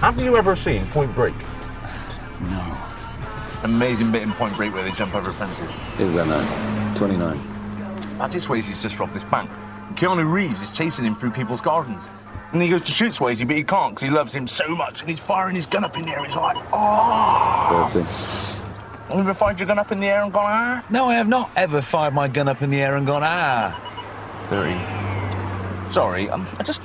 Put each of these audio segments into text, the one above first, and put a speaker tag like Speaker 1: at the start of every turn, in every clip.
Speaker 1: Have you ever seen Point Break?
Speaker 2: No.
Speaker 1: Amazing bit in Point Break where they jump over fences.
Speaker 2: Is that nine? 29.
Speaker 1: That's Swayze's just robbed this bank. Keanu Reeves is chasing him through people's gardens. And he goes to shoot Swayze, but he can't because he loves him so much. And he's firing his gun up in the air. And he's like, oh.
Speaker 2: 30.
Speaker 1: Have you ever fired your gun up in the air and gone, ah?
Speaker 3: No, I have not ever fired my gun up in the air and gone, ah.
Speaker 1: 30. Sorry, um, I just.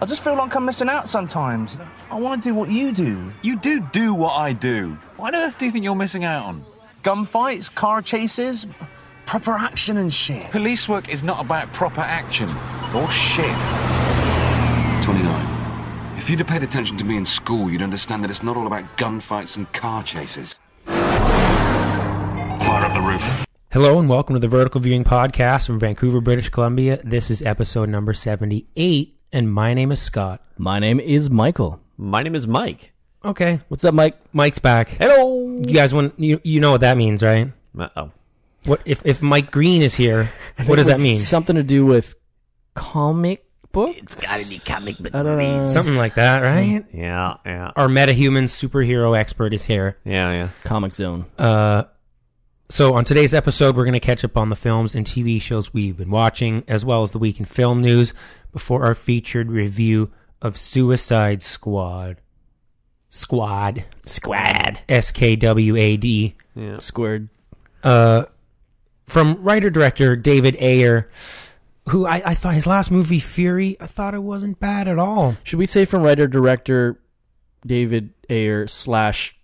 Speaker 1: I just feel like I'm missing out sometimes. I want to do what you do.
Speaker 3: You do do what I do. What on earth do you think you're missing out on?
Speaker 1: Gunfights, car chases, proper action and shit.
Speaker 3: Police work is not about proper action.
Speaker 1: Oh shit.
Speaker 2: 29. If you'd have paid attention to me in school, you'd understand that it's not all about gunfights and car chases. Fire up the roof.
Speaker 4: Hello and welcome to the Vertical Viewing Podcast from Vancouver, British Columbia. This is episode number 78, and my name is Scott.
Speaker 5: My name is Michael.
Speaker 6: My name is Mike.
Speaker 4: Okay,
Speaker 5: What's up, Mike?
Speaker 4: Mike's back.
Speaker 6: Hello. oh.
Speaker 4: You guys want you, you know what that means, right?
Speaker 6: Uh-oh.
Speaker 4: What if if Mike Green is here, what does that mean?
Speaker 5: Something to do with comic book?
Speaker 6: It's got to be comic book
Speaker 5: I don't know.
Speaker 4: Something like that, right?
Speaker 6: Yeah, yeah,
Speaker 4: Our metahuman superhero expert is here.
Speaker 6: yeah, yeah.
Speaker 5: Comic Zone.
Speaker 4: Uh, So, on today's episode, we're going to catch up on the films and TV shows we've been watching, as well as the week in film news, before our featured review of Suicide Squad. Squad.
Speaker 5: Squad.
Speaker 4: S K W A D.
Speaker 5: Squared.
Speaker 4: From writer director David Ayer, who I, I thought his last movie, Fury, I thought it wasn't bad at all.
Speaker 5: Should we say from writer director David Ayer slash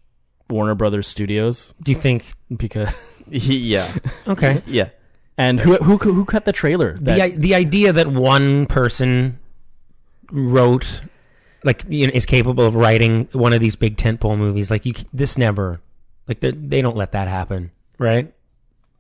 Speaker 5: Warner Brothers Studios?
Speaker 4: Do you think?
Speaker 5: Because
Speaker 6: yeah,
Speaker 4: Okay.
Speaker 6: yeah.
Speaker 5: and who who who cut the trailer? That,
Speaker 4: the i- the idea that one person wrote like you know, is capable of writing one of these big tentpole movies like you c- this never like they they don't let that happen right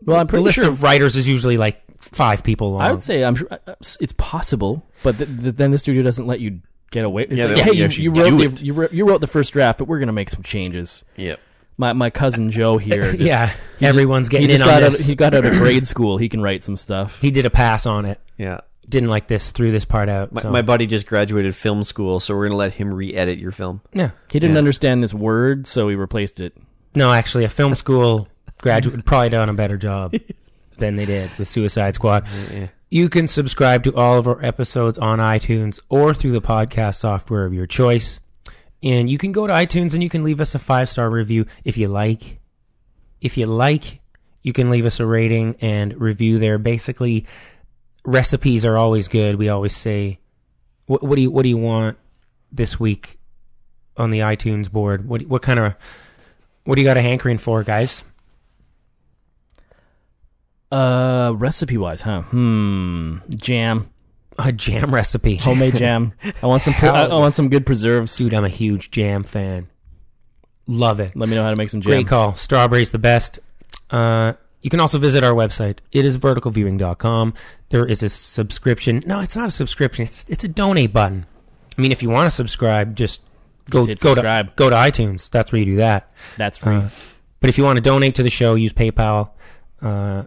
Speaker 5: well, I'm
Speaker 4: the
Speaker 5: pretty
Speaker 4: list
Speaker 5: sure.
Speaker 4: of writers is usually like five people long
Speaker 5: I would say I'm sure uh, it's possible, but th- th- then the studio doesn't let you get away. It's
Speaker 6: Yeah,
Speaker 5: like,
Speaker 6: they
Speaker 5: hey,
Speaker 6: let you
Speaker 5: you,
Speaker 6: actually
Speaker 5: you wrote
Speaker 6: do
Speaker 5: the, you wrote you wrote the first draft, but we're gonna make some changes.
Speaker 6: Yep.
Speaker 5: My my cousin Joe here. just-
Speaker 4: yeah everyone's
Speaker 5: he
Speaker 4: getting in
Speaker 5: just
Speaker 4: on
Speaker 5: got out,
Speaker 4: this
Speaker 5: he got out of grade school. He can write some stuff.
Speaker 4: he did a pass on it
Speaker 6: Yeah.
Speaker 4: didn't like this threw this part out
Speaker 6: My,
Speaker 4: so.
Speaker 6: my buddy just graduated film school, so we're gonna let him re-edit your film.
Speaker 4: yeah
Speaker 5: He didn't understand this word, so he replaced it.
Speaker 4: no actually a film school graduate would probably done a better job than they did with Suicide Squad. You can subscribe to all of our episodes on iTunes or through the podcast software of your choice. And you can go to iTunes and you can leave us a five star review if you like. If you like, you can leave us a rating and review there. Basically, recipes are always good. We always say, "What, what do you What do you want this week on the iTunes board? What What kind of What do you got a hankering for, guys?"
Speaker 5: Uh, recipe wise, huh? Hmm. Jam,
Speaker 4: A jam recipe.
Speaker 5: homemade jam. I want some. pre- I, I want some good preserves.
Speaker 4: Dude, I'm a huge jam fan. Love it.
Speaker 5: Let me know how to make some jam.
Speaker 4: Great call. Strawberry's the best. Uh, you can also visit our website. It is verticalviewing.com. There is a subscription. No, it's not a subscription. It's it's a donate button. I mean, if you want to subscribe, just go
Speaker 5: Just hit
Speaker 4: go to
Speaker 5: subscribe.
Speaker 4: go to iTunes. That's where you do that.
Speaker 5: That's free.
Speaker 4: But if you want to donate to the show, use PayPal. Uh,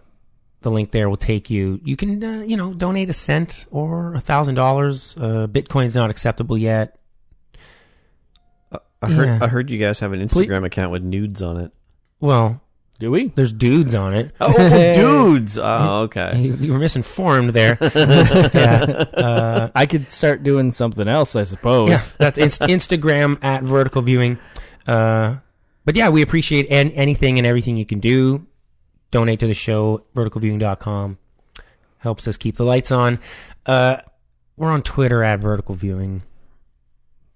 Speaker 4: the link there will take you. You can, uh, you know, donate a cent or a thousand dollars. Uh, Bitcoin's not acceptable yet.
Speaker 6: I heard.
Speaker 4: Yeah.
Speaker 6: I heard you guys have an
Speaker 5: Please-
Speaker 6: Instagram account with nudes on it.
Speaker 4: Well,
Speaker 5: Do we?
Speaker 4: there's dudes on it.
Speaker 6: Oh, oh, oh, dudes. Oh, okay.
Speaker 4: You, you were misinformed there. yeah.
Speaker 5: I could start doing something else, I suppose.
Speaker 4: yeah, that's inst- Instagram at Vertical Viewing. Uh, but yeah, we appreciate an- anything and everything you can do. Donate to the show, verticalviewing.com. Helps us keep the lights on. Uh, we're on Twitter at Vertical Viewing.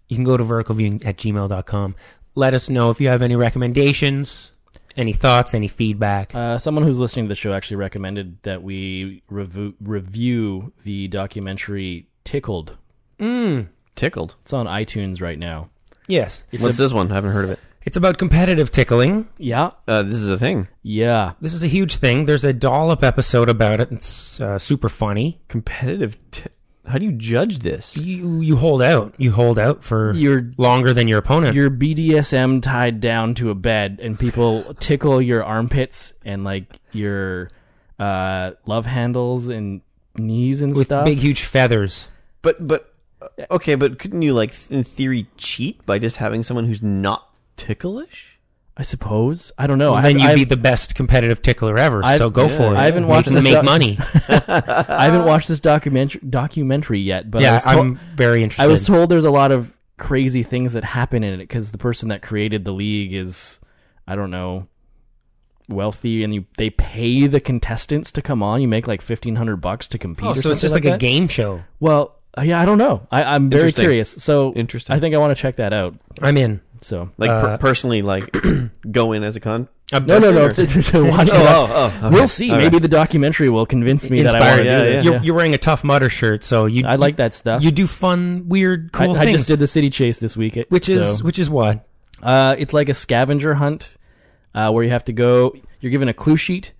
Speaker 4: You can go to verticalviewing at gmail.com. Let us know if you have any recommendations, any thoughts, any feedback.
Speaker 5: Uh, someone who's listening to the show actually recommended that we revu- review the documentary Tickled.
Speaker 6: Tickled.
Speaker 5: It's on iTunes right now.
Speaker 4: yes.
Speaker 6: What's this one? I haven't heard of it.
Speaker 4: It's about competitive tickling.
Speaker 5: Yeah,
Speaker 6: Uh, this is a thing.
Speaker 5: yeah.
Speaker 4: This is a huge thing. There's a dollop episode about it. It's uh, super funny.
Speaker 6: Competitive. T- How do you judge this?
Speaker 4: You you hold out. You hold out for
Speaker 5: You're-
Speaker 4: longer than your opponent.
Speaker 5: your BDSM tied down to a bed and people tickle your armpits and like your uh, love handles and knees and
Speaker 4: with
Speaker 5: stuff.
Speaker 4: big huge feathers.
Speaker 6: But but Okay, but couldn't you, like, th- in theory, cheat by just having someone who's not ticklish?
Speaker 5: I suppose. I don't know. I
Speaker 4: then
Speaker 5: haven't-
Speaker 4: you'd be
Speaker 5: I've-
Speaker 4: the best competitive tickler ever.
Speaker 5: I've-
Speaker 4: so go
Speaker 5: yeah.
Speaker 4: for it.
Speaker 5: I haven't
Speaker 4: You
Speaker 5: watched
Speaker 4: can
Speaker 5: this
Speaker 4: make
Speaker 5: doc-
Speaker 4: money.
Speaker 5: I haven't watched this documentary documentary yet, but I
Speaker 4: yeah,
Speaker 5: was told,
Speaker 4: I'm very interested.
Speaker 5: I was told there's a lot of crazy things that happen in it because the person that created the league is, I don't know, wealthy, and you, they pay the contestants to come on. You make like fifteen hundred bucks to compete.
Speaker 4: oh,
Speaker 5: or
Speaker 4: so it's
Speaker 5: something
Speaker 4: just like, a
Speaker 5: that.
Speaker 4: game show.
Speaker 5: Well, uh, yeah, I don't know. I, I'm very
Speaker 6: Interesting.
Speaker 5: curious. So
Speaker 6: Interesting.
Speaker 5: I think I want to check that out.
Speaker 4: I'm in.
Speaker 5: So
Speaker 6: Like, per- personally, like, go in as a con?
Speaker 4: I'm
Speaker 5: no, no, no.
Speaker 4: Inspired,
Speaker 5: To, to- to watch it.
Speaker 6: oh, oh, okay.
Speaker 5: We'll see.
Speaker 6: All right.
Speaker 5: Maybe the documentary will convince me that I want to
Speaker 6: yeah,
Speaker 5: do
Speaker 6: yeah.
Speaker 5: this.
Speaker 4: You're, you're wearing a tough mutter shirt, so you.
Speaker 5: I like that stuff.
Speaker 4: You do fun, weird, cool
Speaker 5: I, I
Speaker 4: things.
Speaker 5: just did the city chase this week, it-
Speaker 4: which is
Speaker 5: so-
Speaker 4: which is what
Speaker 5: Uh, it's like a scavenger hunt uh, where you have to go. You're given a clue sheet,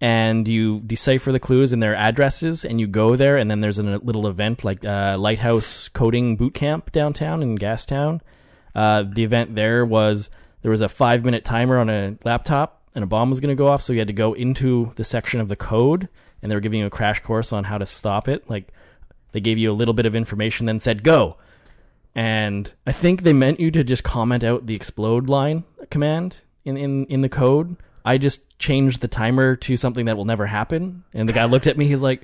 Speaker 5: and you decipher the clues and their addresses, and you go there. And then there's an- a little event like uh, Lighthouse Coding Boot Camp downtown in Gastown. Uh, the event there was there was a five minute timer on a laptop, and a bomb was going to go off, so you had to go into the section of the code, and they were giving you a crash course on how to stop it. Like they gave you a little bit of information, then said go and I think they meant you to just comment out the explode line command in, in, in the code. I just changed the timer to something that will never happen, and the guy looked at me. He's like,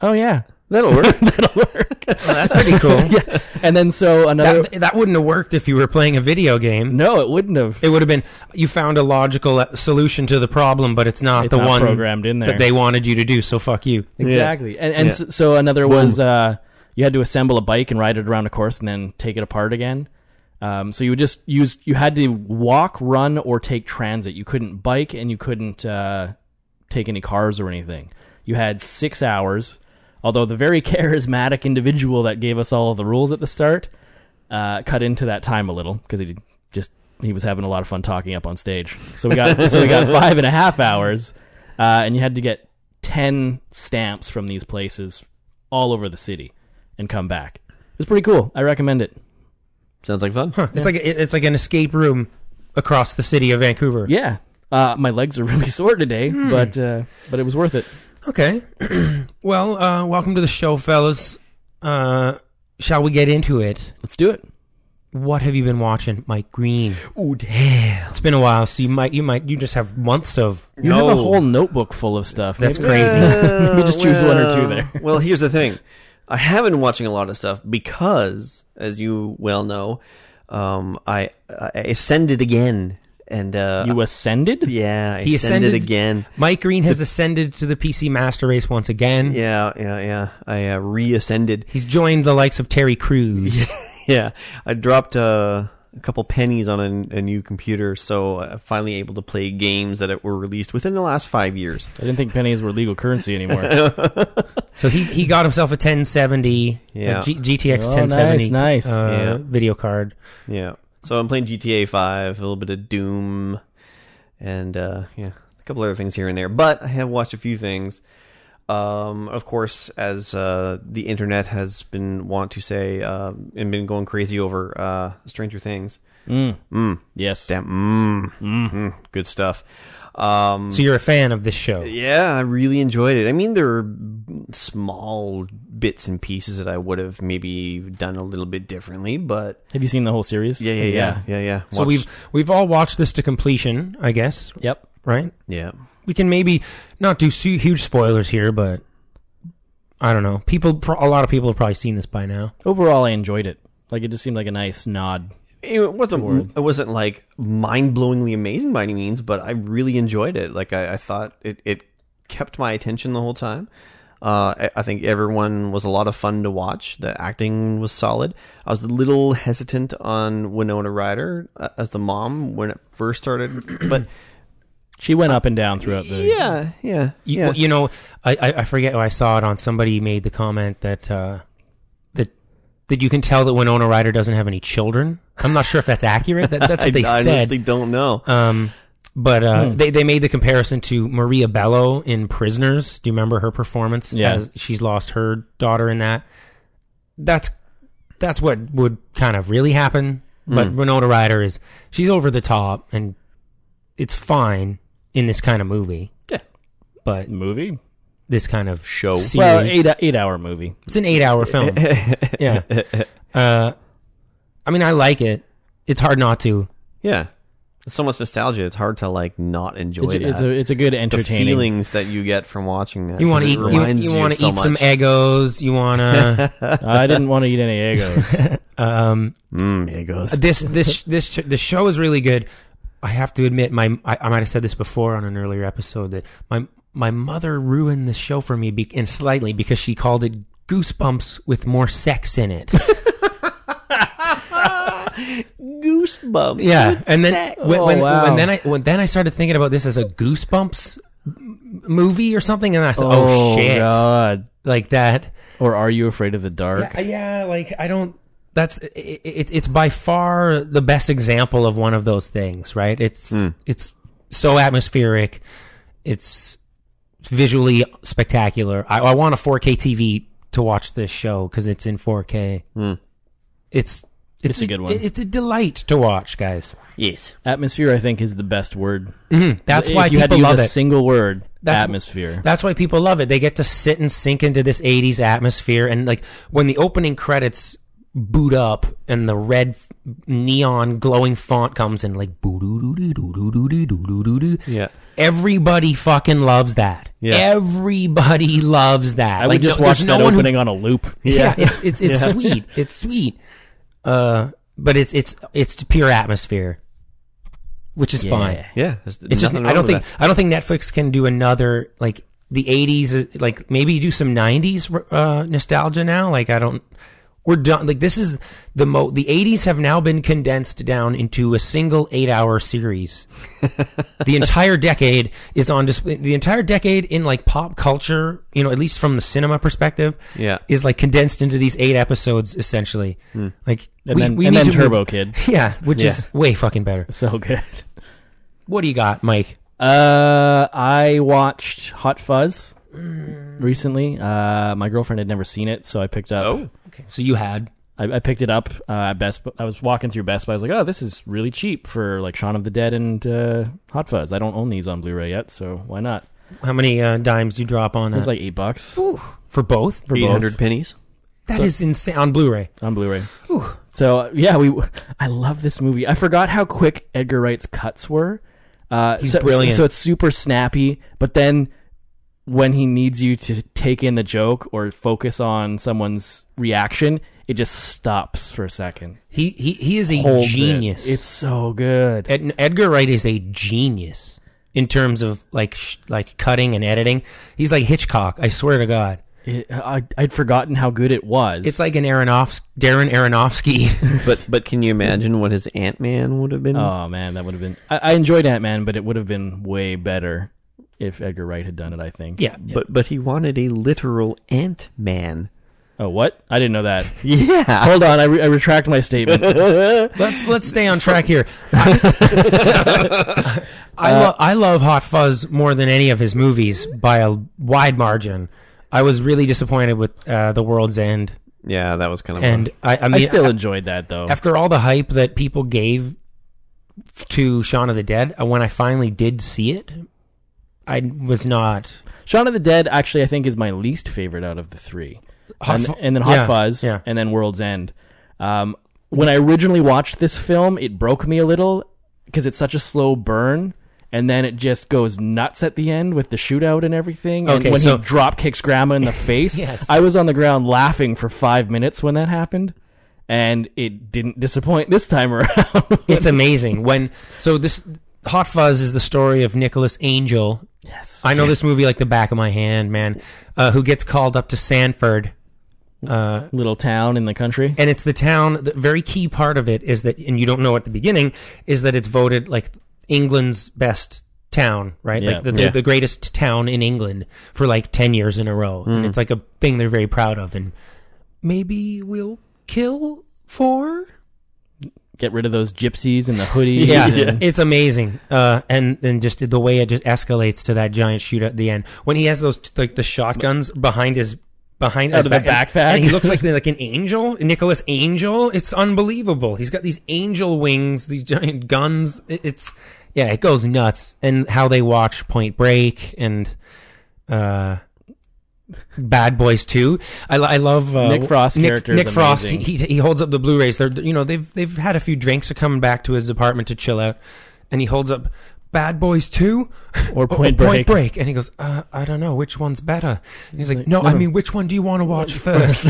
Speaker 5: "Oh yeah,
Speaker 6: That'll work.
Speaker 5: that'll work."
Speaker 4: Oh, that's pretty cool
Speaker 5: yeah. And then so another
Speaker 4: that, that wouldn't have worked if you were playing a video game
Speaker 5: no, it wouldn't have.
Speaker 4: it would have been you found a logical uh, solution to the problem but it's not
Speaker 5: It's
Speaker 4: the
Speaker 5: not
Speaker 4: one
Speaker 5: programmed in there.
Speaker 4: that they wanted you to do so fuck you
Speaker 5: Exactly. And, and so, so another was uh, you had to assemble a bike and ride it around a course and then take it apart again. Um, so you would just use you had to walk, run, or take transit. You couldn't bike and you couldn't uh, take any cars or anything. You had six hours. Although the very charismatic individual that gave us all of the rules at the start uh, cut into that time a little because he just he was having a lot of fun talking up on stage. So we got so we got five and a half hours, uh, and you had to get ten stamps from these places all over the city and come back. It was pretty cool. I recommend it.
Speaker 6: Sounds like fun.
Speaker 4: it's like it- it's like an escape room across the city of Vancouver
Speaker 5: Yeah. Uh, my legs are really sore today, but uh, but it was worth it.
Speaker 4: okay well uh, welcome to the show fellas uh, shall we get into it
Speaker 5: Let's do it.
Speaker 4: what have you been watching Mike Green oh damn it's been a while so you might you might you just have months of
Speaker 5: You have a whole notebook full of stuff.
Speaker 4: that's
Speaker 5: Maybe-
Speaker 4: crazy
Speaker 5: Let me just choose one or two there.
Speaker 6: Uh, well, here's the thing. I have been watching a lot of stuff because, as you well know, um, I, I ascended again, and uh,
Speaker 5: You ascended.
Speaker 6: yeah, I
Speaker 4: He
Speaker 6: ascended,
Speaker 4: ascended-
Speaker 6: again.
Speaker 4: Mike Green has ascended to the PC Master Race once again.
Speaker 6: Yeah, yeah, yeah. I uh, reascended.
Speaker 4: He's joined the likes of Terry Crews.
Speaker 6: yeah, I dropped uh, a couple pennies on a, a new computer, so I'm finally able to play games that were released within the last five years.
Speaker 5: I didn't think pennies were legal currency anymore.
Speaker 4: So he, he got himself a 1070,
Speaker 6: Yeah.
Speaker 4: a G- GTX
Speaker 5: Oh,
Speaker 4: 1070
Speaker 5: nice, nice.
Speaker 4: Uh,
Speaker 6: Yeah.
Speaker 4: video card.
Speaker 6: Yeah, so I'm playing GTA Five, a little bit of Doom, and uh, yeah, a couple other things here and there. But I have watched a few things. Um, of course, as uh, the internet has been want to say uh, and been going crazy over uh, Stranger Things.
Speaker 5: yes.
Speaker 6: Damn, mm, mm, good stuff. Um,
Speaker 4: So you're a fan of this show.
Speaker 6: Yeah, I really enjoyed it. I mean, there are small bits and pieces that I would have maybe done a little bit differently, but
Speaker 5: Have you seen the whole series?
Speaker 6: yeah, yeah, yeah, yeah, yeah.
Speaker 4: So
Speaker 6: Watch-
Speaker 4: we've we've all watched this to completion, I guess,
Speaker 5: Yep.
Speaker 4: right?
Speaker 6: yeah,
Speaker 4: We can maybe not do su- huge spoilers here, but I don't know. People, pro- a lot of people have probably seen this by now.
Speaker 5: Overall, I enjoyed it. Like it just seemed like a nice nod.
Speaker 6: it wasn't it wasn't like mind blowingly amazing by any means, but I really enjoyed it. Like I, I thought it it kept my attention the whole time. Uh, I, I think everyone was a lot of fun to watch. The acting was solid. I was a little hesitant on Winona Ryder uh, as the mom when it first started, but
Speaker 5: She went up and down throughout the.
Speaker 6: yeah, yeah,
Speaker 4: You,
Speaker 6: yeah.
Speaker 4: well, you know, I, I, I forget who I saw it on. Somebody made the comment that uh, that that you can tell that Winona Ryder doesn't have any children. I'm not sure if that's accurate. That, that's what they
Speaker 6: I
Speaker 4: said.
Speaker 6: honestly don't know.
Speaker 4: Um, but uh, they they made the comparison to Maria Bello in Prisoners. Do you remember her performance?
Speaker 5: Yeah.
Speaker 4: as she's lost her daughter in that. That's that's what would kind of really happen. But Winona Ryder is she's over the top, and it's fine in this kind of movie.
Speaker 5: Yeah.
Speaker 4: But
Speaker 5: Movie?
Speaker 4: this kind of
Speaker 6: Show.
Speaker 4: series.
Speaker 5: Well, eight eight hour movie.
Speaker 4: It's an eight-hour film. yeah. Uh, I mean, I like it. It's hard not to.
Speaker 6: Yeah. It's so much nostalgia. It's hard to like not enjoy
Speaker 5: It's,
Speaker 6: that.
Speaker 5: a, it's a it's a good
Speaker 6: the
Speaker 5: entertaining.
Speaker 6: feelings that you get from watching that.
Speaker 4: You want to
Speaker 6: 'cause it
Speaker 4: eat. You,
Speaker 6: reminds
Speaker 4: you
Speaker 6: of
Speaker 4: want to
Speaker 6: so
Speaker 4: eat some
Speaker 6: much.
Speaker 4: egos. You want to.
Speaker 5: I didn't want to eat any egos.
Speaker 4: um,
Speaker 6: Mm, egos.
Speaker 4: this this this the show is really good. I have to admit, my I, I might have said this before on an earlier episode that my my mother ruined the show for me be, and slightly because she called it Goosebumps with more sex in it.
Speaker 6: Goosebumps.
Speaker 4: Yeah, and then when, when,
Speaker 5: Oh, wow.
Speaker 4: when then I when then I started thinking about this as a Goosebumps m- movie or something, and I thought, oh, shit,
Speaker 5: God.
Speaker 4: like that.
Speaker 5: Or are you afraid of the dark?
Speaker 4: Yeah, yeah, like I don't. That's it, it. It's by far the best example of one of those things, right? It's it's so atmospheric. It's visually spectacular. I, I want a 4K TV to watch this show because it's in 4K. It's, it's
Speaker 5: a good one.
Speaker 4: It's a delight to watch, guys.
Speaker 6: Yes.
Speaker 5: Atmosphere, I think, is the best word.
Speaker 4: That's
Speaker 5: if
Speaker 4: why
Speaker 5: you had to
Speaker 4: people
Speaker 5: use
Speaker 4: love
Speaker 5: a
Speaker 4: it.
Speaker 5: single word.
Speaker 4: That's-
Speaker 5: atmosphere.
Speaker 4: That's why people love it. They get to sit and sink into this 80s atmosphere. And like when the opening credits boot up and the red f- neon glowing font comes in, like boo doo doo doo doo doo doo doo doo doo.
Speaker 6: Yeah.
Speaker 4: Everybody fucking loves that.
Speaker 6: Yeah.
Speaker 4: Everybody loves that.
Speaker 5: I would just
Speaker 4: no,
Speaker 5: watch
Speaker 4: there's
Speaker 5: that
Speaker 4: no one who-
Speaker 5: opening on a loop.
Speaker 4: yeah, it's it's, it's sweet. It's sweet. Uh, but it's it's it's pure atmosphere, which is fine.
Speaker 6: Yeah. There's
Speaker 4: It's just
Speaker 6: nothing
Speaker 4: I
Speaker 6: wrong
Speaker 4: don't
Speaker 6: with
Speaker 4: think
Speaker 6: that.
Speaker 4: I don't think Netflix can do another like the '80s. uh, Like maybe do some '90s uh, nostalgia now. Like I don't. We're done. Like this is the mo. The '80s have now been condensed down into a single eight-hour series. the entire decade is on display. The entire decade in like pop culture, you know, at least from the cinema perspective,
Speaker 6: Yeah. Hmm.
Speaker 4: is like condensed into these eight episodes essentially. Like
Speaker 5: And then, and then
Speaker 4: to move-
Speaker 5: Turbo Kid.
Speaker 4: yeah, which is way fucking better.
Speaker 5: So good.
Speaker 4: What do you got, Mike?
Speaker 5: Uh, I watched Hot Fuzz recently. Uh, my girlfriend had never seen it, so I picked up.
Speaker 6: Oh.
Speaker 4: So you had
Speaker 5: I, I picked it up uh, at Best. Bu- I was walking through Best Buy. I was like, "Oh, this is really cheap for like Shaun of the Dead and uh, Hot Fuzz." I don't own these on Blu-ray yet, so why not?
Speaker 4: How many uh, dimes do you drop on
Speaker 5: It was
Speaker 4: that?
Speaker 5: like eight bucks
Speaker 4: for both? For
Speaker 6: Eight hundred pennies.
Speaker 4: That is insane on Blu-ray.
Speaker 5: on Blu-ray. So uh, yeah, we. I love this movie. I forgot how quick Edgar Wright's cuts were. Uh,
Speaker 4: He's
Speaker 5: so,
Speaker 4: brilliant.
Speaker 5: So it's super snappy, but then when he needs you to take in the joke or focus on someone's reaction, it just stops for a second.
Speaker 4: He he he is a
Speaker 5: Holds it.
Speaker 4: genius.
Speaker 5: It's so good.
Speaker 4: Ed, Edgar Wright is a genius in terms of like sh- like cutting and editing. He's like Hitchcock. I swear to God,
Speaker 5: It- I, I'd forgotten how good it was.
Speaker 4: it's like an Aronofsky, Darren Aronofsky.
Speaker 6: But but can you imagine what his Ant Man would have been?
Speaker 5: Oh man, that would have been. I, I enjoyed Ant Man, but it would have been way better if Edgar Wright had done it. I think.
Speaker 4: yeah,
Speaker 6: But but he wanted a literal Ant Man.
Speaker 5: Oh what? I didn't know that.
Speaker 6: Yeah.
Speaker 5: Hold on, I, re- I retract my statement.
Speaker 4: let's let's stay on track here. I
Speaker 5: Uh,
Speaker 4: lo- I love Hot Fuzz more than any of his movies by a wide margin. I was really disappointed with uh, The World's End,
Speaker 6: Yeah, that was kind of
Speaker 4: and I, I mean,
Speaker 5: I still enjoyed that though.
Speaker 4: after all the hype that people gave to Shaun of the Dead, uh, when I finally did see it, I was not.
Speaker 5: Shaun of the Dead actually, I think, is my least favorite out of the three.
Speaker 4: Hot
Speaker 5: and,
Speaker 4: Fu-
Speaker 5: and then Hot
Speaker 4: yeah,
Speaker 5: Fuzz,
Speaker 4: yeah.
Speaker 5: and then World's End. Um, when I originally watched this film, it broke me a little because it's such a slow burn. And then it just goes nuts at the end with the shootout and everything. And
Speaker 4: Okay,
Speaker 5: when
Speaker 4: so-
Speaker 5: he drop kicks Grandma in the face,
Speaker 4: Yes.
Speaker 5: I was on the ground laughing for five minutes when that happened, and it didn't disappoint this time around.
Speaker 4: It's amazing when so this Hot Fuzz is the story of Nicholas Angel. Yes, I know this movie like the back of my hand, man. Uh, who gets called up to Sanford,
Speaker 5: Little town in the country.
Speaker 4: and it's the town. The very key part of it is that, and you don't know at the beginning, is that it's voted like England's best town, right?
Speaker 5: Yeah.
Speaker 4: Like the, the,
Speaker 6: Yeah.
Speaker 4: the greatest town in England for like ten years in a row, and it's like a thing they're very proud of. And maybe we'll kill four.
Speaker 5: Get rid of those gypsies and the hoodies.
Speaker 4: Yeah,
Speaker 5: and-
Speaker 4: it's amazing. Uh, and then just the way it just escalates to that giant shootout at the end when he has those like the shotguns behind his behind
Speaker 5: Out
Speaker 4: his
Speaker 5: of the
Speaker 4: back-
Speaker 5: backpack.
Speaker 4: and he looks like like an angel, Nicholas Angel. It's unbelievable. He's got these angel wings, these giant guns. It- It's yeah, it goes nuts. And how they watch Point Break and uh, Bad Boys Two. I, lo- I love uh,
Speaker 5: Nick Frost's character is
Speaker 4: Nick Frost. He,
Speaker 5: amazing.
Speaker 4: he he holds up the Blu-rays. They're you know they've they've had a few drinks. They're coming back to his apartment to chill out, and he holds up Bad Boys Two Oh,
Speaker 5: Or Point Break.
Speaker 4: and he goes, uh, I don't know which one's better. And he's like, No, I mean which one do you want to watch first?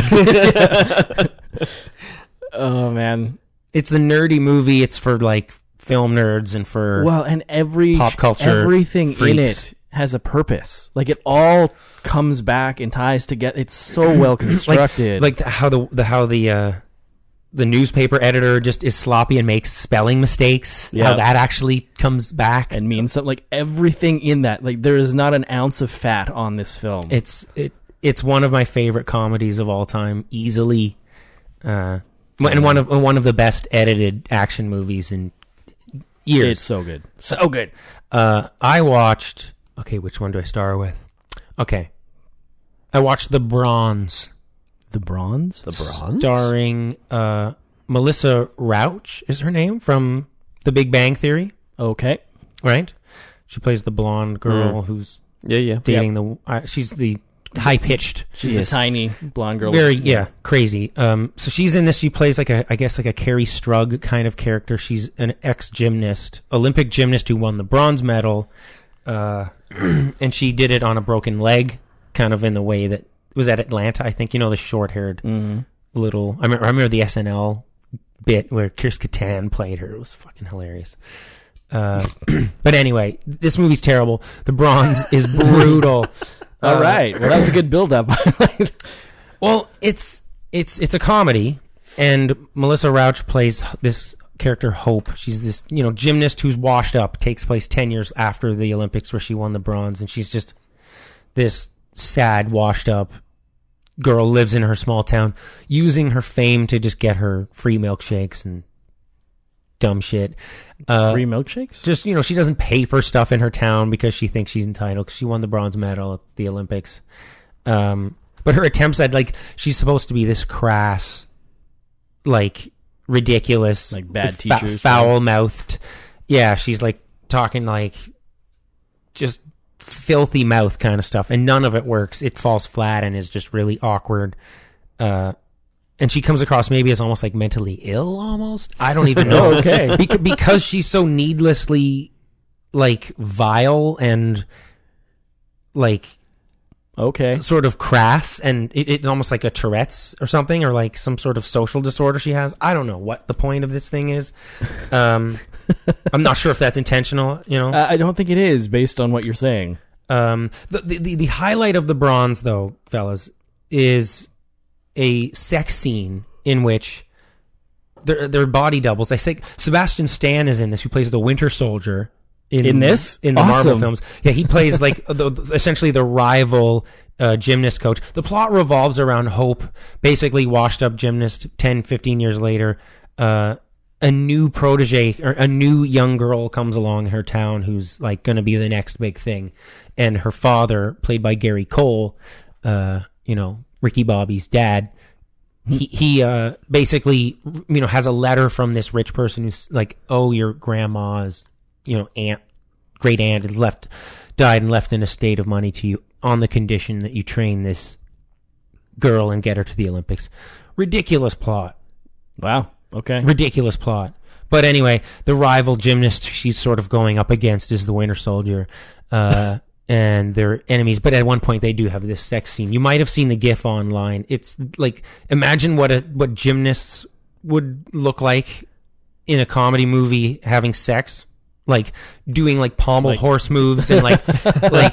Speaker 5: Oh man.
Speaker 4: it's a nerdy movie. It's for like film nerds and for
Speaker 5: Well, and every
Speaker 4: Pop culture
Speaker 5: everything in
Speaker 4: freaks.
Speaker 5: it has a purpose. Like it all comes back and ties together. It's so well constructed.
Speaker 4: like the, how the, the how the uh, the newspaper editor just is sloppy and makes spelling mistakes.
Speaker 5: Yeah.
Speaker 4: How that actually comes back.
Speaker 5: and means something. Like everything in that. Like there is not an ounce of fat on this film.
Speaker 4: it's it it's one of my favorite comedies of all time, easily, uh, and one of one of the best edited action movies in years.
Speaker 5: it's so good. So good.
Speaker 4: Uh, I watched. Okay, which one do I start with? Okay, I watched The Bronze,
Speaker 5: The bronze?
Speaker 6: The bronze.
Speaker 4: starring uh, Melissa Rauch is her name from The Big Bang Theory,
Speaker 5: Okay.
Speaker 4: right? She plays the blonde girl who's
Speaker 6: Yeah, yeah.
Speaker 4: dating the. Uh, she's the high pitched,
Speaker 5: She's
Speaker 6: Yes.
Speaker 5: the tiny blonde girl.
Speaker 4: very yeah, crazy. Um, so she's in this. She plays like a, I guess like a Carrie Strug kind of character. She's an ex gymnast, Olympic gymnast who won the bronze medal, uh, and she did it on a broken leg, kind of in the way that it was at Atlanta. I think you know the short haired little. I remember, I remember the SNL bit where Kirst Kattan played her. It was fucking hilarious. Uh, but anyway, this movie's terrible. The bronze is brutal. uh,
Speaker 5: All right. Well, that was a good build up.
Speaker 4: Well, it's it's it's a comedy, and Melissa Rauch plays this character Hope. She's this you know gymnast who's washed up. Takes place ten years after the Olympics where she won the bronze, and she's just this sad, washed up girl lives in her small town, using her fame to just get her free milkshakes and dumb shit. Uh,
Speaker 5: Free milkshakes?
Speaker 4: just you know she doesn't pay for stuff in her town because she thinks she's entitled 'cause she won the bronze medal at the olympics um but her attempts at like she's supposed to be this crass like ridiculous
Speaker 5: Like bad teachers.
Speaker 4: foul mouthed yeah she's like talking like just filthy mouth kind of stuff and none of it works it falls flat and is just really awkward uh and she comes across maybe as almost like mentally ill almost i don't even know okay because she's so needlessly like vile and like
Speaker 5: Okay.
Speaker 4: sort of crass and it, it's almost like a tourette's or something or like some sort of social disorder she has i don't know what the point of this thing is um i'm not sure if that's intentional you know
Speaker 5: Uh, I don't think it is based on what you're saying.
Speaker 4: Um, the, the, the, the highlight of the bronze, though, fellas, is a sex scene in which their their body doubles. I say Sebastian Stan is in this, who plays the Winter Soldier in,
Speaker 5: In this?
Speaker 4: in the Marvel
Speaker 5: Awesome.
Speaker 4: films. Yeah, he plays like the, essentially the rival uh, gymnast coach. The plot revolves around Hope, basically washed up gymnast 10, 15 years later. Uh, a new protege or a new young girl comes along in her town who's like going to be the next big thing. And her father, played by Gary Cole, uh, you know, Ricky Bobby's dad, he, he uh, basically, you know, has a letter from this rich person who's like, oh, your grandma's, you know, aunt great aunt had left, died and left an estate of money to you on the condition that you train this girl and get her to the Olympics. Ridiculous plot.
Speaker 5: Wow. Okay.
Speaker 4: Ridiculous plot. But anyway, the rival gymnast she's sort of going up against is the Winter Soldier, uh, and their enemies. But at one point, they do have this sex scene. You might have seen the GIF online. It's like imagine what a what gymnasts would look like in a comedy movie having sex. Like doing like pommel horse moves and like like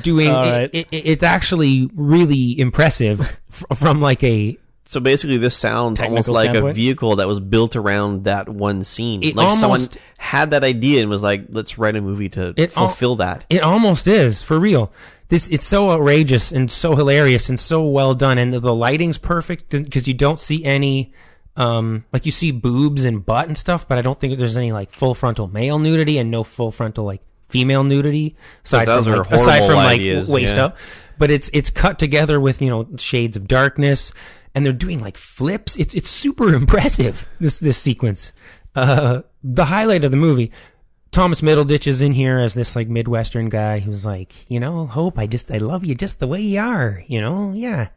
Speaker 4: doing
Speaker 5: All right.
Speaker 4: it, it, it's actually really impressive f- from like a
Speaker 6: So basically, this sounds
Speaker 5: Technical
Speaker 6: almost like
Speaker 5: standpoint?
Speaker 6: a vehicle that was built around that one scene.
Speaker 4: It
Speaker 6: like someone
Speaker 4: almost-
Speaker 6: had that idea and was like, "Let's write a movie to
Speaker 4: It al-
Speaker 6: fulfill that."
Speaker 4: It almost is for real. This it's so outrageous and so hilarious and so well done, and the, the lighting's perfect because you don't see any, um, like you see boobs and butt and stuff, but I don't think there's any like full frontal male nudity and no full frontal like female nudity aside
Speaker 6: those
Speaker 4: from
Speaker 6: are
Speaker 4: like, aside
Speaker 6: horrible
Speaker 4: from like
Speaker 6: ideas,
Speaker 4: waist
Speaker 6: yeah.
Speaker 4: up. But it's it's cut together with you know shades of darkness, and they're doing like flips. It's it's super impressive. This this sequence. Uh, the highlight of the movie Thomas Middleditch is in here as this like Midwestern guy who's like, you know, Hope, I just I love you just the way you are, you know? Yeah.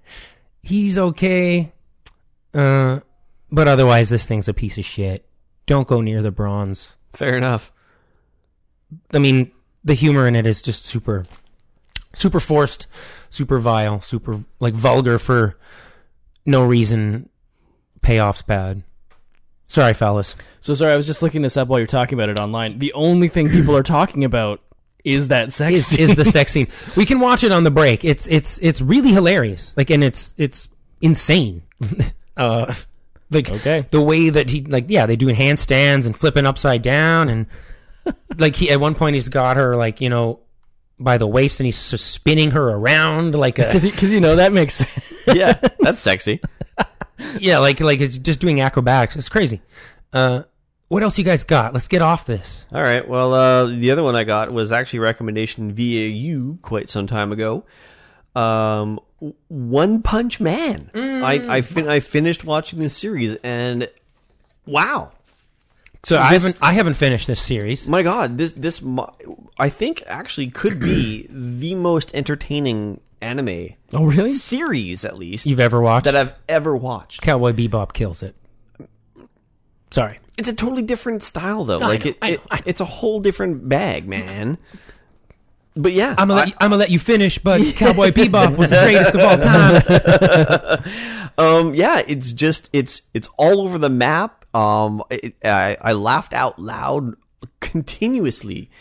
Speaker 4: He's okay. Uh but otherwise this thing's a piece of shit. Don't go near the bronze.
Speaker 6: Fair enough.
Speaker 4: I mean, the humor in it is just super, super forced, super vile, super like vulgar for no reason. Payoff's bad. Sorry, fellas.
Speaker 5: So sorry, I was just looking this up while you're talking about it online. The only thing people are talking about is that sex.
Speaker 4: Is
Speaker 5: scene.
Speaker 4: is the sex scene? We can watch it on the break. It's it's it's really hilarious. Like, and it's it's insane. uh, like
Speaker 5: Okay.
Speaker 4: the way that he like yeah, they doing handstands and flipping upside down and like he at one point he's got her like you know by the waist and he's s- spinning her around like a
Speaker 5: Because you know that makes sense.
Speaker 6: Yeah, that's sexy.
Speaker 4: Yeah, like like it's just doing acrobatics. It's crazy. Uh, what else you guys got? Let's get off this.
Speaker 6: All right. Well, uh, the other one I got was actually a recommendation via you quite some time ago. Um, w- One Punch Man.
Speaker 4: Mm.
Speaker 6: I I, fin- I finished watching this series and wow,
Speaker 4: So I haven't I haven't finished this series.
Speaker 6: my God, this this mo- I think actually could be the most entertaining anime
Speaker 5: Oh really?
Speaker 6: series at least
Speaker 4: You've ever watched
Speaker 6: that I've ever watched.
Speaker 4: Cowboy Bebop kills it. Sorry,
Speaker 6: It's a totally different style though. like
Speaker 4: know,
Speaker 6: it,
Speaker 4: I know,
Speaker 6: it
Speaker 4: I know.
Speaker 6: it's a whole different bag, man. But yeah,
Speaker 4: I'm gonna let
Speaker 6: I-
Speaker 4: you, I'm gonna let you finish. But Cowboy Bebop was the greatest of all time.
Speaker 6: um yeah it's just it's it's all over the map um it, I, I laughed out loud continuously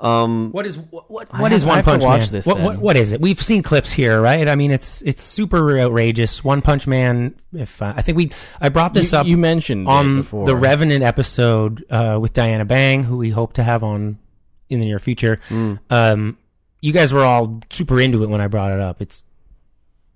Speaker 6: um
Speaker 4: What is what what,
Speaker 5: have-
Speaker 4: what is
Speaker 5: I
Speaker 4: One
Speaker 5: have to
Speaker 4: Punch
Speaker 5: watch
Speaker 4: Man?
Speaker 5: this
Speaker 4: what, what
Speaker 5: then.
Speaker 4: what is it? We've seen clips here, right? I mean, it's it's super outrageous. One Punch Man. If uh, I think we I brought this
Speaker 5: You-
Speaker 4: up
Speaker 5: you mentioned it
Speaker 4: on
Speaker 5: before.
Speaker 4: the Revenant episode uh, with Diana Bang, who we hope to have on in the near future.
Speaker 5: Hmm.
Speaker 4: Um, you guys were all super into it when I brought it up. It's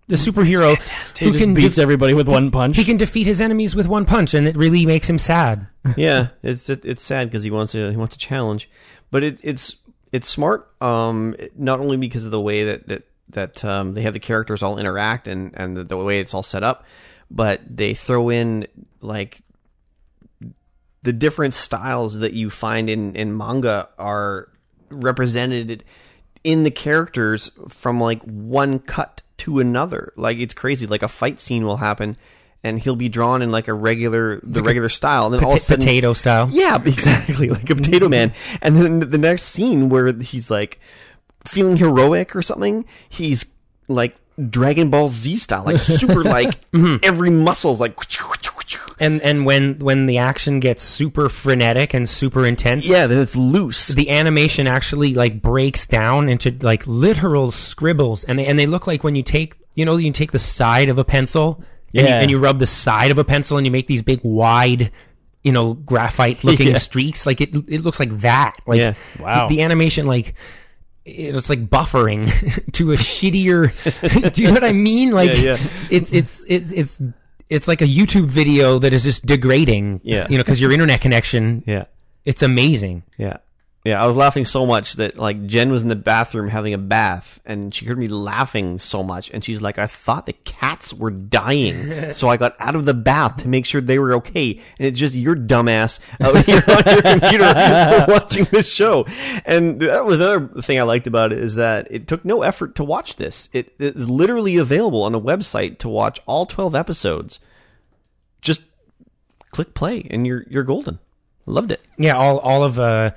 Speaker 4: the superhero
Speaker 5: He
Speaker 4: who
Speaker 5: just
Speaker 4: can
Speaker 5: beats
Speaker 4: def-
Speaker 5: everybody with one punch.
Speaker 4: he can defeat his enemies with one punch, and it really makes him sad.
Speaker 6: yeah it's it, it's sad because he wants to he wants a challenge but it, it's it's smart um it- not only because of the way that that that um, they have the characters all interact and and the, the way it's all set up but they throw in like the different styles that you find in in manga are represented in the characters from like one cut to another like it's crazy like a fight scene will happen and he'll be drawn in like a regular the regular style and then all of a
Speaker 4: Pota-
Speaker 6: sudden
Speaker 4: potato style.
Speaker 6: yeah, exactly, like a potato man. And then the next scene where he's like feeling heroic or something, he's like Dragon Ball Z style, like super like every muscle's like
Speaker 4: And and when when the action gets super frenetic and super intense,
Speaker 6: yeah, then it's loose.
Speaker 4: the animation actually like breaks down into like literal scribbles and they and they look like when you take you know you take the side of a pencil and, you,
Speaker 5: Yeah.
Speaker 4: and you rub the side of a pencil and you make these big wide you know graphite looking streaks like it it looks like that like
Speaker 6: Yeah.
Speaker 5: Wow.
Speaker 4: the, the animation like it's like buffering to a shittier do you know what i mean like
Speaker 6: Yeah, yeah.
Speaker 4: it's it's it's it's it's like a youtube video that is just degrading
Speaker 6: Yeah.
Speaker 4: you know because your internet connection
Speaker 6: Yeah,
Speaker 4: it's amazing
Speaker 6: yeah. Yeah, I was laughing so much that like Jen was in the bathroom having a bath and she heard me laughing so much and she's like, I thought the cats were dying. so I got out of the bath to make sure they were okay. And it's just your dumbass out here on your computer watching this show. And that was another thing I liked about it is that it took no effort to watch this. It, it is literally available on a website to watch all 12 episodes. Just click play and you're, you're golden. Loved it.
Speaker 4: Yeah, all all of uh,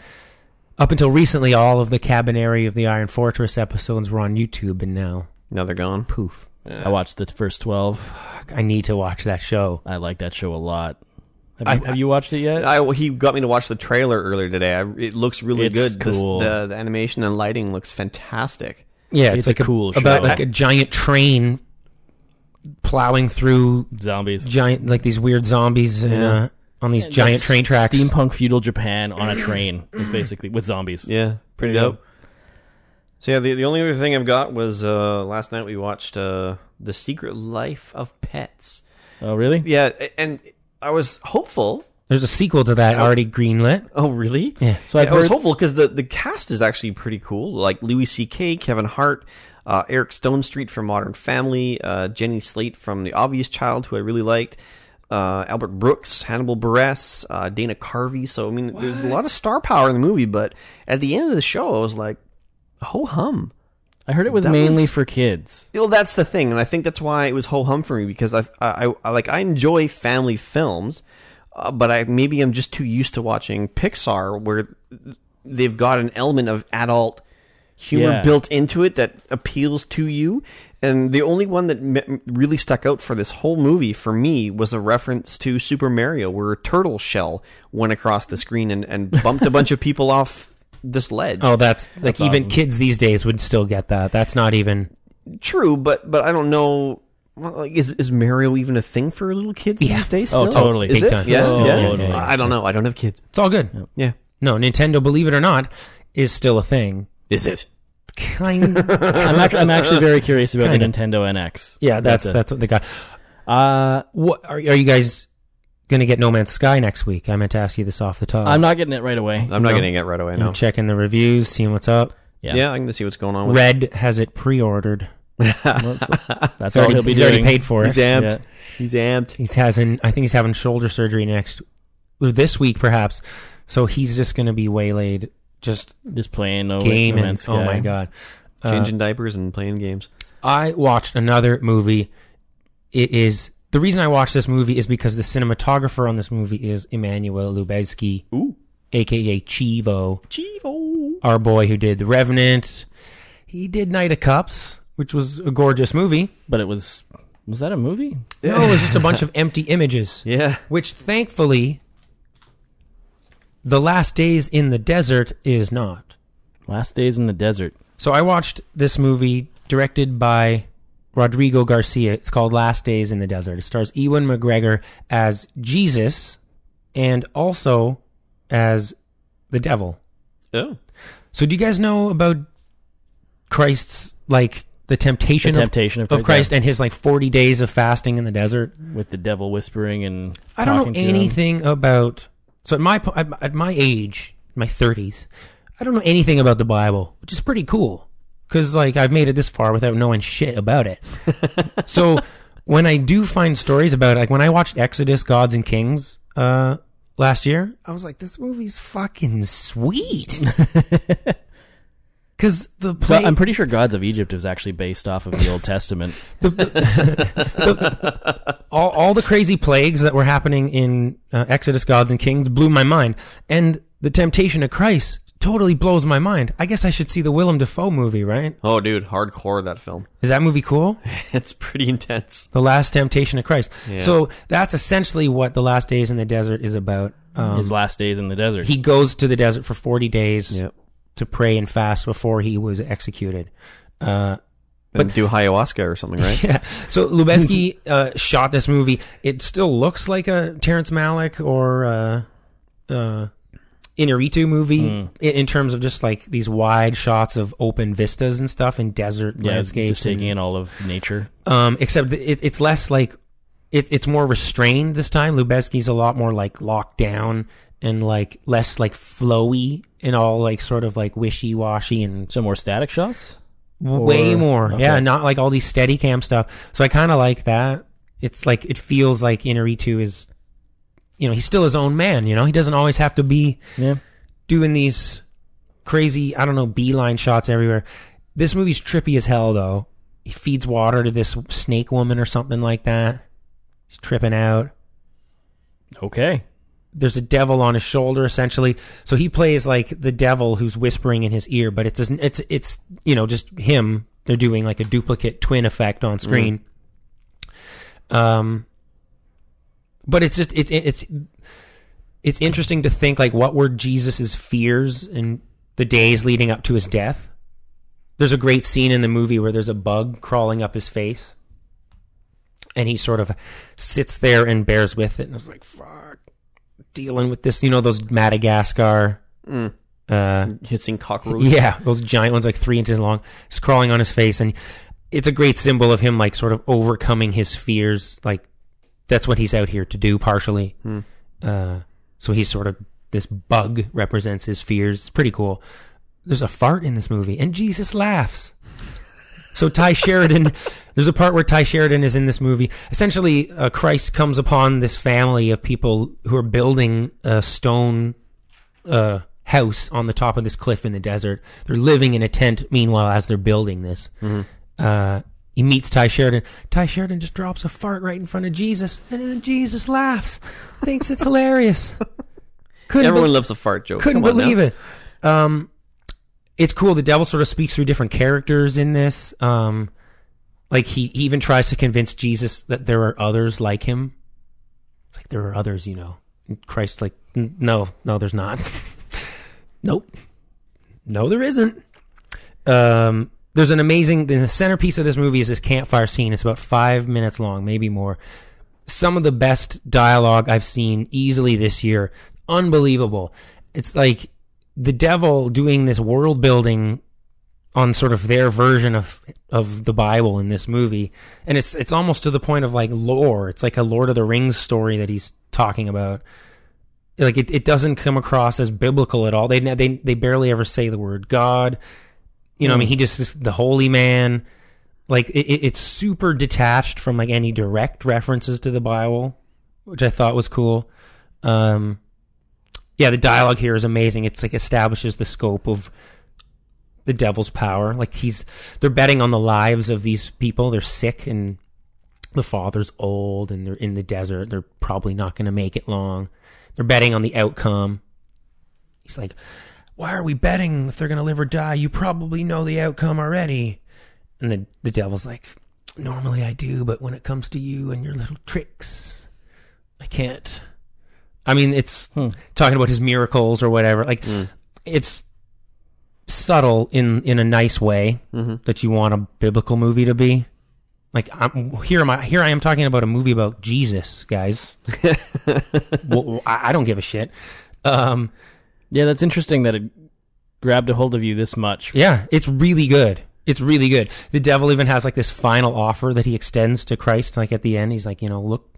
Speaker 4: up until recently, all of the Cabinary of the Iron Fortress episodes were on YouTube, and now
Speaker 6: Now they're gone.
Speaker 4: poof,
Speaker 5: I watched the first twelve.
Speaker 4: I need to watch that show.
Speaker 5: I like that show a lot. Have you, have you watched it
Speaker 4: Uh,
Speaker 5: yet?
Speaker 6: I, well, he got me to watch the trailer earlier today. I, it looks really
Speaker 5: It's
Speaker 6: good. This-
Speaker 5: cool.
Speaker 6: the, the animation and lighting looks fantastic.
Speaker 4: Yeah, it's,
Speaker 5: It's a
Speaker 4: like
Speaker 5: cool
Speaker 4: about
Speaker 5: show.
Speaker 4: like a giant train plowing through
Speaker 5: Zombies.
Speaker 4: giant like these weird zombies in, uh, on these giant train tracks.
Speaker 5: Steampunk feudal Japan on a train is basically with zombies.
Speaker 6: Yeah,
Speaker 5: Pretty dope.
Speaker 6: So yeah, the, the only other thing I've got was uh, last night we watched uh, the Secret Life of Pets.
Speaker 5: Oh really?
Speaker 6: Yeah, a- and I was hopeful.
Speaker 4: There's a sequel to that already greenlit.
Speaker 6: Oh really? Yeah.
Speaker 5: So I've
Speaker 6: I was
Speaker 5: heard-
Speaker 6: hopeful because the, the cast is actually pretty cool. Like Louis C.K., Kevin Hart, uh, Eric Stonestreet from Modern Family, uh, Jenny Slate from The Obvious Child, who I really liked, uh, Albert Brooks, Hannibal Buress, uh, Dana Carvey. So I mean, there's a lot of star power in the movie. But at the end of the show, I was like, ho hum.
Speaker 5: I heard it was
Speaker 6: That
Speaker 5: mainly
Speaker 6: was-
Speaker 5: for kids.
Speaker 6: Well, that's the thing, and I think that's why it was ho hum for me because I, I, I like I enjoy family films, uh, but I maybe I'm just too used to watching Pixar where they've got an element of adult humor
Speaker 5: Yeah.
Speaker 6: built into it that appeals to you. And the only one that me- really stuck out for this whole movie for me was a reference to Super Mario, where a turtle shell went across the screen and, and bumped a bunch of people off this ledge.
Speaker 4: Oh, that's like even
Speaker 5: awesome.
Speaker 4: kids these days would still get that. That's not even.
Speaker 6: True, but but I don't know. well, Like, is is Mario even a thing for little kids these days? Still?
Speaker 5: Oh, totally.
Speaker 6: Is
Speaker 5: Big
Speaker 6: it?
Speaker 4: time.
Speaker 6: Yeah,
Speaker 5: Totally.
Speaker 6: yeah.
Speaker 5: Totally.
Speaker 6: I I don't know. I don't have kids.
Speaker 4: It's all good.
Speaker 6: Yeah.
Speaker 4: No, Nintendo, believe it or not, is still a thing.
Speaker 6: Is it?
Speaker 4: Kind.
Speaker 5: I'm actually, I'm actually very curious about
Speaker 4: Kinda.
Speaker 5: the Nintendo NX.
Speaker 4: yeah, that's
Speaker 5: That's it.
Speaker 4: that's what they got.
Speaker 5: Uh,
Speaker 4: What are, are you guys gonna get? No Man's Sky next week. I meant to ask you this off the top.
Speaker 5: I'm not getting it right away.
Speaker 6: I'm not
Speaker 4: No.
Speaker 6: getting it right away.
Speaker 4: You know,
Speaker 6: No.
Speaker 4: checking the reviews, seeing what's up.
Speaker 5: Yeah,
Speaker 6: Yeah. I'm gonna see what's going on with
Speaker 4: Red has it pre-ordered.
Speaker 5: that's
Speaker 4: He's
Speaker 5: all
Speaker 4: already,
Speaker 5: he'll be
Speaker 4: he's
Speaker 5: doing.
Speaker 4: already paid for
Speaker 6: it.
Speaker 4: it.
Speaker 6: He's amped.
Speaker 5: Yeah.
Speaker 6: He's amped.
Speaker 4: He's having, I think he's having shoulder surgery next, this week perhaps. So he's just going to be waylaid, just
Speaker 5: Just playing no
Speaker 4: game
Speaker 5: No
Speaker 4: and
Speaker 5: Man's
Speaker 4: oh
Speaker 5: Sky.
Speaker 4: my god. Uh,
Speaker 6: Changing diapers and playing games.
Speaker 4: I watched another movie. It is the reason I watched this movie is because the cinematographer on this movie is Emmanuel Lubezki,
Speaker 6: Ooh.
Speaker 4: aka Chivo,
Speaker 6: Chivo.
Speaker 4: our boy who did The Revenant. He did Knight of Cups, which was a gorgeous movie.
Speaker 5: But it was was that a movie?
Speaker 4: No, it was just a bunch of empty images.
Speaker 6: Yeah.
Speaker 4: Which thankfully, The Last Days in the Desert is not.
Speaker 5: Last Days in the Desert.
Speaker 4: So I watched this movie directed by Rodrigo Garcia. It's called Last Days in the Desert. It stars Ewan McGregor as Jesus and also as the devil.
Speaker 6: Oh.
Speaker 4: So do you guys know about Christ's like the
Speaker 5: The
Speaker 4: temptation,
Speaker 5: Temptation of
Speaker 4: of, of Christ and his like 40 days of fasting in the desert?
Speaker 5: with the devil whispering and
Speaker 4: I don't know
Speaker 5: talking to him.
Speaker 4: anything about. So at my po- at at my age, my thirties, I don't know anything about the Bible, which is pretty cool because like I've made it this far without knowing shit about it. so when I do find stories about it, like when I watched Exodus: Gods and Kings uh, last year, I was like, this movie's fucking sweet. Because the play,
Speaker 5: But I'm pretty sure Gods of Egypt is actually based off of the Old Testament.
Speaker 4: all, all the crazy plagues that were happening in uh, Exodus Gods and Kings blew my mind. And the temptation of Christ totally blows my mind. I guess I should see the Willem Dafoe movie, right?
Speaker 6: Oh, dude, hardcore that film.
Speaker 4: Is that movie cool?
Speaker 6: It's pretty intense.
Speaker 4: The Last Temptation of Christ. So that's essentially what The Last Days in the Desert is about. Um,
Speaker 5: His last days in the desert.
Speaker 4: he goes to the desert for 40 days
Speaker 6: Yep.
Speaker 4: to pray and fast before he was executed. Uh,
Speaker 6: But do ayahuasca or something, right?
Speaker 4: Yeah. So Lubeski uh, shot this movie. It still looks like a Terrence Malick or uh, uh, Inarritu movie
Speaker 5: Hmm.
Speaker 4: in, in terms of just like these wide shots of open vistas and stuff and desert
Speaker 5: yeah,
Speaker 4: landscapes.
Speaker 5: just taking
Speaker 4: and-
Speaker 5: in all of nature.
Speaker 4: um, except th- it, it's less like it, it's more restrained this time. Lubeski's a lot more like locked down and like less like flowy and all like sort of like wishy washy and
Speaker 5: Some more static shots.
Speaker 4: way
Speaker 5: Or-
Speaker 4: more. Yeah,
Speaker 5: okay.
Speaker 4: not like all these steady cam stuff. So I kind of like that. It's like it feels like Inaritu is, you know, he's still his own man. You know, he doesn't always have to be
Speaker 5: Yeah.
Speaker 4: doing these crazy, I don't know, beeline shots everywhere. This movie's trippy as hell, though. He feeds water to this snake woman or something like that. He's tripping out
Speaker 5: Okay.
Speaker 4: there's a devil on his shoulder essentially so he plays like the devil who's whispering in his ear but it's it's it's you know just him they're doing like a duplicate twin effect on screen um but it's just it's it's it's interesting to think like what were Jesus's fears in the days leading up to his death there's a great scene in the movie where there's a bug crawling up his face and he sort of sits there and bears with it and I was like fuck dealing with this. You know those Madagascar. Uh,
Speaker 6: Hitting cockroaches.
Speaker 4: yeah, those giant ones, like three inches long, just crawling on his face, and it's a great symbol of him, like sort of overcoming his fears. Like that's what he's out here to do, partially. Uh, so he's sort of this bug represents his fears. It's pretty cool. There's a fart in this movie, and Jesus laughs. So Ty Sheridan, there's a part where Ty Sheridan is in this movie. Essentially, uh, Christ comes upon this family of people who are building a stone uh, house on the top of this cliff in the desert. They're living in a tent, meanwhile, as they're building this. Uh, he meets Ty Sheridan. Ty Sheridan just drops a fart right in front of Jesus, and then Jesus laughs, thinks it's hilarious. Couldn't
Speaker 6: Everyone
Speaker 4: be-
Speaker 6: loves a fart joke.
Speaker 4: couldn't
Speaker 6: Come on now.
Speaker 4: believe it. Um, it's cool. The devil sort of speaks through different characters in this. Um, like he he even tries to convince Jesus that there are others like him. It's like there are others, you know. And Christ's like, "N- no, no, there's not. nope, no, there isn't. Um, there's an amazing. The centerpiece of this movie is this campfire scene. It's about five minutes long, maybe more some of the best dialogue I've seen easily this year. Unbelievable. It's like the devil doing this world building on sort of their version of of the Bible in this movie. And it's it's almost to the point of like lore. It's like a Lord of the Rings story that he's talking about. Like it, it doesn't come across as biblical at all. They they they barely ever say the word God. You know, I mean, he just is the holy man like it, it- it's super detached from like any direct references to the Bible, which I thought was cool. Um, yeah, the dialogue here is amazing. It's like establishes the scope of the devil's power. Like he's they're betting on the lives of these people. They're sick and the father's old and they're in the desert. They're probably not going to make it long. They're betting on the outcome. He's like, "Why are we betting if they're going to live or die? You probably know the outcome already." And the, the devil's like, normally I do, but when it comes to you and your little tricks, I can't. I mean, it's talking about his miracles or whatever. Like, it's subtle in, in a nice way that you want a biblical movie to be. Like I'm here, am I here? I am talking about a movie about Jesus, guys. well, I, I don't give a shit. Um,
Speaker 5: Yeah, that's interesting that it grabbed a hold of you this much.
Speaker 4: yeah, it's really good. It's really good. The devil even has like this final offer that he extends to Christ, like at the end. He's like, you know, look,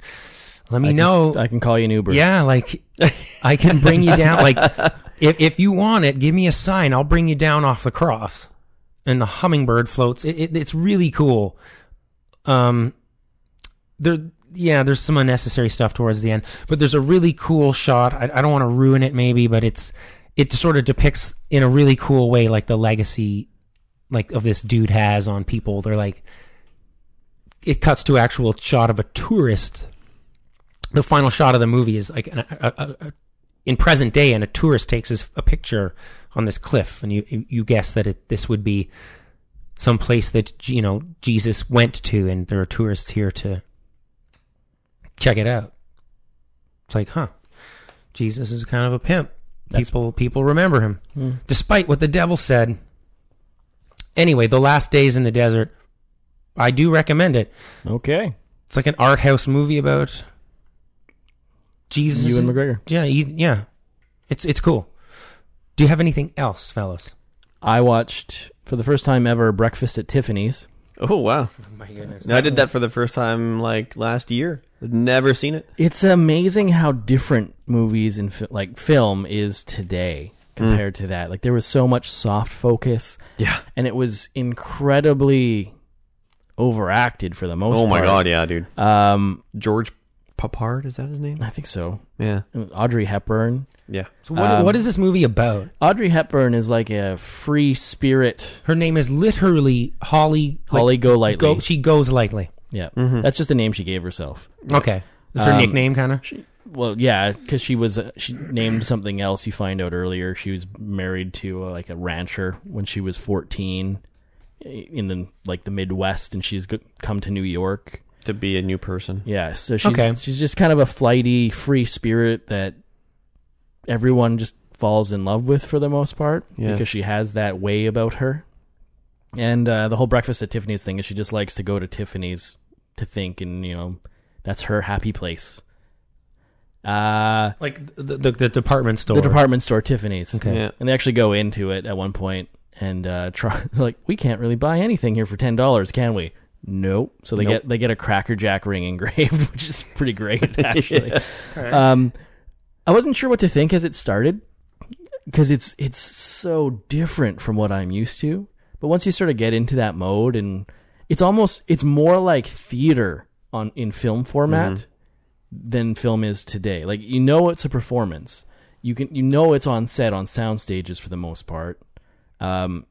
Speaker 4: let me
Speaker 5: I can-
Speaker 4: know.
Speaker 5: I can call you an Uber.
Speaker 4: yeah, like I can bring you down. Like if if you want it, give me a sign. I'll bring you down off the cross. And the hummingbird floats. It, it, it's really cool. Um, there, yeah, there's some unnecessary stuff towards the end, but there's a really cool shot. I, I don't want to ruin it, maybe, but it's it sort of depicts in a really cool way, like the legacy, like of this dude has on people. They're like, it cuts to actual shot of a tourist. The final shot of the movie is like an, a, a, a, in present day, and a tourist takes his, a picture on this cliff, and you you guess that it this would be some place that you know Jesus went to, and there are tourists here to check it out. It's like, huh? Jesus is kind of a pimp. people people remember him, despite what the devil said. Anyway, the last days in the desert. I do recommend it.
Speaker 5: Okay.
Speaker 4: It's like an art house movie about Jesus.
Speaker 5: Ewan McGregor.
Speaker 4: Yeah, you, yeah. It's it's cool. Do you have anything else, fellas?
Speaker 5: I watched for the first time ever Breakfast at Tiffany's.
Speaker 6: Oh wow!
Speaker 4: My goodness.
Speaker 6: No, I did that for the first time like last year. I'd never seen it.
Speaker 5: It's amazing how different movies and fi- like film is today compared to that. Like there was so much soft focus.
Speaker 6: Yeah.
Speaker 5: and it was incredibly overacted for the most
Speaker 6: Oh my
Speaker 5: part.
Speaker 6: god! Yeah, dude.
Speaker 5: god. Um
Speaker 6: George Papard is that his name?
Speaker 5: I think so.
Speaker 6: Yeah.
Speaker 5: Audrey Hepburn.
Speaker 6: Yeah.
Speaker 4: So what,
Speaker 5: Um,
Speaker 4: what is this movie about?
Speaker 5: Audrey Hepburn is like a free spirit.
Speaker 4: Her name is literally Holly. like,
Speaker 5: Holly Golightly.
Speaker 4: Go, she goes lightly.
Speaker 5: Yeah.
Speaker 6: Mm-hmm.
Speaker 5: That's just the name she gave herself.
Speaker 4: Okay, it's her
Speaker 5: Um,
Speaker 4: nickname, kind of.
Speaker 5: Well, yeah, cuz she was uh, she named something else you find out earlier. She was married to uh, like a rancher when she was 14 i- in the like the Midwest and she's go- come to New York.
Speaker 6: To be a new person.
Speaker 5: Yeah, so she's
Speaker 4: Okay.
Speaker 5: she's just kind of a flighty, free spirit that everyone just falls in love with for the most part
Speaker 6: Yeah.
Speaker 5: because she has that way about her. And uh, the whole breakfast at Tiffany's thing is she just likes to go to Tiffany's to think, and you know, that's her happy place. Uh,
Speaker 4: Like the, the the department store.
Speaker 5: the department store Tiffany's.
Speaker 4: Okay.
Speaker 6: Yeah.
Speaker 5: And they actually go into it at one point and uh, try like we can't really buy anything here for ten dollars, can we? Nope. So they
Speaker 6: Nope.
Speaker 5: get they get a Cracker Jack ring engraved, which is pretty great actually. Um, I wasn't sure what to think as it started because it's it's so different from what I'm used to. But once you sort of get into that mode, and it's almost it's more like theater on in film format than film is today. Like you know, it's a performance. You can you know it's on set on sound stages for the most part. Um,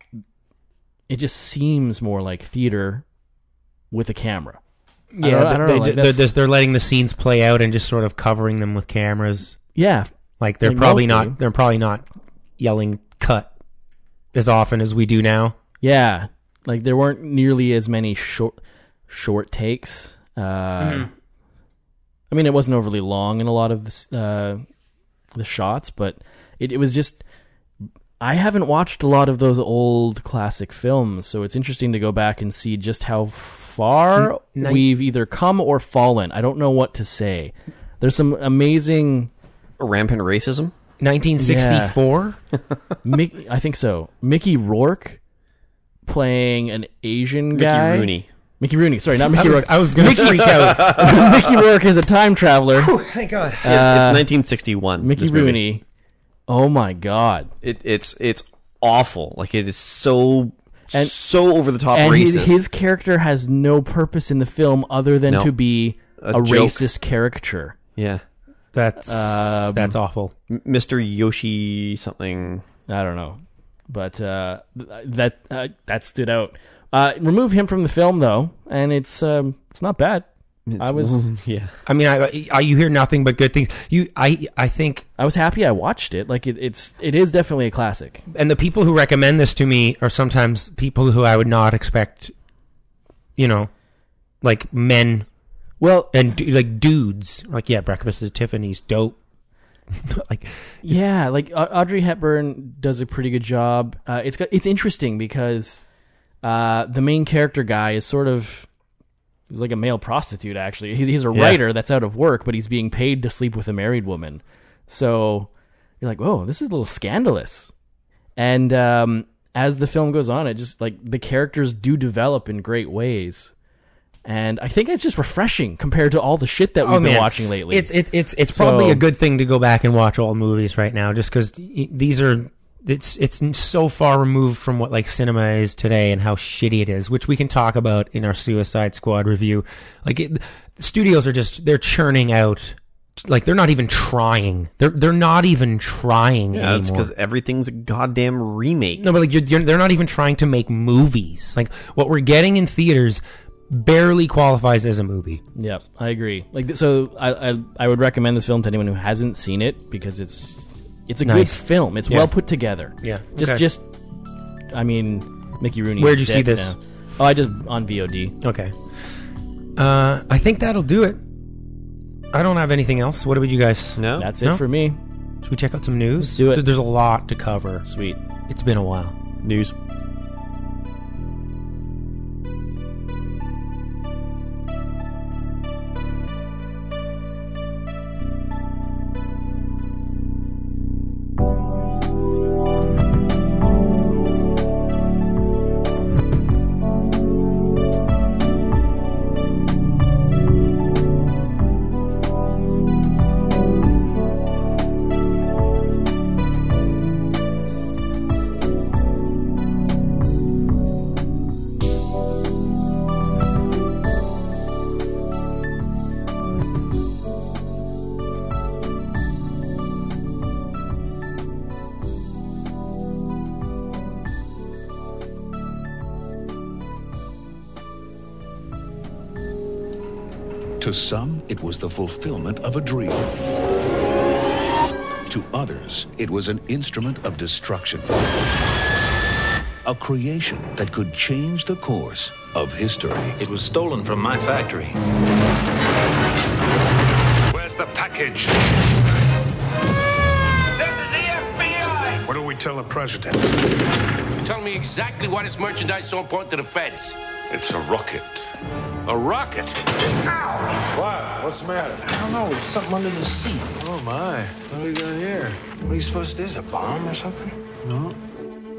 Speaker 5: it just seems more like theater with a camera. I
Speaker 4: Yeah,
Speaker 5: don't- I don't
Speaker 4: they,
Speaker 5: know, like,
Speaker 4: they, are
Speaker 5: that's-
Speaker 4: just, they're letting the scenes play out and just sort of covering them with cameras.
Speaker 5: Yeah,
Speaker 4: Like they're
Speaker 5: Like,
Speaker 4: probably
Speaker 5: mostly.
Speaker 4: not they're probably not yelling cut as often as we do now.
Speaker 5: Yeah, like there weren't nearly as many short short takes. Uh, I mean, it wasn't overly long in a lot of the s- uh, the shots, but it, it was just. I haven't watched a lot of those old classic films, so it's interesting to go back and see just how far
Speaker 4: N-
Speaker 5: we've either come or fallen. I don't know what to say. There's some amazing.
Speaker 6: Rampant racism.
Speaker 4: 1964?
Speaker 5: Mickey, I think so. Mickey Rourke playing an Asian guy.
Speaker 6: Mickey Rooney.
Speaker 5: Mickey Rooney. Sorry, not Mickey
Speaker 4: I was,
Speaker 5: Rourke. Uh,
Speaker 4: I was going to freak out.
Speaker 5: Mickey Rourke is a time traveler.
Speaker 6: Yeah, it's 1961.
Speaker 5: Uh, Mickey
Speaker 6: this movie.
Speaker 5: Rooney. Oh my god!
Speaker 6: It, it's it's awful. Like it is so
Speaker 5: And-
Speaker 6: so over the top
Speaker 5: And his,
Speaker 6: racist.
Speaker 5: his character has no purpose in the film other than
Speaker 6: No.
Speaker 5: to be a,
Speaker 6: A joke.
Speaker 5: racist caricature.
Speaker 6: yeah,
Speaker 4: That's that's awful.
Speaker 6: M- Mr. Yoshi something.
Speaker 5: I don't know, but uh, th- that uh, that stood out. Uh, remove him from the film though, and it's um, it's not bad. I was
Speaker 6: Yeah,
Speaker 4: I mean, I, I you hear nothing but good things. You I I think
Speaker 5: I was happy I watched it. Like it, it's it is definitely a classic.
Speaker 4: and the people who recommend this to me are sometimes people who I would not expect, you know, like men
Speaker 5: Well,
Speaker 4: and du- like dudes. Like, yeah, Breakfast at Tiffany's, dope. like,
Speaker 5: Yeah, like Au- Audrey Hepburn does a pretty good job. Uh, it's got, it's interesting because uh, the main character guy is sort of he's like a male prostitute. Actually, he, he's a writer that's out of work, but he's being paid to sleep with a married woman. So you're like, whoa, this is a little scandalous. And um, as the film goes on, it just like the characters do develop in great ways. And I think it's just refreshing compared to all the shit that we've
Speaker 4: oh
Speaker 5: been
Speaker 4: man,
Speaker 5: watching lately.
Speaker 4: It's it's it's it's probably
Speaker 5: So-
Speaker 4: a good thing to go back and watch old movies right now, just because these are. It's it's so far removed from what like cinema is today and how shitty it is, which we can talk about in our Suicide Squad review. Like it, studios are just they're churning out, like they're not even trying. They're they're not even trying
Speaker 6: yeah. It's
Speaker 4: anymore.
Speaker 6: because everything's a goddamn remake.
Speaker 4: No, but like you're, you're, they're not even trying to make movies. Like what we're getting in theaters barely qualifies as a movie.
Speaker 5: Yeah, I agree. Like th- so, I, I I would recommend this film to anyone who hasn't seen it because it's it's a
Speaker 4: Nice.
Speaker 5: good film. It's
Speaker 4: Yeah.
Speaker 5: well put together.
Speaker 4: Yeah,
Speaker 5: Just
Speaker 4: okay.
Speaker 5: just, I mean, Mickey Rooney.
Speaker 4: Where'd
Speaker 5: is
Speaker 4: you see
Speaker 5: dead
Speaker 4: this?
Speaker 5: now. Oh, I just on VOD.
Speaker 4: Okay. Uh, I think that'll do it. I don't have anything else. What about you guys?
Speaker 6: No,
Speaker 5: That's
Speaker 4: Oh, No?
Speaker 5: it for me.
Speaker 4: Should we check out some news?
Speaker 5: do it.
Speaker 4: There- There's a lot to cover.
Speaker 5: Sweet.
Speaker 4: It's been a while.
Speaker 6: news.
Speaker 7: To some, it was the fulfillment of a dream. To others, it was an instrument of destruction. A creation that could change the course of history.
Speaker 8: It was stolen from my factory.
Speaker 9: Where's the package?
Speaker 10: This is the FBI!
Speaker 9: What do we tell the president?
Speaker 10: Tell me exactly why this merchandise so important to the feds.
Speaker 9: It's a rocket.
Speaker 10: A rocket.
Speaker 9: What? What's the matter?
Speaker 8: I don't know, there's something under the seat. Oh my, what do we got here? What are you supposed to do? Is a bomb or something? No.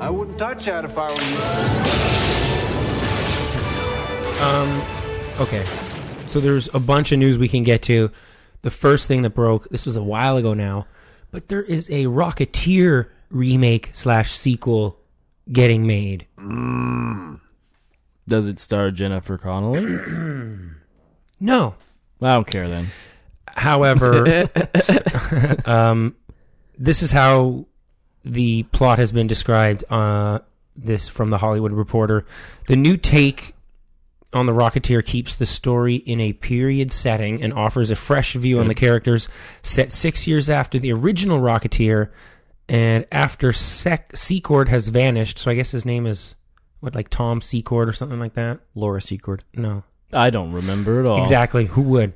Speaker 8: I wouldn't touch that if I were you.
Speaker 4: Okay. So there's a bunch of news we can get to. The first thing that broke, this was a while ago now, but there is a Rocketeer remake slash sequel getting made.
Speaker 5: Does it star Jennifer Connelly?
Speaker 4: No.
Speaker 5: I don't care then.
Speaker 4: However, um, this is how the plot has been described. Uh, this from the Hollywood Reporter. The new take on the Rocketeer keeps the story in a period setting and offers a fresh view
Speaker 6: Mm.
Speaker 4: on the characters. Set six years after the original Rocketeer, and after Sec- Secord has vanished, so I guess his name is what, like Tom Secord or something like that.
Speaker 6: Laura Secord.
Speaker 4: No,
Speaker 5: I don't remember at all.
Speaker 4: Exactly. Who would?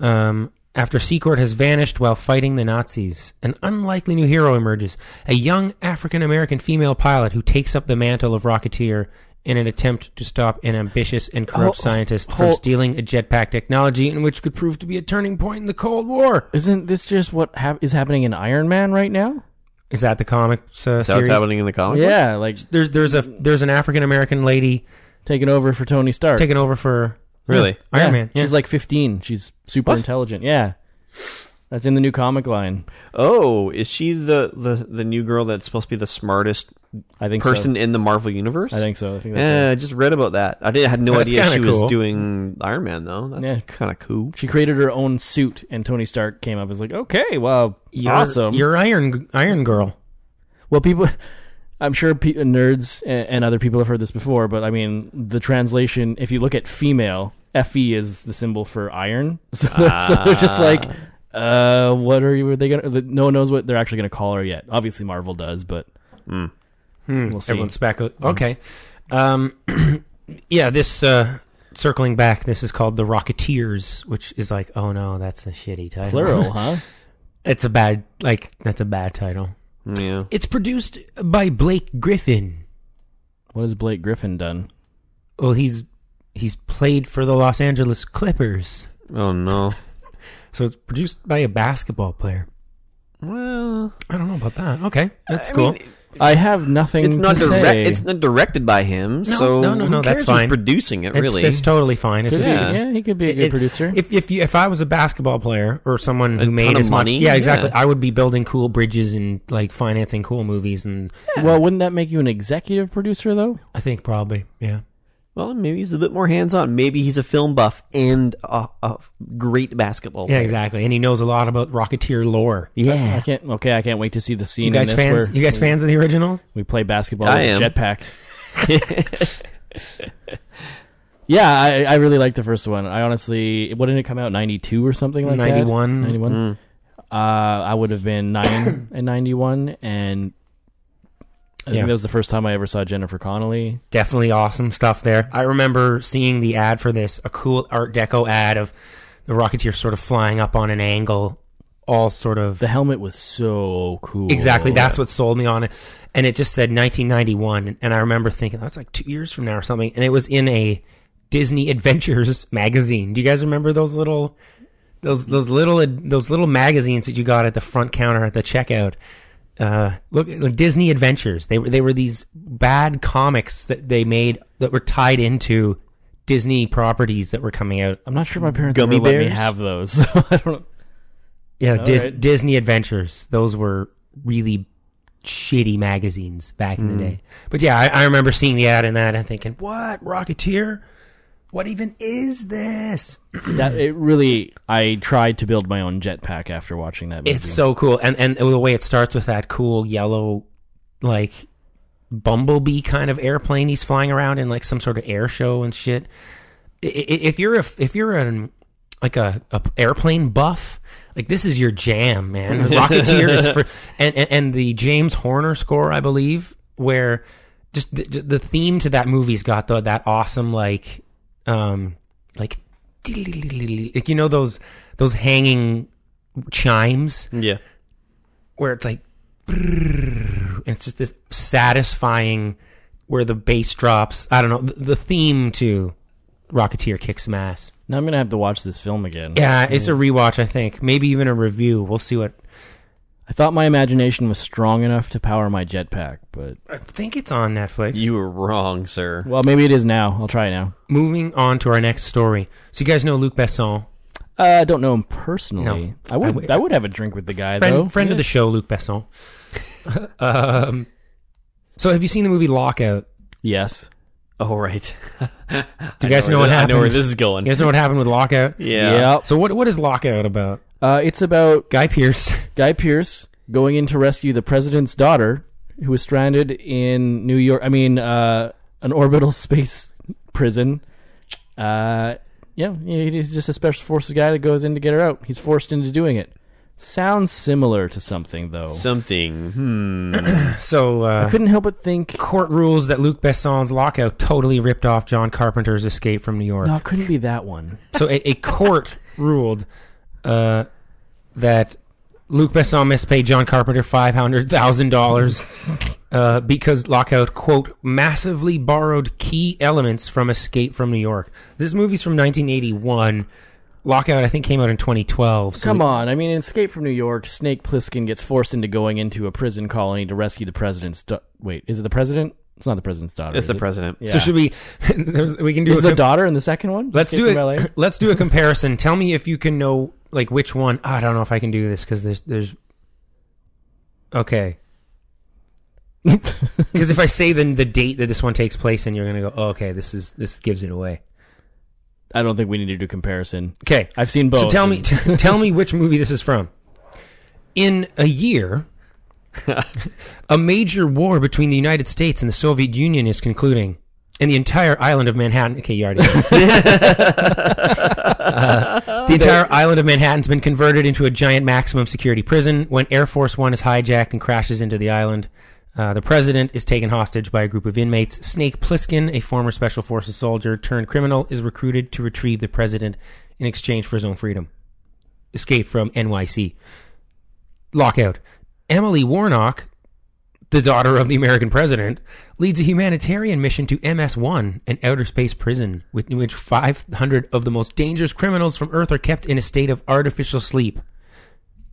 Speaker 4: Um, after Secord has vanished while fighting the Nazis, an unlikely new hero emerges a young African American female pilot who takes up the mantle of Rocketeer in an attempt to stop an ambitious and corrupt
Speaker 5: Ho-
Speaker 4: scientist
Speaker 5: ho-
Speaker 4: from stealing a jetpack technology and which could prove to be a turning point in the Cold War.
Speaker 5: Isn't this just what hap- is happening in Iron Man right now?
Speaker 4: Is that the comics uh,
Speaker 6: Is that what's
Speaker 4: series?
Speaker 6: happening in the comic? books?
Speaker 5: Yeah, like
Speaker 4: There's there's a there's an African American lady
Speaker 5: taking over for Tony Stark.
Speaker 4: taking over for
Speaker 6: Really?
Speaker 4: Yeah, Iron
Speaker 5: Yeah,
Speaker 4: Man. Yeah.
Speaker 5: She's like 15. She's super intelligent. Yeah. That's in the new comic line.
Speaker 6: Oh, is she the, the the new girl that's supposed to be the smartest
Speaker 5: I think
Speaker 6: person in the Marvel universe?
Speaker 5: so. I think so. I think that's
Speaker 6: Yeah,
Speaker 5: it.
Speaker 6: I just read about that. I did I had no
Speaker 4: That's
Speaker 6: idea
Speaker 4: kinda
Speaker 6: she
Speaker 4: cool.
Speaker 6: was doing Iron Man though. That's
Speaker 5: Yeah.
Speaker 6: kind of cool.
Speaker 5: She created her own suit, and Tony Stark came up and was like, okay, well,
Speaker 4: You're-
Speaker 5: awesome.
Speaker 4: You're Iron Iron Girl.
Speaker 5: well, people, I'm sure pe- nerds and, and other people have heard this before, but I mean, the translation, if you look at female, FE is the symbol for iron. So, they're- so
Speaker 6: Ah.
Speaker 5: they're just like, uh, what are you, are they going to, no one knows what they're actually going to call her yet. Obviously, Marvel does, but
Speaker 6: Hmm.
Speaker 5: we'll see.
Speaker 4: Everyone's back.
Speaker 5: Mm-hmm.
Speaker 4: Okay. Um, yeah, this, uh, circling back, this is called The Rocketeers, which is like, oh no, that's a shitty title.
Speaker 5: Plural, huh?
Speaker 4: it's a bad, like, that's a bad title.
Speaker 6: Yeah.
Speaker 4: It's produced by Blake Griffin.
Speaker 5: What has Blake Griffin done?
Speaker 4: Well, he's, he's played for the Los Angeles Clippers.
Speaker 6: Oh no.
Speaker 4: So it's produced by a basketball player.
Speaker 6: Well,
Speaker 4: I don't know about that. Okay. That's cool.
Speaker 5: I have nothing.
Speaker 6: it's not
Speaker 5: to
Speaker 6: direct.
Speaker 5: say.
Speaker 6: It's not directed by him. so
Speaker 4: no, no,
Speaker 6: who
Speaker 4: no, that's
Speaker 6: cares who's
Speaker 4: fine.
Speaker 6: producing it
Speaker 4: It's-
Speaker 6: really.
Speaker 4: It's, totally fine. It's
Speaker 5: Could
Speaker 4: just,
Speaker 5: be.
Speaker 6: Yeah.
Speaker 5: yeah, he could be a good
Speaker 4: It-
Speaker 5: producer.
Speaker 4: If if you, if I was a basketball player or someone who made
Speaker 6: ton of
Speaker 4: as much,
Speaker 6: money,
Speaker 4: yeah, exactly.
Speaker 6: yeah.
Speaker 4: I would be building cool bridges and like financing cool movies, and
Speaker 5: well, wouldn't that make you an executive producer though?
Speaker 4: I think probably yeah.
Speaker 6: well, maybe he's a bit more hands on. Maybe he's a film buff and a, a great basketball.
Speaker 4: Yeah,
Speaker 6: player.
Speaker 4: exactly. And he knows a lot about Rocketeer lore.
Speaker 5: I
Speaker 4: Yeah,
Speaker 5: can't. Okay, I can't wait to see the scene
Speaker 4: you guys
Speaker 5: in this
Speaker 4: fans.
Speaker 5: where
Speaker 4: You guys fans of the original?
Speaker 5: we play basketball
Speaker 6: I
Speaker 5: with a
Speaker 6: am.
Speaker 5: jetpack. yeah, I, I really like the first one. I honestly, what did it come out? Ninety two or something like that.
Speaker 4: 91.
Speaker 5: Ninety one. Uh, I would have been nine in ninety one, and I
Speaker 4: Yeah.
Speaker 5: think that was the first time I ever saw Jennifer Connelly.
Speaker 4: Definitely awesome stuff there. I remember seeing the ad for this, a cool Art Deco ad of the Rocketeer sort of flying up on an angle, all sort of
Speaker 5: The helmet was so cool.
Speaker 4: Exactly. That's what sold me on it. And it just said 1991. And I remember thinking, that's like two years from now or something. And it was in a Disney Adventures magazine. Do you guys remember those little, those, those little, those little magazines that you got at the front counter at the checkout? Uh, look, like Disney Adventures. They were, they were these bad comics that they made that were tied into Disney properties that were coming out.
Speaker 5: I'm not sure my parents
Speaker 6: Gummy
Speaker 5: ever let me
Speaker 6: bears?
Speaker 5: have those. So I don't. know.
Speaker 4: Yeah. Dis-
Speaker 5: right.
Speaker 4: Disney Adventures. Those were really shitty magazines back in the day. But yeah, I, I remember seeing the ad in that and thinking, what? Rocketeer? What even is this?
Speaker 5: That it really. I tried to build my own jetpack after watching that. Movie.
Speaker 4: It's so cool. And, and the way it starts with that cool yellow, like, bumblebee kind of airplane he's flying around in, like, some sort of air show and shit. I- i- If you're a, if you're an, like a, a airplane buff, like this is your jam, man. Rocketeer is for and, and and the James Horner score, I believe, where just the, the theme to that movie's got the, that awesome like um like like you know those those hanging chimes
Speaker 6: Yeah.
Speaker 4: where it's like brrrr, and it's just this satisfying where the bass drops. I don't know the, the theme to Rocketeer kicks some ass.
Speaker 5: now I'm gonna have to watch this film again.
Speaker 4: Yeah, it's a
Speaker 6: Mm.
Speaker 4: rewatch, I think. Maybe even a review. We'll see what.
Speaker 5: I thought my imagination was strong enough to power my jetpack, but
Speaker 4: I think it's on Netflix.
Speaker 6: You were wrong, sir.
Speaker 5: well, maybe it is now. I'll try it now.
Speaker 4: Moving on to our next story. So you guys know Luc Besson,
Speaker 5: Uh, I don't know him personally.
Speaker 4: No.
Speaker 5: I would. I
Speaker 4: I would-
Speaker 5: would have a drink with the guy
Speaker 4: friend
Speaker 5: though.
Speaker 4: friend of the show, Luc Besson. um, So have you seen the movie Lockout?
Speaker 5: Yes.
Speaker 6: Oh right.
Speaker 4: Do you guys know,
Speaker 6: where
Speaker 4: what happened?
Speaker 6: th- I know where this is going.
Speaker 4: You guys know what happened with Lockout?
Speaker 6: Yeah.
Speaker 5: Yep.
Speaker 4: So what what is Lockout about?
Speaker 5: Uh, it's about
Speaker 4: Guy Pierce.
Speaker 5: Guy Pierce going in to rescue the president's daughter, who was stranded in New York. I mean, uh, an orbital space prison. Uh, yeah, he- he's just a special forces guy that goes in to get her out. He's forced into doing it. Sounds similar to something though.
Speaker 6: Something. Hmm.
Speaker 4: So uh,
Speaker 5: Couldn't help but think.
Speaker 4: court rules that Luc Besson's Lockout totally ripped off John Carpenter's Escape from New York.
Speaker 5: No, it couldn't be that one.
Speaker 4: So a, a court ruled uh, that Luc Besson mispaid John Carpenter five hundred thousand dollars uh, because Lockout quote massively borrowed key elements from Escape from New York. This movie's from nineteen eighty one. Lockout I think came out in twenty twelve. So
Speaker 5: Come
Speaker 4: we-
Speaker 5: on. I mean, in Escape from New York, Snake Plissken gets forced into going into a prison colony to rescue the president's. Da- Wait, is it the president? It's not the president's daughter.
Speaker 6: It's
Speaker 5: is
Speaker 6: the
Speaker 5: it?
Speaker 6: president.
Speaker 5: Yeah.
Speaker 4: So should we? there's- we can do
Speaker 5: Is
Speaker 4: a
Speaker 5: the
Speaker 4: com-
Speaker 5: daughter in the second one?
Speaker 4: Let's do
Speaker 5: Escape from LA?
Speaker 4: it. Let's do a comparison. Tell me if you can know like which one. Ah, I don't know if I can do this because there's there's. Okay. Because if I say the the date that this one takes place in, you're gonna go, oh, okay, this is this gives it away.
Speaker 5: I don't think we need to do comparison.
Speaker 4: Okay,
Speaker 5: I've seen both.
Speaker 4: So tell me, t- tell me which movie this is from. In a year, a major war between the United States and the Soviet Union is concluding, and the entire island of Manhattan. Okay, you already. know. Uh, the entire island of Manhattan's been converted into a giant maximum security prison. When Air Force One is hijacked and crashes into the island. Uh, the president is taken hostage by a group of inmates. Snake Plissken, a former Special Forces soldier turned criminal, is recruited to retrieve the president in exchange for his own freedom. Escape from NYC. Lockout. Emily Warnock, the daughter of the American president, leads a humanitarian mission to MS-1, an outer space prison, with- in which 500 of the most dangerous criminals from Earth are kept in a state of artificial sleep.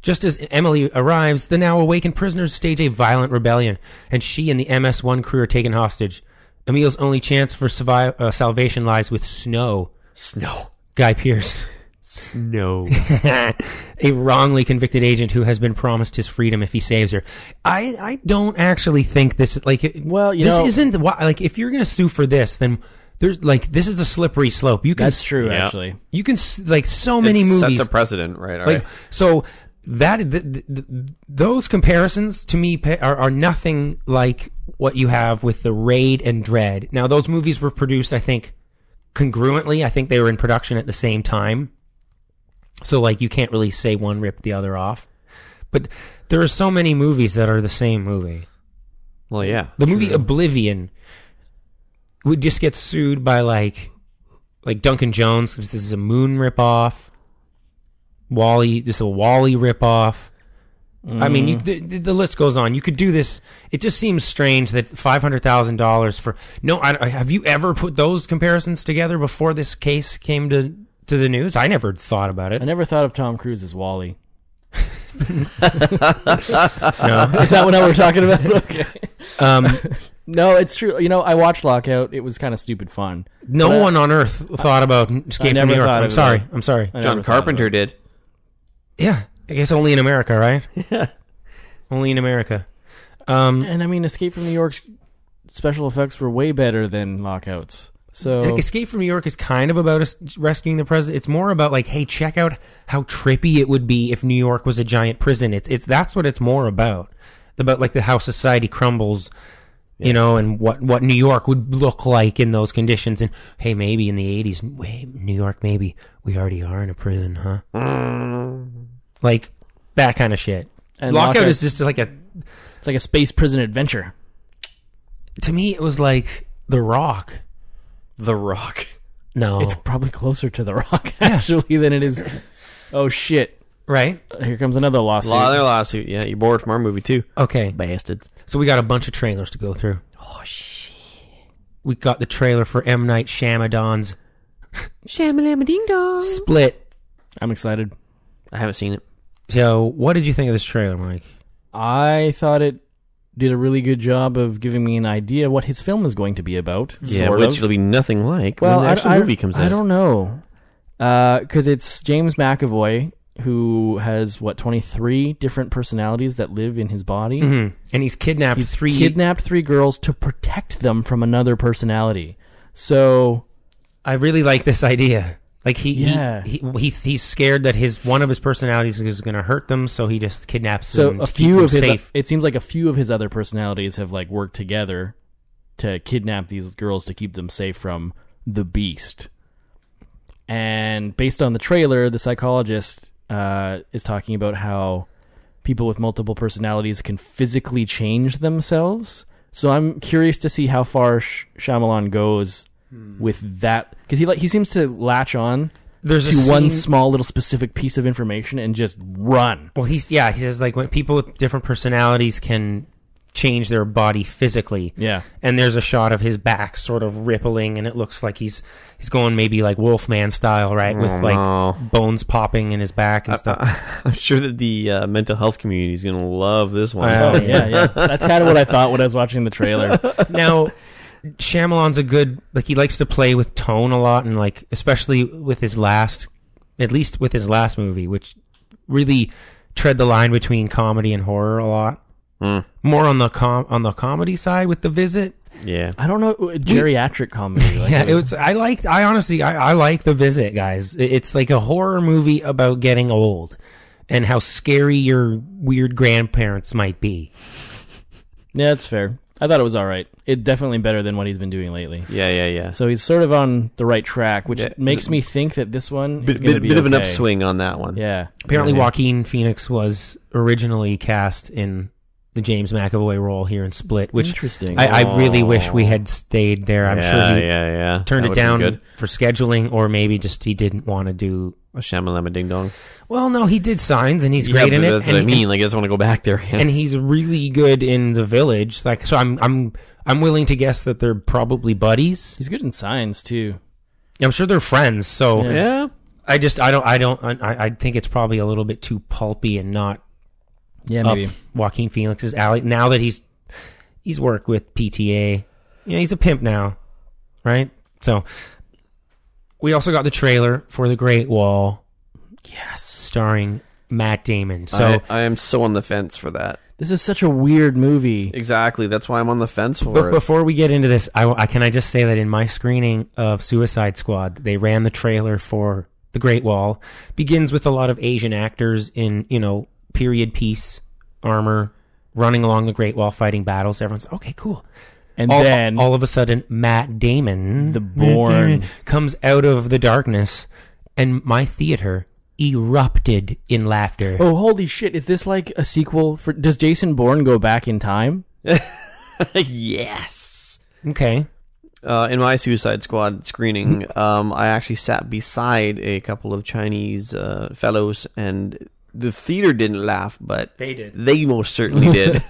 Speaker 4: Just as Emily arrives, the now awakened prisoners stage a violent rebellion, and she and the MS-1 crew are taken hostage. Emil's only chance for survi- uh, salvation lies with Snow,
Speaker 6: Snow.
Speaker 4: Guy Pierce.
Speaker 6: Snow.
Speaker 4: a wrongly convicted agent who has been promised his freedom if he saves her. I, I don't actually think this like it-
Speaker 5: Well, you
Speaker 4: this
Speaker 5: know-
Speaker 4: isn't why like if you're gonna sue for this then there's like this is a slippery slope. You can
Speaker 5: That's true,
Speaker 6: Yeah.
Speaker 5: actually.
Speaker 4: You can s- like so many movies
Speaker 6: That's a precedent, right? All
Speaker 4: like
Speaker 6: right.
Speaker 4: so that th th th those comparisons to me pa- are, are nothing like what you have with the raid and dread now those movies were produced i think congruently i think they were in production at the same time so like you can't really say one ripped the other off but there are so many movies that are the same movie
Speaker 6: Well, yeah.
Speaker 4: the movie Oblivion would just get sued by like like Duncan Jones 'cause this is a Moon ripoff. Wally, this is a Wally ripoff. I mean,
Speaker 5: Mm.
Speaker 4: you, the, the the list goes on. You could do this. It just seems strange that five hundred thousand dollars for no. I, I- have you ever put those comparisons together before this case came to to the news? I never thought about
Speaker 5: I
Speaker 4: it.
Speaker 5: never thought of Tom Cruise as Wally. Is that what we're talking about? Okay.
Speaker 4: Um,
Speaker 5: No, it's true. You know, I watched Lockout. It was kind of stupid fun.
Speaker 4: no
Speaker 5: But I-
Speaker 4: one on earth thought about Escape from
Speaker 5: never
Speaker 4: New York.
Speaker 5: thought
Speaker 4: I'm
Speaker 5: of
Speaker 4: sorry.
Speaker 5: that.
Speaker 4: I'm sorry.
Speaker 5: I never
Speaker 6: John
Speaker 5: thought of
Speaker 6: Carpenter
Speaker 5: it.
Speaker 6: did.
Speaker 4: Yeah, I guess only in America, right? Yeah, only in America. Um,
Speaker 5: And I mean, Escape from New York's special effects were way better than Lockouts. So
Speaker 4: like, Escape from New York is kind of about us rescuing the president. It's more about like, hey, check out how trippy it would be if New York was a giant prison. It's it's that's what it's more about. About like the how society crumbles, you know, and what what New York would look like in those conditions. And hey, maybe in the eighties, New York, maybe we already are in a prison, huh? like that kind of shit.
Speaker 5: And
Speaker 4: Lockout,
Speaker 5: Lockout-
Speaker 4: is just like a
Speaker 5: it's like a space prison adventure.
Speaker 4: to me. It was like The Rock.
Speaker 6: The Rock. Oh.
Speaker 4: No,
Speaker 5: It's probably closer to The Rock actually than it is. Oh shit!
Speaker 4: right.
Speaker 5: Here comes another lawsuit.
Speaker 6: Law their lawsuit. Yeah, you borrowed from our movie too.
Speaker 4: Okay,
Speaker 6: Bastards.
Speaker 4: So we got a bunch of trailers to go through. Oh shit! We got the trailer for M Night Shyamalan's
Speaker 6: Shamalama ding dong.
Speaker 4: Split.
Speaker 5: I'm excited.
Speaker 6: I haven't seen it.
Speaker 4: So, what did you think of this trailer, Mike?
Speaker 5: I thought it did a really good job of giving me an idea what his film is going to be about.
Speaker 6: Yeah,
Speaker 5: sort
Speaker 6: which
Speaker 5: of.
Speaker 6: it'll be nothing like
Speaker 5: well,
Speaker 6: when the
Speaker 5: I-
Speaker 6: actual
Speaker 5: I,
Speaker 6: movie comes out.
Speaker 5: I don't know because it's James McAvoy who has what 23 different personalities that live in his body.
Speaker 6: Mm-hmm.
Speaker 4: Mhm. And he's kidnapped
Speaker 5: He's
Speaker 4: three.
Speaker 5: kidnapped three girls to protect them from another personality. So
Speaker 4: I really like this idea. Like he, he-
Speaker 5: Yeah.
Speaker 4: he, he, he's scared that his one of his personalities is going to hurt them, so he just kidnaps
Speaker 5: so
Speaker 4: them.
Speaker 5: a
Speaker 4: to keep
Speaker 5: few
Speaker 4: them
Speaker 5: of his
Speaker 4: safe.
Speaker 5: it seems like a few of his other personalities have like worked together to kidnap these girls to keep them safe from the beast and based on the trailer the psychologist uh, is talking about how people with multiple personalities can physically change themselves so i'm curious to see how far Sh- Shyamalan goes
Speaker 4: Hmm.
Speaker 5: with that because he like he seems to latch on
Speaker 4: There's a
Speaker 5: to one
Speaker 4: scene-
Speaker 5: small little specific piece of information and just run
Speaker 4: Well, he's yeah. He says like when people with different personalities can change their body physically.
Speaker 5: Yeah.
Speaker 4: And there's a shot of his back sort of rippling, and it looks like he's he's going maybe like Wolfman style, right? With
Speaker 6: Oh,
Speaker 4: like
Speaker 6: no. Uh,
Speaker 4: bones popping in his back and stuff.
Speaker 6: I'm sure that the uh, mental health community is going to love this one.
Speaker 4: Wow.
Speaker 5: Oh, yeah, yeah. That's kind of what I thought when I was watching the trailer.
Speaker 4: now, Shyamalan's a good like he likes to play with tone a lot, and like especially with his last, at least with his last movie, which really tread the line between comedy and horror a lot.
Speaker 6: Hmm.
Speaker 4: More on the com on the comedy side with the visit.
Speaker 6: yeah.
Speaker 5: I don't know uh, geriatric comedy. Like,
Speaker 4: Yeah, it was. I liked. I honestly, I, I like the visit, guys. It- It's like a horror movie about getting old and how scary your weird grandparents might be.
Speaker 5: yeah, that's fair. I thought it was all right. It definitely better than what he's been doing lately.
Speaker 6: Yeah, yeah, yeah. So
Speaker 5: So he's sort of on the right track, which
Speaker 6: Yeah.
Speaker 5: makes me think that this one is
Speaker 6: bit,
Speaker 5: gonna
Speaker 6: bit,
Speaker 5: be
Speaker 6: bit of an
Speaker 5: okay.
Speaker 6: upswing on that one.
Speaker 5: Yeah,
Speaker 4: Apparently, Joaquin Phoenix was originally cast in the James McAvoy role here in Split, which
Speaker 5: Interesting.
Speaker 4: I, I really wish we had stayed there. I'm
Speaker 6: yeah,
Speaker 4: sure he
Speaker 6: yeah, yeah.
Speaker 4: turned
Speaker 6: That
Speaker 4: it
Speaker 6: would've been
Speaker 4: down
Speaker 6: Good.
Speaker 4: for scheduling, or maybe just he didn't want to do.
Speaker 6: A Shamalama Ding Dong.
Speaker 4: Well, no, he did Signs, and he's
Speaker 6: Yeah,
Speaker 4: great
Speaker 6: but
Speaker 4: in it.
Speaker 6: That's
Speaker 4: and
Speaker 6: what I
Speaker 4: he-
Speaker 6: mean. Like, I just want to go back there.
Speaker 4: and he's really good in the village. Like, so I'm I'm I'm willing to guess that they're probably buddies.
Speaker 5: he's good in signs too.
Speaker 4: I'm sure they're friends. So
Speaker 5: Yeah.
Speaker 6: yeah.
Speaker 4: I just I don't I don't I, I think it's probably a little bit too pulpy and not
Speaker 5: Yeah,
Speaker 4: up
Speaker 5: maybe.
Speaker 4: Joaquin Phoenix's alley. Now that he's he's worked with PTA, you know, he's a pimp now, right? So we also got the trailer for The Great Wall. Yes, starring Matt Damon. So
Speaker 6: I, I am so on the fence for that.
Speaker 5: This is such a weird movie.
Speaker 6: Exactly. That's why I'm on the fence for
Speaker 4: Bef-
Speaker 6: it.
Speaker 4: before we get into this, I, I- can I just say that in my screening of Suicide Squad, they ran the trailer for The Great Wall. Begins with a lot of Asian actors in you know period piece armor running along the Great Wall fighting battles. Everyone's okay, cool.
Speaker 5: And
Speaker 4: all,
Speaker 5: then
Speaker 4: all of a sudden, Matt Damon,
Speaker 5: The
Speaker 4: Matt Damon,
Speaker 5: Bourne.
Speaker 4: comes out of the darkness, and my theater erupted in laughter.
Speaker 5: oh, holy shit! Is this like a sequel for? Does Jason Bourne go back in time?
Speaker 6: yes.
Speaker 4: Okay,
Speaker 6: Uh, in my Suicide Squad screening, um, I actually sat beside a couple of Chinese uh, fellows, and the theater didn't laugh, but
Speaker 4: They did.
Speaker 6: They most certainly did.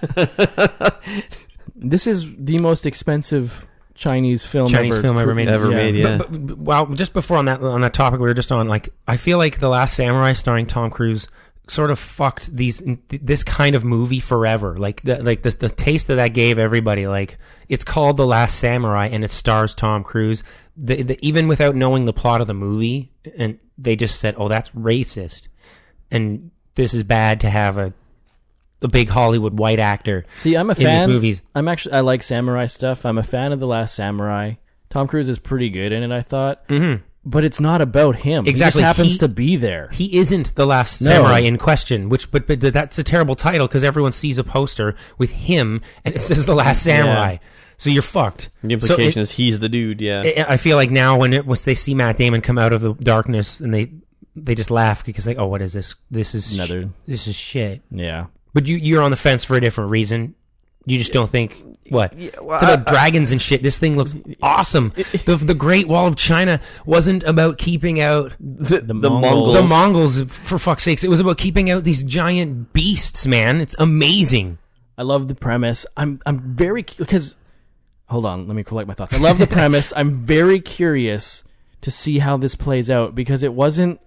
Speaker 5: This is the most expensive Chinese film
Speaker 4: Chinese
Speaker 5: ever
Speaker 4: film ever made.
Speaker 6: Ever
Speaker 5: Yeah.
Speaker 6: made, yeah.
Speaker 4: But, but, but- well, just before on that on that topic we were just on, like I feel like the Last Samurai starring Tom Cruise sort of fucked these th- this kind of movie forever. Like the, like the the taste that that gave everybody. Like it's called The Last Samurai and it stars Tom Cruise. The, the, even without knowing the plot of the movie, and they just said, "Oh, that's racist," and this is bad to have a a big Hollywood white actor.
Speaker 5: See, I'm a
Speaker 4: in these
Speaker 5: fan.
Speaker 4: movies.
Speaker 5: I'm actually I like samurai stuff. I'm a fan of the Last Samurai. Tom Cruise is pretty good in it. I thought, mm-hmm. but it's not about him.
Speaker 4: Exactly.
Speaker 5: he just happens
Speaker 4: He-
Speaker 5: to be there.
Speaker 4: He isn't the last
Speaker 5: No.
Speaker 4: samurai in question, which but, but that's a terrible title because everyone sees a poster with him and it says the last samurai.
Speaker 5: Yeah.
Speaker 4: So you're fucked.
Speaker 6: the implication is he's the dude, yeah.
Speaker 4: so it- it- I feel like now when it once they see Matt Damon come out of the darkness and they they just laugh because they oh what is this this is sh-
Speaker 5: Another-
Speaker 4: this is shit.
Speaker 5: yeah,
Speaker 4: But you you're on the fence for a different reason. You just don't think what
Speaker 6: well,
Speaker 4: it's about
Speaker 6: I-
Speaker 4: dragons and shit. This thing looks awesome. the the Great Wall of China wasn't about keeping out
Speaker 6: the, the
Speaker 5: Mongols.
Speaker 6: Mongols.
Speaker 4: the Mongols, for fuck's sakes, it was about keeping out these giant beasts, man. It's amazing.
Speaker 5: I love the premise. I'm I'm very cu- because hold on, let me collect my thoughts. I love the premise. I'm very curious to see how this plays out because it wasn't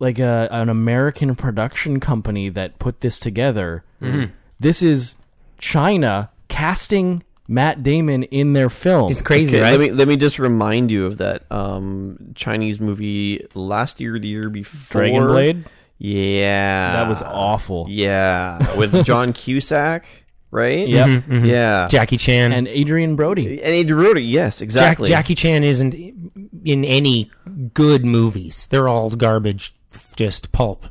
Speaker 5: like a, an American production company that put this together.
Speaker 4: Mm-hmm.
Speaker 5: This is China casting Matt Damon in their film.
Speaker 4: It's crazy,
Speaker 6: Okay,
Speaker 4: right?
Speaker 6: let me let me just remind you of that um, Chinese movie last year, the year before.
Speaker 5: Dragon Blade?
Speaker 6: Yeah,
Speaker 5: That
Speaker 4: Uh,
Speaker 5: was awful.
Speaker 6: Yeah, with John Cusack, right? Mm-hmm,
Speaker 5: Yep.
Speaker 4: Mhm, mhm.
Speaker 6: Yeah,
Speaker 4: Jackie Chan.
Speaker 5: And Adrian Brody.
Speaker 6: and Adrian Brody. Yes,
Speaker 4: Jack,
Speaker 6: exactly.
Speaker 4: Jackie Chan isn't in any good movies. They're all garbage, just pulp.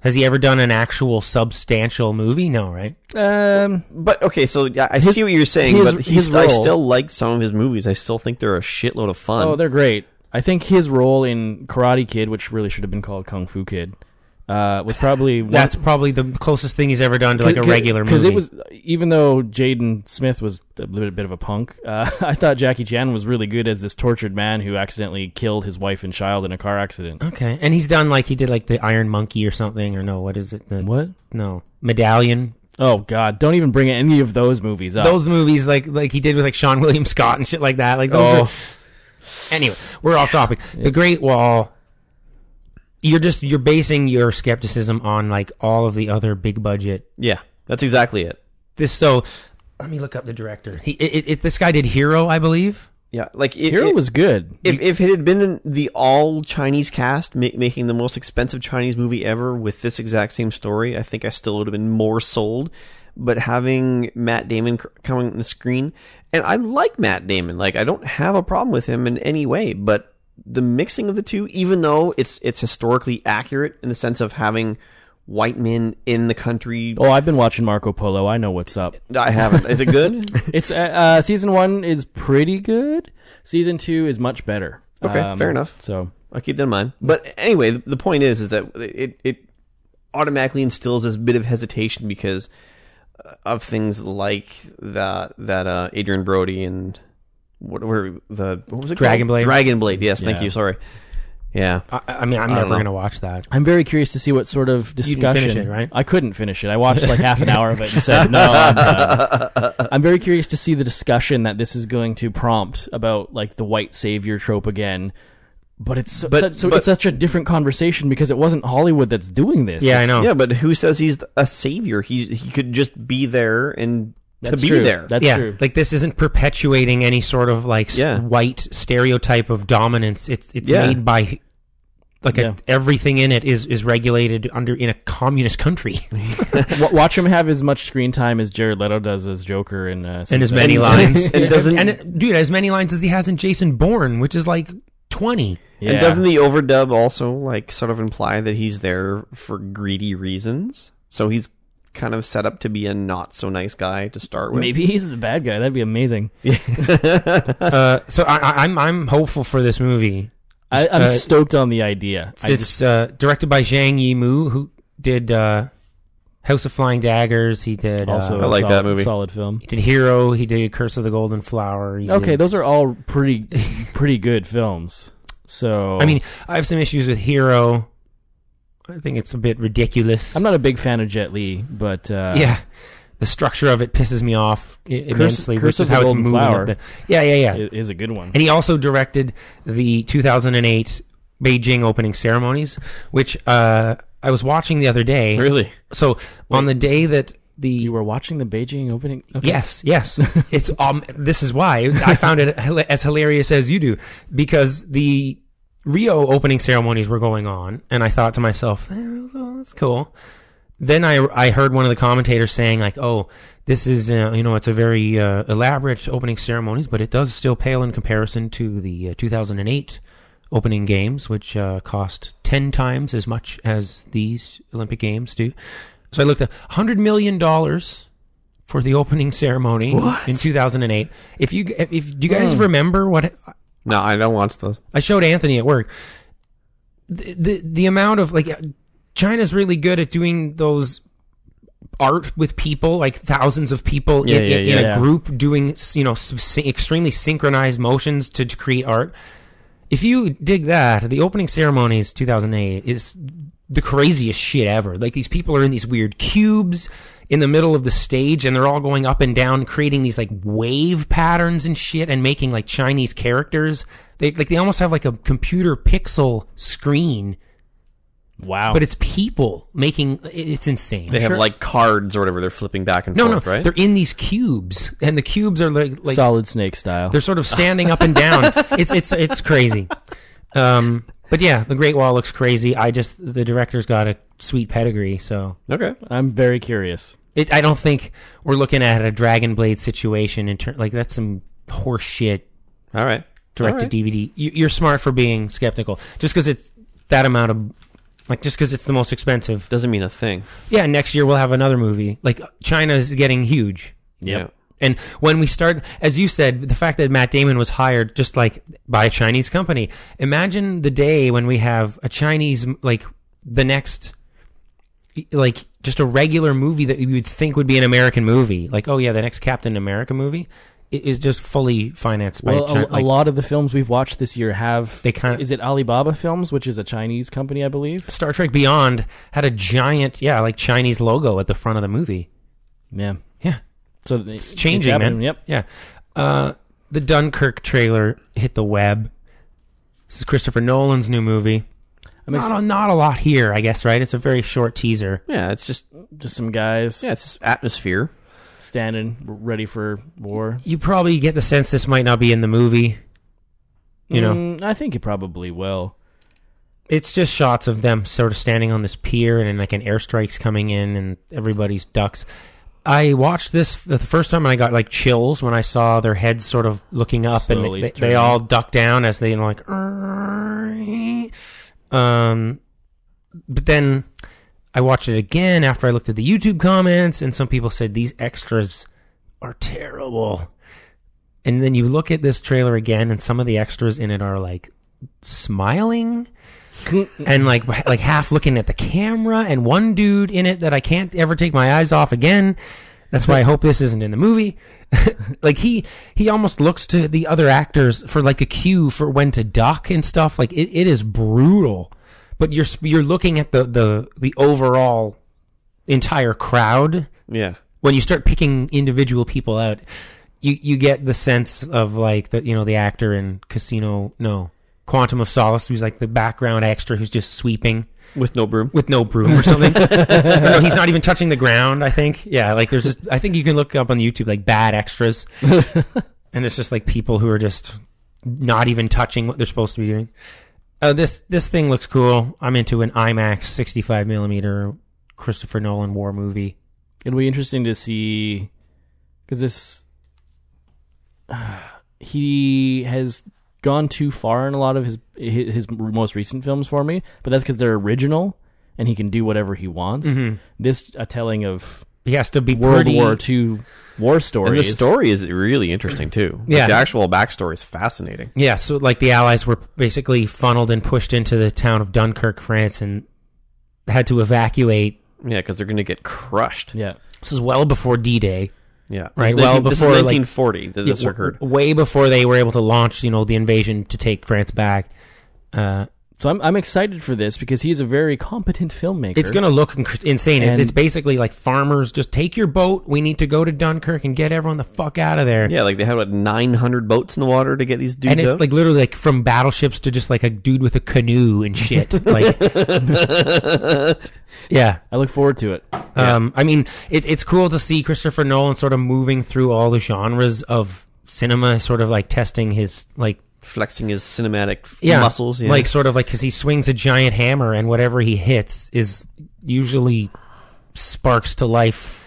Speaker 4: Has he ever done an actual substantial movie? No, right?
Speaker 5: Um,
Speaker 6: But okay, so yeah, I see what you're saying,
Speaker 5: his-
Speaker 6: but he's,
Speaker 5: his
Speaker 6: I
Speaker 5: role-
Speaker 6: still like some of his movies. I still think they're a shitload of fun.
Speaker 5: oh, they're great. I think his role in Karate Kid, which really should have been called Kung Fu Kid, uh, was probably one,
Speaker 4: That's probably the closest thing he's ever done to like a
Speaker 5: Cause-
Speaker 4: regular
Speaker 5: cause
Speaker 4: movie.
Speaker 5: it was even though Jaden Smith was a little bit of a punk, uh, I thought Jackie Chan was really good as this tortured man who accidentally killed his wife and child in a car accident.
Speaker 4: okay, and he's done like he did like the Iron Monkey or something, or no, what is it? The,
Speaker 5: What?
Speaker 4: No, Medallion.
Speaker 5: Oh God! Don't even bring any of those movies up.
Speaker 4: Those movies like like he did with like Sean William Scott and shit like that. Like those.
Speaker 5: Oh.
Speaker 4: Are, anyway, we're off topic. The Great Wall. You're just you're basing your skepticism on like all of the other big budget
Speaker 6: yeah, that's exactly it.
Speaker 4: this so let me look up the director he it, it, this guy did hero i believe
Speaker 6: Yeah, like it,
Speaker 5: Hero
Speaker 6: it-
Speaker 5: was good.
Speaker 6: If, if it had been the all Chinese cast ma- making the most expensive Chinese movie ever with this exact same story, I think I still would have been more sold. But having Matt Damon c- coming on the screen, and I like Matt Damon, like I don't have a problem with him in any way. But the mixing of the two, even though it's it's historically accurate in the sense of having white men in the country,
Speaker 5: Oh, I've been watching Marco Polo. I know what's up.
Speaker 6: I haven't. Is it good?
Speaker 5: It's uh, uh, season one is pretty good. Season two is much better. Um,
Speaker 6: Okay, fair enough.
Speaker 5: So
Speaker 6: I'll keep that in mind. But anyway, the, the point is, is that it it automatically instills this bit of hesitation because uh, of things like that that uh, Adrian Brody and what were the what was it
Speaker 4: Dragon
Speaker 6: called?
Speaker 4: Blade.
Speaker 6: Dragon Blade. Yes, thank
Speaker 5: Yeah.
Speaker 6: you. Sorry. Yeah.
Speaker 4: i, I mean i'm
Speaker 6: I don't
Speaker 4: never
Speaker 6: know.
Speaker 4: going to watch that
Speaker 5: I'm very curious to see what sort of
Speaker 4: didn't
Speaker 5: discussion.
Speaker 4: finish it, right?
Speaker 5: I couldn't finish it. I watched like half an hour of it and said no. I'm, done." I'm very curious to see the discussion that this is going to prompt about like the white savior trope again. But it's so,
Speaker 6: But-
Speaker 5: such, so
Speaker 6: but-
Speaker 5: it's such a different conversation because it wasn't Hollywood that's doing this.
Speaker 4: yeah i
Speaker 5: It's-
Speaker 4: know
Speaker 6: Yeah, but who says he's a savior? He he could just be there and
Speaker 5: That's
Speaker 6: to be
Speaker 5: true.
Speaker 6: there.
Speaker 5: That's
Speaker 4: yeah
Speaker 5: true.
Speaker 4: like this isn't perpetuating any sort of like s-
Speaker 6: Yeah.
Speaker 4: white stereotype of dominance it's it's
Speaker 6: Yeah.
Speaker 4: made by like
Speaker 5: Yeah.
Speaker 4: a, everything in it is is regulated under in a communist country
Speaker 5: Wa- Watch him have as much screen time as Jared Leto does as Joker in uh,
Speaker 4: and as
Speaker 5: Suicide
Speaker 4: many lines
Speaker 6: And it doesn't-
Speaker 4: and it- dude as many lines as he has in jason bourne which is like 20
Speaker 5: Yeah.
Speaker 6: And doesn't the overdub also like sort of imply that he's there for greedy reasons? So he's kind of set up to be a not so nice guy to start with.
Speaker 5: Maybe he's the bad guy. That'd be amazing.
Speaker 4: uh so I, I i'm i'm hopeful for this movie
Speaker 5: I, I'm
Speaker 4: Uh,
Speaker 5: stoked on the idea. I
Speaker 4: it's uh, directed by Zhang Yimou, who did uh, House of Flying Daggers. He did
Speaker 5: also
Speaker 4: uh,
Speaker 6: I
Speaker 5: a
Speaker 6: like
Speaker 5: solid,
Speaker 6: that movie.
Speaker 5: Solid film.
Speaker 4: he did Hero. He did Curse of the Golden Flower. he
Speaker 5: Okay,
Speaker 4: did-
Speaker 5: those are all pretty pretty good films. So
Speaker 4: I mean, I have some issues with Hero. I think it's a bit ridiculous.
Speaker 5: I'm not a big fan of Jet Li, but uh,
Speaker 4: yeah, the structure of it pisses me off i- immensely.
Speaker 5: Curse
Speaker 4: which
Speaker 5: of
Speaker 4: is
Speaker 5: the
Speaker 4: how it's
Speaker 5: Golden
Speaker 4: moving up
Speaker 5: Flower.
Speaker 4: there. Yeah, yeah, yeah.
Speaker 5: it is a good one.
Speaker 4: And he also directed the 2008 Beijing opening ceremonies, which uh, I was watching the other day.
Speaker 6: Really?
Speaker 4: So on the day that the
Speaker 5: You were watching the Beijing opening. Okay.
Speaker 4: Yes, yes. It's um. This is why I found it hila- as hilarious as you do, because the Rio opening ceremonies were going on, and I thought to myself, eh, well, "That's cool." Then I I heard one of the commentators saying like, "Oh, this is uh, you know it's a very uh, elaborate opening ceremonies, but it does still pale in comparison to the uh, 2008 opening games, which uh, cost ten times as much as these Olympic games do." So I looked at hundred million dollars for the opening ceremony in 2008. If you if, if do you
Speaker 6: Mm.
Speaker 4: guys remember what
Speaker 6: No, I don't watch those.
Speaker 4: I showed Anthony at work, the the, the amount of like China's really good at doing those art with people like thousands of people
Speaker 6: Yeah,
Speaker 4: in,
Speaker 6: yeah,
Speaker 4: in,
Speaker 6: yeah.
Speaker 4: in
Speaker 5: Yeah.
Speaker 4: a group doing you know s- extremely synchronized motions to, to create art if you dig that the opening ceremonies 2008 is the craziest shit ever like these people are in these weird cubes in the middle of the stage and they're all going up and down creating these like wave patterns and shit and making like chinese characters they like they almost have like a computer pixel screen
Speaker 5: Wow.
Speaker 4: but it's people making it's insane
Speaker 6: They have like cards or whatever they're flipping back and
Speaker 4: no,
Speaker 6: forth,
Speaker 4: no,
Speaker 6: right?
Speaker 4: they're in these cubes, and the cubes are like, like
Speaker 5: solid snake style.
Speaker 4: they're sort of standing up and down. it's it's it's crazy. Um, But yeah, the Great Wall looks crazy. I just the director's got a sweet pedigree, so
Speaker 6: Okay.
Speaker 5: I'm very curious.
Speaker 4: it, I don't think we're looking at a Dragon Blade situation in turn. Like that's some horse shit
Speaker 6: All right.
Speaker 4: direct
Speaker 6: All right.
Speaker 4: to DVD. You, you're smart for being skeptical. Just because it's that amount of, like, just because it's the most expensive.
Speaker 6: Doesn't mean a thing.
Speaker 4: Yeah, next year we'll have another movie. Like China is getting huge.
Speaker 5: Yep.
Speaker 4: And when we start, as you said, the fact that Matt Damon was hired just like by a Chinese company. Imagine the day when we have a Chinese, like the next, like just a regular movie that you would think would be an American movie. Like, oh yeah, the next Captain America movie i- is just fully financed by
Speaker 5: Well,
Speaker 4: China.
Speaker 5: a, a lot of the films we've watched this year have
Speaker 4: They kinda-
Speaker 5: is it Alibaba Films, which is a Chinese company, I believe.
Speaker 4: Star Trek Beyond had a giant, yeah, like Chinese logo at the front of the movie.
Speaker 5: Yeah.
Speaker 4: Yeah.
Speaker 5: So th-
Speaker 4: It's changing, man.
Speaker 5: happening, Yep.
Speaker 4: Yeah. Uh, the Dunkirk trailer hit the web. This is Christopher Nolan's new movie. Not a, not a lot here, I guess, right? It's a very short teaser.
Speaker 6: Yeah, it's just
Speaker 5: Just some guys
Speaker 6: yeah, it's just atmosphere.
Speaker 5: standing ready for war.
Speaker 4: You probably get the sense this might not be in the movie. You know,
Speaker 5: Mm, I think he probably will.
Speaker 4: it's just shots of them sort of standing on this pier and, then like an airstrike's coming in and everybody's ducks. I watched this the first time and I got like chills when I saw their heads sort of looking up
Speaker 5: Slowly
Speaker 4: and they, they
Speaker 5: turning.
Speaker 4: all duck down as they you know, like. "Err." Um, but then I watched it again after I looked at the YouTube comments and some people said these extras are terrible. And then you look at this trailer again and some of the extras in it are like smiling and like like half looking at the camera and one dude in it that I can't ever take my eyes off again. That's why I hope this isn't in the movie. like he he almost looks to the other actors for like a cue for when to duck and stuff. Like it, it is brutal. But you're sp- you're looking at the the the overall entire crowd
Speaker 6: Yeah.
Speaker 4: when you start picking individual people out. You you get the sense of like the you know the actor in Casino no Quantum of Solace who's like the background extra who's just sweeping
Speaker 6: With no broom.
Speaker 4: with no broom or something. Or no, he's not even touching the ground. I think. Yeah, like there's just. I think you can look up on YouTube like bad extras, and it's just like people who are just not even touching what they're supposed to be doing. Uh, this this thing looks cool. I'm into an IMAX 65 millimeter Christopher Nolan war movie.
Speaker 5: It'll be interesting to see because this he has gone too far in a lot of his his, his most recent films for me, but that's because they're original and he can do whatever he wants. This a telling of
Speaker 4: He has to be Mm-hmm.
Speaker 5: World
Speaker 4: pretty-
Speaker 5: War II war stories.
Speaker 6: And the story is really interesting too. Like,
Speaker 4: Yeah.
Speaker 6: The actual backstory is fascinating.
Speaker 4: Yeah, so like the Allies were basically funneled and pushed into the town of Dunkirk, France, and had to evacuate.
Speaker 6: Yeah, because they're going to get crushed.
Speaker 5: yeah.
Speaker 4: This is well before D-Day.
Speaker 6: Yeah.
Speaker 4: Right,
Speaker 6: This is
Speaker 4: well,
Speaker 6: 19 this is
Speaker 4: before, like-
Speaker 6: 1940 that
Speaker 4: Yeah,
Speaker 6: this
Speaker 4: w-
Speaker 6: occurred.
Speaker 4: w- way before they were able to launch, you know, the invasion to take France back. Uh,
Speaker 5: So I'm I'm excited for this because he's a very competent filmmaker.
Speaker 4: it's going to look inc- insane. It's,
Speaker 5: And-
Speaker 4: it's basically like farmers just take your boat. We need to go to Dunkirk and get everyone the fuck out of there.
Speaker 6: Yeah, like they had what 900 boats in the water to get these dudes
Speaker 4: And it's
Speaker 6: out?
Speaker 4: like literally like from battleships to just like a dude with a canoe and shit. Like, yeah.
Speaker 5: I look forward to it.
Speaker 4: Um, I mean, it, it's cool to see Christopher Nolan sort of moving through all the genres of cinema, sort of like testing his like
Speaker 6: flexing his cinematic f-
Speaker 4: yeah,
Speaker 6: muscles. Yeah.
Speaker 4: Like sort of like because he swings a giant hammer and whatever he hits is usually sparks to life.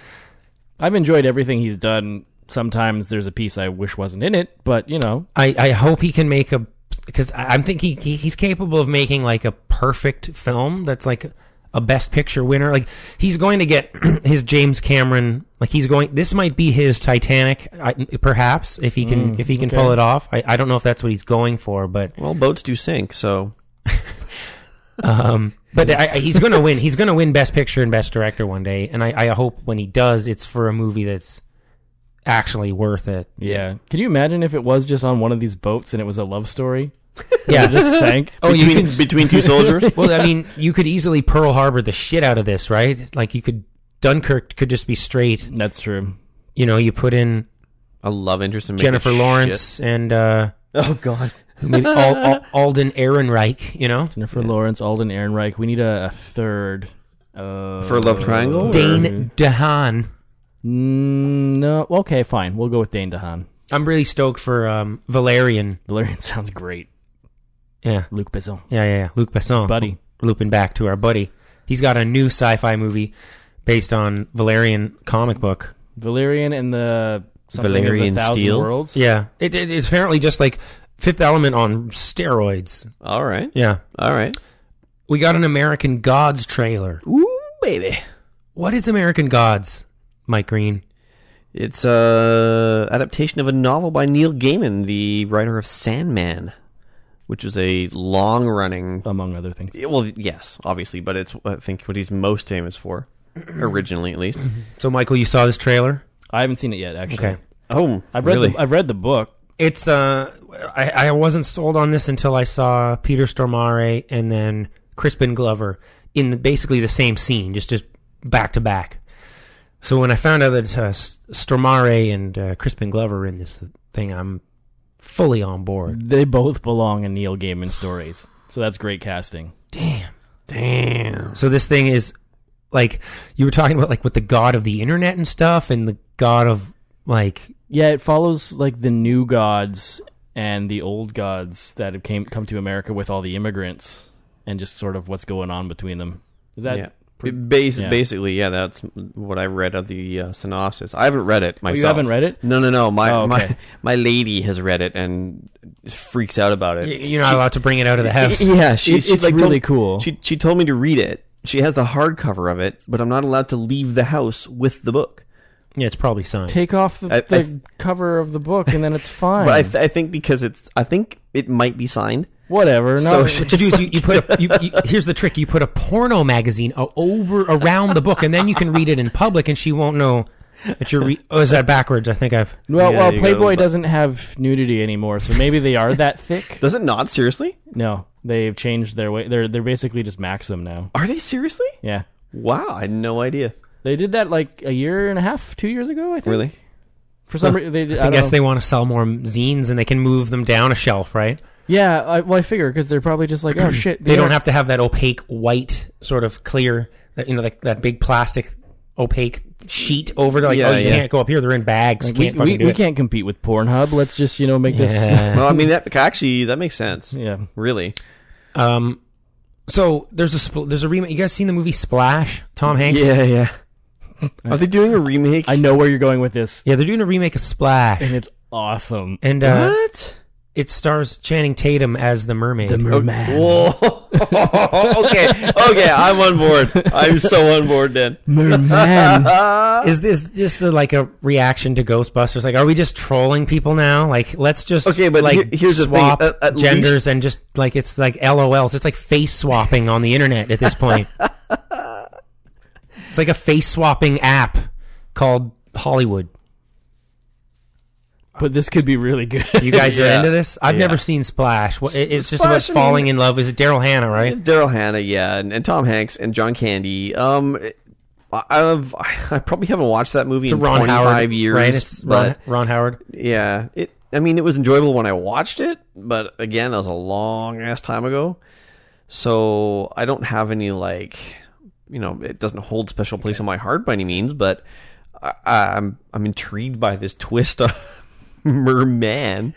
Speaker 5: I've enjoyed everything he's done. Sometimes there's a piece I wish wasn't in it, but you know,
Speaker 4: I I hope he can make a because I'm thinking he, he's capable of making like a perfect film that's like a best picture winner. Like he's going to get his James Cameron. Like he's going. This might be his Titanic, I, perhaps if he can if he can pull it off. I, I don't know if that's what he's going for, but
Speaker 6: well, boats do sink, so
Speaker 4: Um, but I, I- he's going to win. He's going to win Best Picture and Best Director one day, and I, I hope when he does, it's for a movie that's actually worth it.
Speaker 5: Yeah. Can you imagine if it was just on one of these boats and it was a love story? It
Speaker 4: Yeah.
Speaker 5: just sank.
Speaker 4: oh, you
Speaker 6: between,
Speaker 4: can.
Speaker 6: between two soldiers.
Speaker 4: Well, I mean, you could easily Pearl Harbor the shit out of this, right? Like you could. Dunkirk could just be straight.
Speaker 5: That's true.
Speaker 4: You know, you put in
Speaker 6: I love interest in making
Speaker 4: Jennifer
Speaker 6: shit.
Speaker 4: Lawrence and uh,
Speaker 6: Oh God,
Speaker 4: maybe Al- Al- Alden Ehrenreich. You know,
Speaker 5: Jennifer Lawrence, Alden Ehrenreich. We need a, a third. Uh,
Speaker 6: for a love triangle. or-
Speaker 4: Dane DeHaan.
Speaker 5: mm, no. Okay, fine. We'll go with Dane DeHaan.
Speaker 4: I'm really stoked for um, Valerian.
Speaker 5: Valerian sounds great.
Speaker 4: Yeah.
Speaker 5: Luc Besson.
Speaker 4: Yeah, yeah, yeah. Luc Besson.
Speaker 5: Buddy.
Speaker 4: Looping back to our buddy. He's got a new sci fi movie based on Valerian comic book.
Speaker 5: Valerian and the something of the
Speaker 6: Valerian
Speaker 5: Thousand
Speaker 6: Steel?
Speaker 5: Worlds.
Speaker 4: Yeah. It, it, it's apparently just like Fifth Element on steroids.
Speaker 6: All right.
Speaker 4: Yeah.
Speaker 6: All right.
Speaker 4: We got an American Gods trailer.
Speaker 6: Ooh, baby.
Speaker 4: What is American Gods, Mike Green?
Speaker 6: It's a adaptation of a novel by Neil Gaiman, the writer of Sandman, which is a long-running.
Speaker 5: among other things.
Speaker 6: Well, yes, obviously, but it's I think what he's most famous for, originally at least.
Speaker 4: So, Michael, you saw this trailer?
Speaker 5: I haven't seen it yet, actually.
Speaker 4: Okay.
Speaker 6: Oh,
Speaker 5: I've read
Speaker 6: really?
Speaker 5: the, I've read the book.
Speaker 4: It's uh, I, I wasn't sold on this until I saw Peter Stormare and then Crispin Glover in the, basically the same scene, just just back to back. So when I found out that uh, S- Stormare and uh, Crispin Glover were in this thing, I'm fully on board.
Speaker 5: They both belong in Neil Gaiman stories, so that's great casting.
Speaker 4: So this thing is like you were talking about, like with the god of the internet and stuff, and the god of like
Speaker 5: Yeah, it follows like the new gods and the old gods that have came come to America with all the immigrants, and just sort of what's going on between them. Is that?
Speaker 6: yeah. It bas-
Speaker 5: yeah.
Speaker 6: Basically, yeah, that's what I read of the uh, synopsis. I haven't read it myself.
Speaker 5: Oh, haven't read it?
Speaker 6: No, no, no. My
Speaker 5: Oh, okay.
Speaker 6: my my lady has read it and freaks out about it.
Speaker 4: y- you're not allowed to bring it out of the house.
Speaker 6: Yeah, she,
Speaker 5: It-
Speaker 6: she,
Speaker 5: it's
Speaker 6: like,
Speaker 5: really
Speaker 6: told-
Speaker 5: cool.
Speaker 6: She she told me to read it. She has the hardcover of it, but I'm not allowed to leave the house with the book.
Speaker 4: Yeah, it's probably signed.
Speaker 5: Take off the,
Speaker 6: I- I-
Speaker 5: the cover of the book, and then it's fine.
Speaker 6: But I, th- I think because it's I think it might be signed.
Speaker 5: Whatever. No,
Speaker 6: So-
Speaker 5: it's-
Speaker 4: What you do is you, you put a, you, you, here's the trick you put a porno magazine o- over around the book and then you can read it in public and she won't know that you're re- oh is that backwards I think I've
Speaker 5: well,
Speaker 6: Yeah,
Speaker 5: well,
Speaker 6: you gotta
Speaker 5: Playboy
Speaker 6: look-
Speaker 5: doesn't have nudity anymore, so maybe they are that thick.
Speaker 6: Does it not? Seriously?
Speaker 5: No, they've changed their way. They're they're basically just Maxim now.
Speaker 6: Are they seriously?
Speaker 5: Yeah,
Speaker 6: Wow, I had no idea.
Speaker 5: they did that like a year and a half, two years ago. I think.
Speaker 6: Really?
Speaker 5: For some reason, they, I,
Speaker 4: I,
Speaker 5: don't
Speaker 4: guess
Speaker 5: know.
Speaker 4: they want to sell more zines and they can move them down a shelf right
Speaker 5: Yeah, I, well, I figure because they're probably just like, oh shit,
Speaker 4: they don't have to have that opaque white sort of clear that you know like that big plastic opaque sheet over to like
Speaker 6: Yeah,
Speaker 4: oh you
Speaker 6: yeah.
Speaker 4: can't go up here they're in bags you
Speaker 5: We,
Speaker 4: can't fucking
Speaker 5: we,
Speaker 4: do
Speaker 5: we
Speaker 4: it
Speaker 5: can't compete with Pornhub. Let's just you know make this.
Speaker 6: Well, I mean that actually that makes sense.
Speaker 5: yeah,
Speaker 6: Really?
Speaker 4: um so there's a spl- there's a remake you guys seen the movie Splash Tom Hanks
Speaker 6: Yeah, yeah. Are they doing a remake?
Speaker 5: I know where you're going with this,
Speaker 4: yeah they're doing a remake of
Speaker 5: and
Speaker 4: Splash
Speaker 5: it's awesome.
Speaker 4: and uh
Speaker 6: What?
Speaker 4: It stars Channing Tatum as the mermaid.
Speaker 5: merman,
Speaker 6: oh, Whoa. okay. Okay, I'm on board. I'm so on board then.
Speaker 5: merman.
Speaker 4: Is this just a, like a reaction to Ghostbusters? Like, are we just trolling people now? Like, let's just
Speaker 6: Okay, but
Speaker 4: like
Speaker 6: here- here's the thing.
Speaker 4: swap
Speaker 6: At- at
Speaker 4: genders
Speaker 6: least-
Speaker 4: and just like it's like LOLs. It's like face swapping on the internet at this point. it's like a face swapping app called Hollywood.
Speaker 5: but this could be really good.
Speaker 4: You guys are
Speaker 6: Yeah.
Speaker 4: into this? I've never seen Splash. What, it- it's just about
Speaker 6: Splash, I mean-
Speaker 4: falling in love. Is it Daryl Hannah? Right?
Speaker 6: Daryl Hannah, yeah, and, and Tom Hanks and John Candy. Um, I- I've I probably haven't watched that movie
Speaker 4: It's a
Speaker 6: in
Speaker 4: Ron
Speaker 6: 25
Speaker 4: Howard.
Speaker 6: years,
Speaker 4: right? It's Ron,
Speaker 6: but
Speaker 4: Ron Howard.
Speaker 6: yeah, it. I mean, it was enjoyable when I watched it, but again, that was a long ass time ago, so I don't have any like, you know, it doesn't hold special place in my heart by any means, but I, I'm I'm intrigued by this twist on Merman.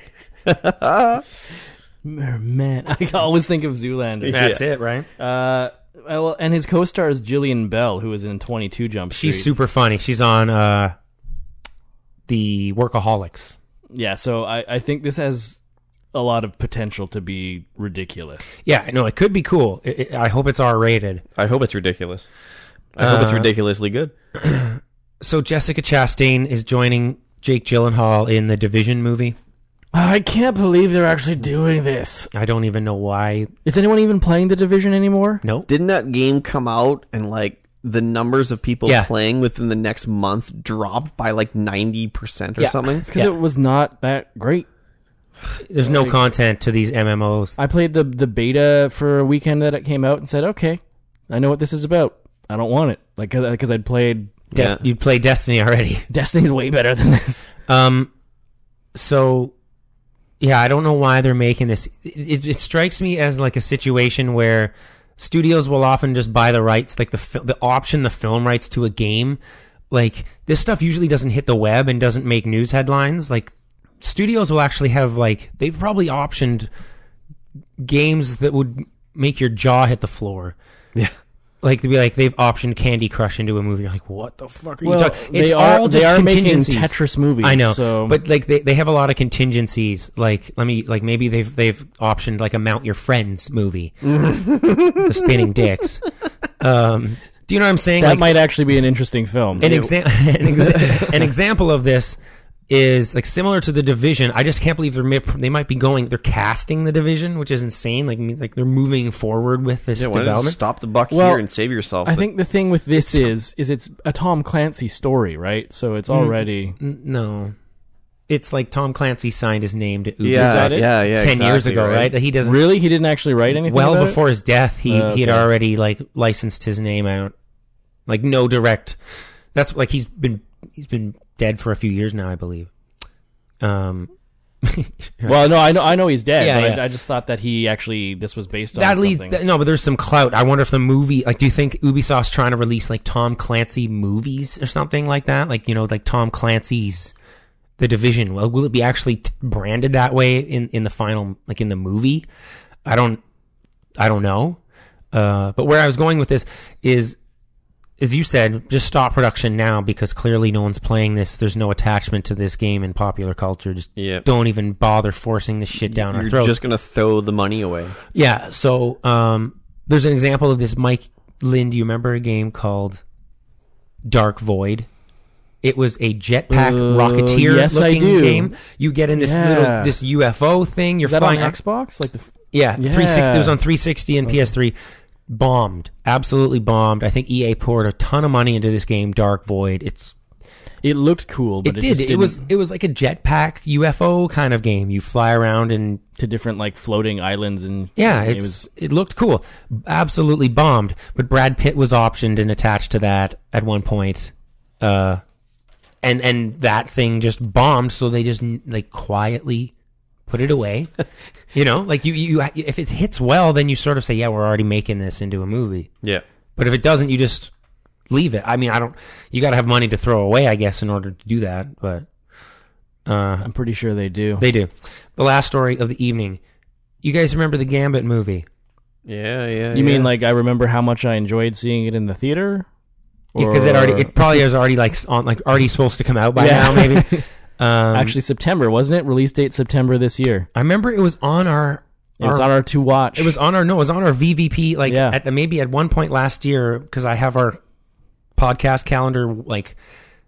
Speaker 5: merman. I always think of Zoolander.
Speaker 4: That's it, right?
Speaker 5: Uh, well, and his co-star is Gillian Bell, who was in 22 Jump Street.
Speaker 4: She's super funny. She's on uh, the Workaholics.
Speaker 5: yeah. So I, I think this has a lot of potential to be ridiculous.
Speaker 4: Yeah, no, it could be cool. I I- I hope it's R rated.
Speaker 6: I hope it's ridiculous. I hope it's
Speaker 4: Uh,
Speaker 6: ridiculously good.
Speaker 4: So Jessica Chastain is joining Jake Gyllenhaal in the Division movie.
Speaker 5: I can't believe they're actually doing this.
Speaker 4: I don't even know why.
Speaker 5: Is anyone even playing the division anymore?
Speaker 4: No,
Speaker 6: Didn't that game come out and like the numbers of people
Speaker 4: Yeah.
Speaker 6: playing within the next month dropped by like ninety percent or
Speaker 4: Yeah.
Speaker 6: something?
Speaker 5: because it was not that great.
Speaker 4: there's no content to these MMOs.
Speaker 5: I played the the beta for a weekend that it came out and said, okay, I know what this is about. I don't want it, like because I'd played
Speaker 4: Des-
Speaker 6: yeah.
Speaker 4: You play Destiny already.
Speaker 5: Destiny's way better than this.
Speaker 4: Um, so yeah, I don't know why they're making this. It, it strikes me as like a situation where studios will often just buy the rights, like the fil- the option, the film rights to a game. Like this stuff usually doesn't hit the web and doesn't make news headlines. Like studios will actually have like they've probably optioned games that would make your jaw hit the floor.
Speaker 6: Yeah.
Speaker 4: Like they'd be like they've optioned Candy Crush into a movie. You're like, what the fuck are
Speaker 5: Well,
Speaker 4: you talking? It's
Speaker 5: they are-
Speaker 4: all
Speaker 5: they
Speaker 4: just
Speaker 5: are making
Speaker 4: contingencies.
Speaker 5: Tetris movies,
Speaker 4: I know,
Speaker 5: so-
Speaker 4: but like they, they have a lot of contingencies. Like let me like maybe they've they've optioned like a Mount Your Friends movie, the spinning dicks. Um, do you know what I'm saying?
Speaker 5: That
Speaker 4: like,
Speaker 5: might actually be an interesting film.
Speaker 4: an, exa- an, exa- an example of this is like similar to the division. I just can't believe they're mi- they might be going. They're casting the division, which is insane. Like I mean, like they're moving forward with this
Speaker 6: Yeah, why don't you
Speaker 4: development.
Speaker 6: stop the buck
Speaker 5: Well,
Speaker 6: here and save yourself?
Speaker 5: I think the thing with this is is it's a Tom Clancy story, right? So it's
Speaker 4: Mm-hmm.
Speaker 5: already
Speaker 4: N- No, it's like Tom Clancy signed his name to Ubisoft
Speaker 6: Yeah,
Speaker 5: Is that it?
Speaker 6: yeah, yeah.
Speaker 4: ten years
Speaker 6: exactly,
Speaker 4: ago, right? He doesn't
Speaker 5: really he didn't actually write anything.
Speaker 4: well
Speaker 5: about it?
Speaker 4: before his death. He
Speaker 5: Uh,
Speaker 4: he had
Speaker 5: okay.
Speaker 4: already like licensed his name out, like no direct. That's like he's been he's been dead for a few years now, I believe. Um,
Speaker 5: Well, no, I know I know he's dead.
Speaker 4: Yeah,
Speaker 5: but I-
Speaker 4: yeah.
Speaker 5: I, just thought that he actually this was based on
Speaker 4: that leads
Speaker 5: something.
Speaker 4: that- no but there's some clout i wonder if the movie like do you think ubisoft's trying to release like tom clancy movies or something like that like you know like tom clancy's the division well will it be actually t- branded that way in in the final like in the movie i don't i don't know uh but where i was going with this is as you said, just stop production now because clearly no one's playing this. There's no attachment to this game in popular culture. Just
Speaker 6: Yep.
Speaker 4: don't even bother forcing this shit down our
Speaker 6: You're
Speaker 4: throats.
Speaker 6: just gonna throw the money away.
Speaker 4: Yeah. So um, there's an example of this. Mike Lynn, do you remember a game called Dark Void? It was a jetpack
Speaker 5: Uh,
Speaker 4: rocketeer
Speaker 5: yes, I
Speaker 4: looking
Speaker 5: do.
Speaker 4: game. You get in this
Speaker 5: Yeah.
Speaker 4: little this UFO thing. You're
Speaker 5: Is that on
Speaker 4: flying.
Speaker 5: Xbox? Like the
Speaker 4: Yeah,
Speaker 5: Yeah.
Speaker 4: 360. It was on 360 and PS3. Bombed, absolutely bombed. I think EA poured a ton of money into this game, Dark Void. It's
Speaker 5: it looked cool, but
Speaker 4: it,
Speaker 5: it,
Speaker 4: did.
Speaker 5: just
Speaker 4: It
Speaker 5: didn't-
Speaker 4: was it was like a jetpack UFO kind of game. You fly around and
Speaker 5: to different like floating islands and
Speaker 4: Yeah,
Speaker 5: it
Speaker 4: it's, it,
Speaker 5: was
Speaker 4: looked cool. Absolutely bombed. But Brad Pitt was optioned and attached to that at one point. Uh, and and that thing just bombed, so they just like quietly put it away. you know, like you you if it hits well, then you sort of say, yeah, we're already making this into a movie.
Speaker 6: Yeah.
Speaker 4: But if it doesn't, you just leave it. I mean, I don't. You got to have money to throw away, I guess, in order to do that. But uh,
Speaker 5: I'm pretty sure they do.
Speaker 4: they do. The last story of the evening. You guys remember the Gambit movie?
Speaker 6: Yeah, yeah.
Speaker 5: you mean like I remember how much I enjoyed seeing it in the theater?
Speaker 4: because it already
Speaker 5: Or-
Speaker 4: it probably is already like s- on like already supposed to come out by
Speaker 5: Yeah.
Speaker 4: now maybe. Um,
Speaker 5: actually September wasn't it? Release date September this year.
Speaker 4: I remember it was on our.
Speaker 5: It was
Speaker 4: our-
Speaker 5: on our to watch.
Speaker 4: It was on our no, it was on our VVP like
Speaker 5: Yeah.
Speaker 4: at the, maybe at one point last year because I have our podcast calendar like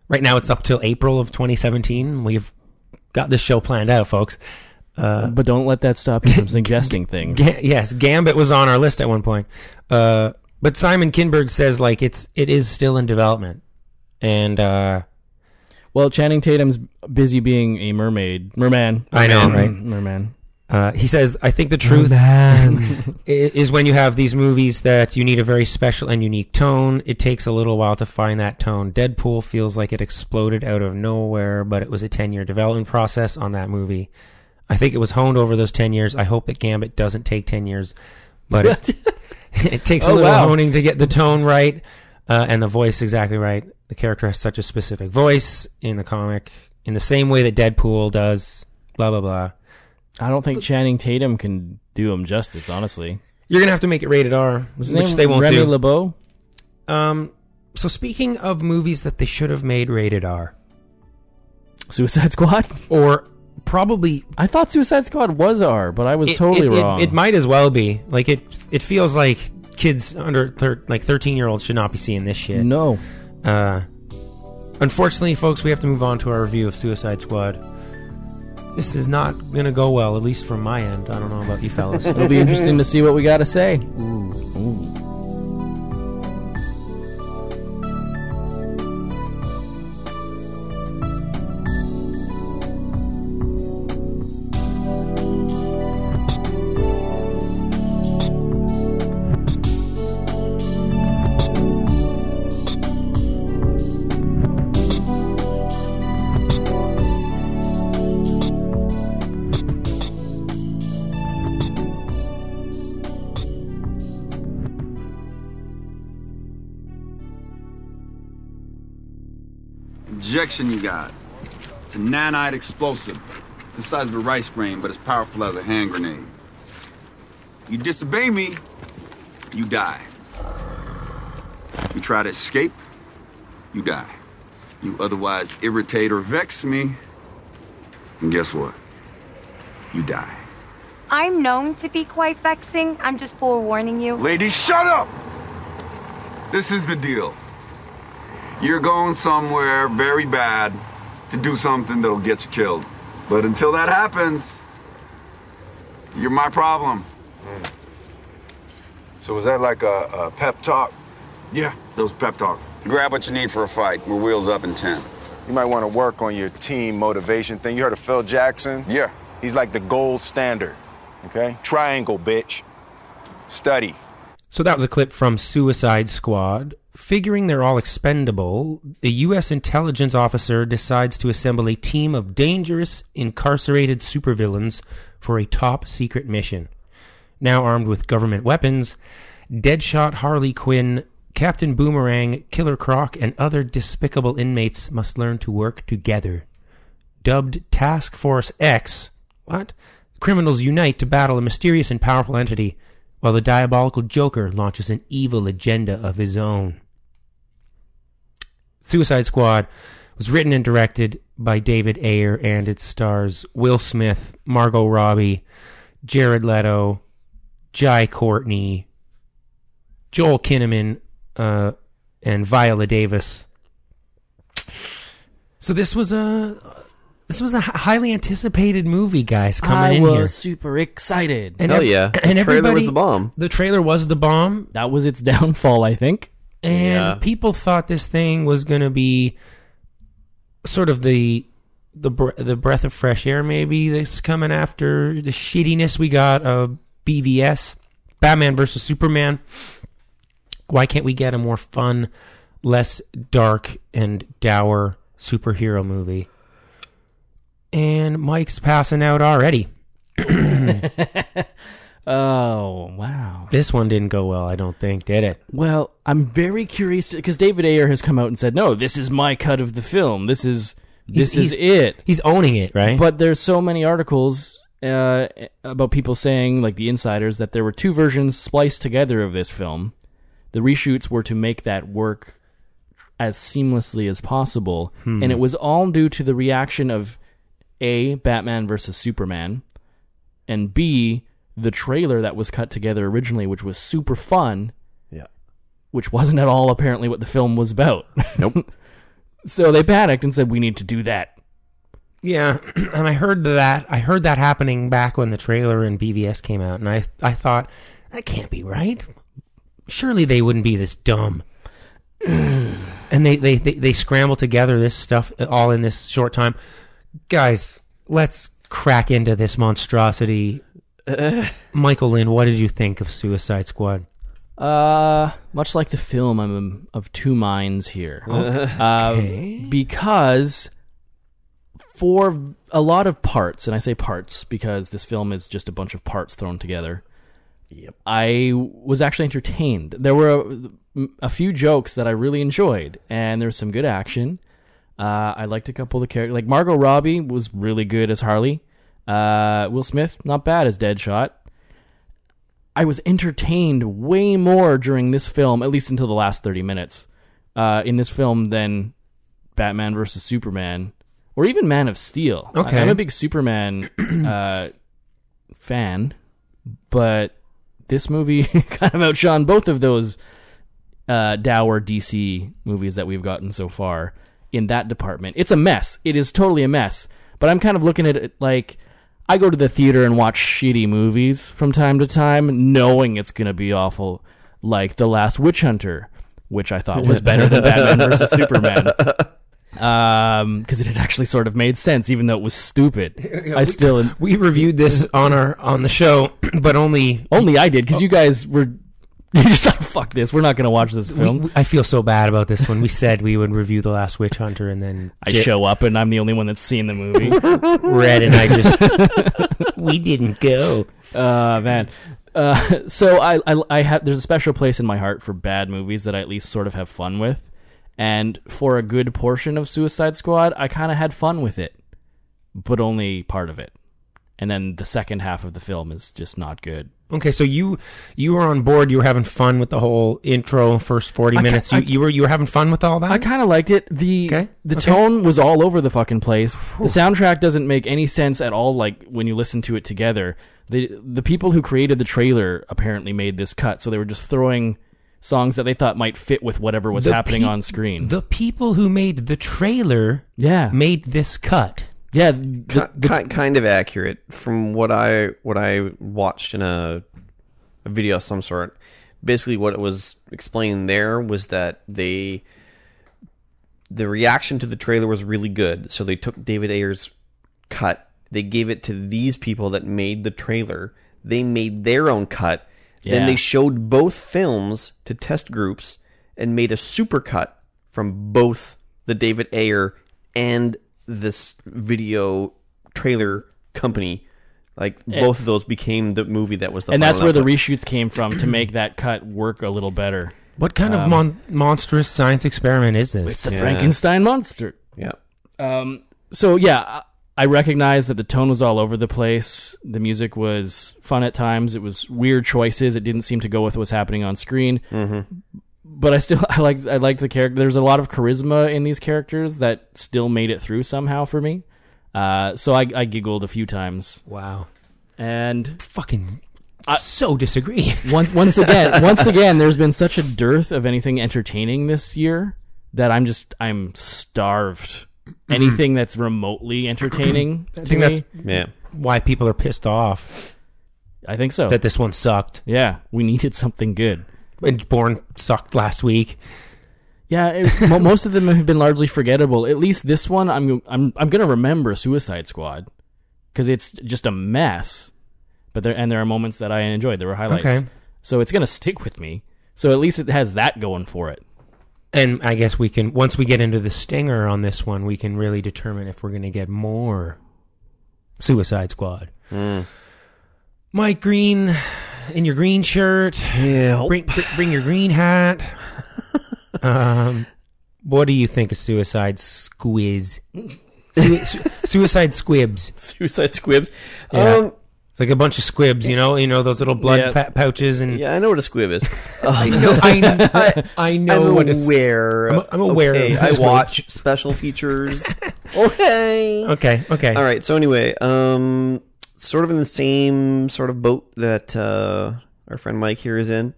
Speaker 4: right now it's up till April of 2017. We've got this show planned out, folks.
Speaker 5: but don't let that stop you from suggesting things.
Speaker 4: Ga- yes, Gambit was on our list at one point. Uh, but Simon Kinberg says like it's it is still in development, and uh,
Speaker 5: Well, Channing Tatum's busy being a mermaid, merman.
Speaker 4: I know,
Speaker 5: Merman.
Speaker 4: right?
Speaker 5: Merman.
Speaker 4: Uh, he says, "I think the truth i- is when you have these movies that you need a very special and unique tone. It takes a little while to find that tone. Deadpool feels like it exploded out of nowhere, but it was a ten-year development process on that movie. I think it was honed over those ten years. I hope that Gambit doesn't take ten years, but it, it takes a
Speaker 5: Oh,
Speaker 4: little
Speaker 5: wow.
Speaker 4: honing to get the tone right uh, and the voice exactly right. The character has such a specific voice in the comic, in the same way that Deadpool does. Blah blah blah."
Speaker 5: I don't think Channing Tatum can do him justice, honestly.
Speaker 4: You're gonna have to make it rated R,
Speaker 5: What's
Speaker 4: which
Speaker 5: his name?
Speaker 4: they won't
Speaker 5: Remy
Speaker 4: do.
Speaker 5: LeBeau.
Speaker 4: um, so speaking of movies that they should have made rated R,
Speaker 5: Suicide Squad.
Speaker 4: or probably
Speaker 5: I thought Suicide Squad was R, but I was
Speaker 4: it-
Speaker 5: totally
Speaker 4: it, it-
Speaker 5: wrong.
Speaker 4: It, might as well be. Like it, it feels like kids under thir- like 13 year olds should not be seeing this shit.
Speaker 5: no.
Speaker 4: Uh, unfortunately, folks, we have to move on to our review of Suicide Squad. This is not gonna go well, at least from my end. I don't know about you fellas.
Speaker 5: It'll be interesting to see what we got to say.
Speaker 11: injection you got. It's a nanite explosive. It's the size of a rice grain, but as powerful as a hand grenade. You disobey me, you die. You try to escape, you die. You otherwise irritate or vex me, and guess what? You die.
Speaker 12: I'm known to be quite vexing. I'm just forewarning you.
Speaker 11: Ladies, shut up! This is the deal. You're going somewhere very bad to do something that'll get you killed. But until that happens, you're my problem.
Speaker 9: So was that like a, a pep talk?
Speaker 11: Yeah, those pep talk.
Speaker 9: Grab what you need for a fight. We're wheels up in 10. You might want to work on your team motivation thing. You heard of Phil Jackson? Yeah. He's like the gold standard, okay? Triangle, bitch. Study.
Speaker 4: So that was a clip from Suicide Squad. Figuring they're all expendable, the U.S. intelligence officer decides to assemble a team of dangerous, incarcerated supervillains for a top secret mission. Now armed with government weapons, Deadshot Harley Quinn, Captain Boomerang, Killer Croc, and other despicable inmates must learn to work together. Dubbed Task Force X, what? Criminals unite to battle a mysterious and powerful entity while the diabolical Joker launches an evil agenda of his own. Suicide Squad was written and directed by David Ayer, and it stars Will Smith, Margot Robbie, Jared Leto, Jai Courtney, Joel Kinnaman, uh, and Viola Davis. So this was a this was a highly anticipated movie, guys. Coming
Speaker 5: I
Speaker 4: in
Speaker 5: was
Speaker 4: here,
Speaker 5: super excited.
Speaker 4: And ev- And everybody, The trailer was the bomb.
Speaker 5: That was its downfall, I think.
Speaker 4: And
Speaker 5: Yeah.
Speaker 4: people thought this thing was going to be sort of the the br- the breath of fresh air, maybe that's coming after the shittiness we got of BVS, Batman versus Superman. Why can't we get a more fun, less dark and dour superhero movie? And Mike's passing out already.
Speaker 5: Oh wow!
Speaker 4: This one didn't go well, I don't think, did it?
Speaker 5: Well, I'm very curious because David Ayer has come out and said, "No, this is my cut of the film. This is this
Speaker 4: He's-
Speaker 5: is
Speaker 4: he's-
Speaker 5: it."
Speaker 4: He's owning it, right?
Speaker 5: But there's so many articles uh, about people saying, like the insiders, that there were two versions spliced together of this film. The reshoots were to make that work as seamlessly as possible,
Speaker 3: Hmm.
Speaker 5: and it was all due to the reaction of a Batman versus Superman, and b the trailer that was cut together originally, which was super fun.
Speaker 6: Yeah.
Speaker 5: Which wasn't at all apparently what the film was about. Nope. so they panicked and said, "We need to do that."
Speaker 4: Yeah, and I heard that I heard that happening back when the trailer and BVS came out, and I I thought that can't be right. Surely they wouldn't be this dumb. and they they, they they scramble together this stuff all in this short time. Guys, let's crack into this monstrosity. Michael Lynn, what did you think of Suicide Squad?
Speaker 5: Uh, much like the film, I'm um, of two minds here.
Speaker 4: Okay.
Speaker 5: Uh, because for a lot of parts, and I say parts because this film is just a bunch of parts thrown together. Yep. I was actually entertained. There were a, a few jokes that I really enjoyed, and there was some good action. Uh, I liked a couple of the characters. Like Margot Robbie was really good as Harley. Uh, Will Smith, not bad as Deadshot. I was entertained way more during this film, at least until the last 30 minutes, uh, in this film than Batman versus Superman or even Man of Steel. I-
Speaker 4: Okay.
Speaker 5: I'm a big Superman uh, fan, but this movie kind of outshone both of those uh, dour DC movies that we've gotten so far in that department. It's a mess. It is totally a mess. But I'm kind of looking at it like I go to the theater and watch shitty movies from time to time, knowing it's going to be awful, like The Last Witch Hunter, which I thought was better than Batman versus Superman. Um, because it had actually sort of made sense, even though it was stupid.
Speaker 4: Yeah,
Speaker 5: I
Speaker 4: we-
Speaker 5: still
Speaker 4: we reviewed this on our on the show, but only
Speaker 5: only I did because
Speaker 4: Oh.
Speaker 5: you guys were you just like fuck this. We're not going to watch this film.
Speaker 4: We- we- I feel so bad about this one. We said we would review The Last Witch Hunter, and then
Speaker 5: I show up and I'm the only one that's seen the movie.
Speaker 4: Red and I just we didn't go.
Speaker 5: Uh man. Uh, so I, I I have there's a special place in my heart for bad movies that I at least sort of have fun with, and for a good portion of Suicide Squad, I kind of had fun with it, but only part of it. and then the second half of the film is just not good.
Speaker 4: Okay, so you you were on board. You were having fun with the whole intro, first forty
Speaker 5: I ca-
Speaker 4: minutes. You,
Speaker 5: I-
Speaker 4: you were you were having fun with all that.
Speaker 5: I kind of liked it. The the
Speaker 4: Mm-hmm. okay.
Speaker 5: tone was all over the fucking place. The soundtrack doesn't make any sense at all. Like when you listen to it together, the the people who created the trailer apparently made this cut, so they were just throwing songs that they thought might fit with whatever was
Speaker 4: The
Speaker 5: happening
Speaker 4: peop-
Speaker 5: on screen.
Speaker 4: The people who made the trailer,
Speaker 5: yeah,
Speaker 4: made this cut.
Speaker 5: Yeah,
Speaker 6: kind, kind of accurate from what I what I watched in a, a video of some sort. Basically, what it was explained there was that they the reaction to the trailer was really good, so they took David Ayer's cut, they gave it to these people that made the trailer, they made their own cut, then
Speaker 5: Yeah.
Speaker 6: they showed both films to test groups and made a supercut from both the David Ayer and this video trailer company. Like
Speaker 5: Eh.
Speaker 6: both of those became the movie that was the
Speaker 5: and that's where
Speaker 6: final
Speaker 5: the
Speaker 6: output.
Speaker 5: reshoots came from to make that cut work a little better.
Speaker 4: What kind of
Speaker 5: Um,
Speaker 4: mon- monstrous science experiment is this?
Speaker 5: It's the Frankenstein monster.
Speaker 6: Yeah.
Speaker 5: Um. So yeah, I- I recognize that the tone was all over the place. The music was fun at times. It was weird choices. It didn't seem to go with what was happening on screen.
Speaker 6: Mhm.
Speaker 5: But I still I like I like the character. There's a lot of charisma in these characters that still made it through somehow for me. Uh. So I I giggled a few times.
Speaker 4: Wow.
Speaker 5: And
Speaker 4: fucking so disagree.
Speaker 5: Once once again, once again, there's been such a dearth of anything entertaining this year that I'm just I'm starved. Anything that's remotely entertaining.
Speaker 4: Mm-hmm. I
Speaker 5: to
Speaker 4: think that's
Speaker 5: me,
Speaker 4: why people are pissed off.
Speaker 5: I think so.
Speaker 4: That this one sucked.
Speaker 5: Yeah, we needed something good.
Speaker 4: And Born sucked last week.
Speaker 5: Yeah, it, mo- most of them have been largely forgettable. At least this one, I'm I'm I'm gonna remember Suicide Squad because it's just a mess. But there and there are moments that I enjoyed. There were highlights,
Speaker 4: Okay.
Speaker 5: so it's gonna stick with me. So at least it has that going for it.
Speaker 4: And I guess we can once we get into the stinger on this one, we can really determine if we're going to get more Suicide Squad.
Speaker 6: Hmm.
Speaker 4: Mike Green in your green shirt.
Speaker 6: Yeah.
Speaker 4: Bring br- bring your green hat. um, what do you think of Suicide Squiz? Sui- su- suicide Squibs.
Speaker 6: Suicide Squibs.
Speaker 4: Yeah.
Speaker 6: Um,
Speaker 4: it's like a bunch of squibs, you know, you know those little blood
Speaker 6: Yeah.
Speaker 4: pa- pouches and
Speaker 6: Yeah, I know what a squib is.
Speaker 4: I know- I- I- I know
Speaker 6: I'm
Speaker 4: what a s-
Speaker 6: aware.
Speaker 4: I'm- I'm aware of
Speaker 6: Okay,
Speaker 4: a
Speaker 6: I
Speaker 4: squib.
Speaker 6: watch special features. okay.
Speaker 4: Okay, okay.
Speaker 6: All right. So anyway, um, sort of in the same sort of boat that uh, our friend Mike here is in.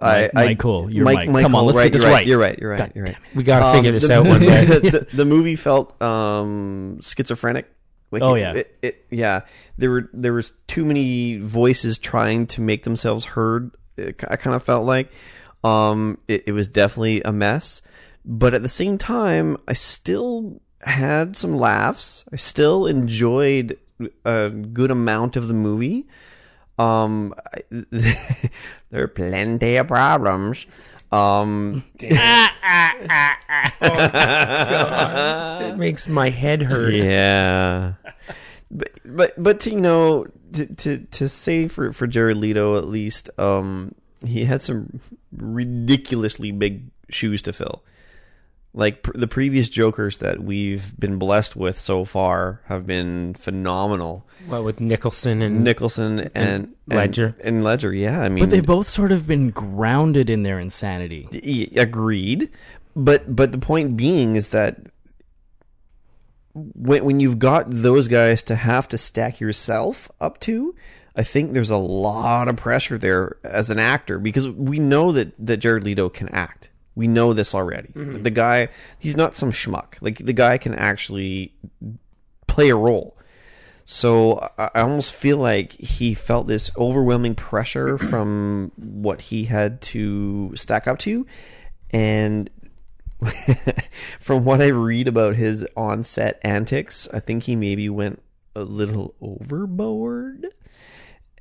Speaker 6: I,
Speaker 5: Mike-
Speaker 6: I,
Speaker 5: Michael, you're Mike. Come on, let's
Speaker 6: right,
Speaker 5: get this
Speaker 6: you're
Speaker 5: right.
Speaker 6: You're right. You're right.
Speaker 5: God
Speaker 6: you're right.
Speaker 5: damn it. We gotta figure this out one day.
Speaker 6: day. Um, the, the movie felt um, schizophrenic. Like
Speaker 5: Oh,
Speaker 6: it-
Speaker 5: yeah.
Speaker 6: it, it, yeah. There were there was too many voices trying to make themselves heard. It, I kind of felt like um, it, it was definitely a mess, but at the same time, I still had some laughs. I still enjoyed a good amount of the movie. Um, I, there are plenty of problems. Um,
Speaker 4: It makes my head hurt.
Speaker 6: Yeah. But but but to, you know to to to say for for Jared Leto at least um he had some ridiculously big shoes to fill. Like pr- the previous Jokers that we've been blessed with so far have been phenomenal.
Speaker 4: Well, with Nicholson Mm-hmm. and
Speaker 6: Nicholson and, and
Speaker 4: Ledger.
Speaker 6: and, Ledger, yeah. I mean,
Speaker 5: But they've both sort of been grounded in their insanity.
Speaker 6: Y- E, agreed but but the point being is that when when you've got those guys to have to stack yourself up to I think there's a lot of pressure there as an actor because we know that that Jared Leto can act. We know this already.
Speaker 13: Mhm.
Speaker 6: The guy, he's not some schmuck. Like the guy can actually play a role. So I I almost feel like he felt this overwhelming pressure from what he had to stack up to, and from what I read about his on-set antics, I think he maybe went a little overboard.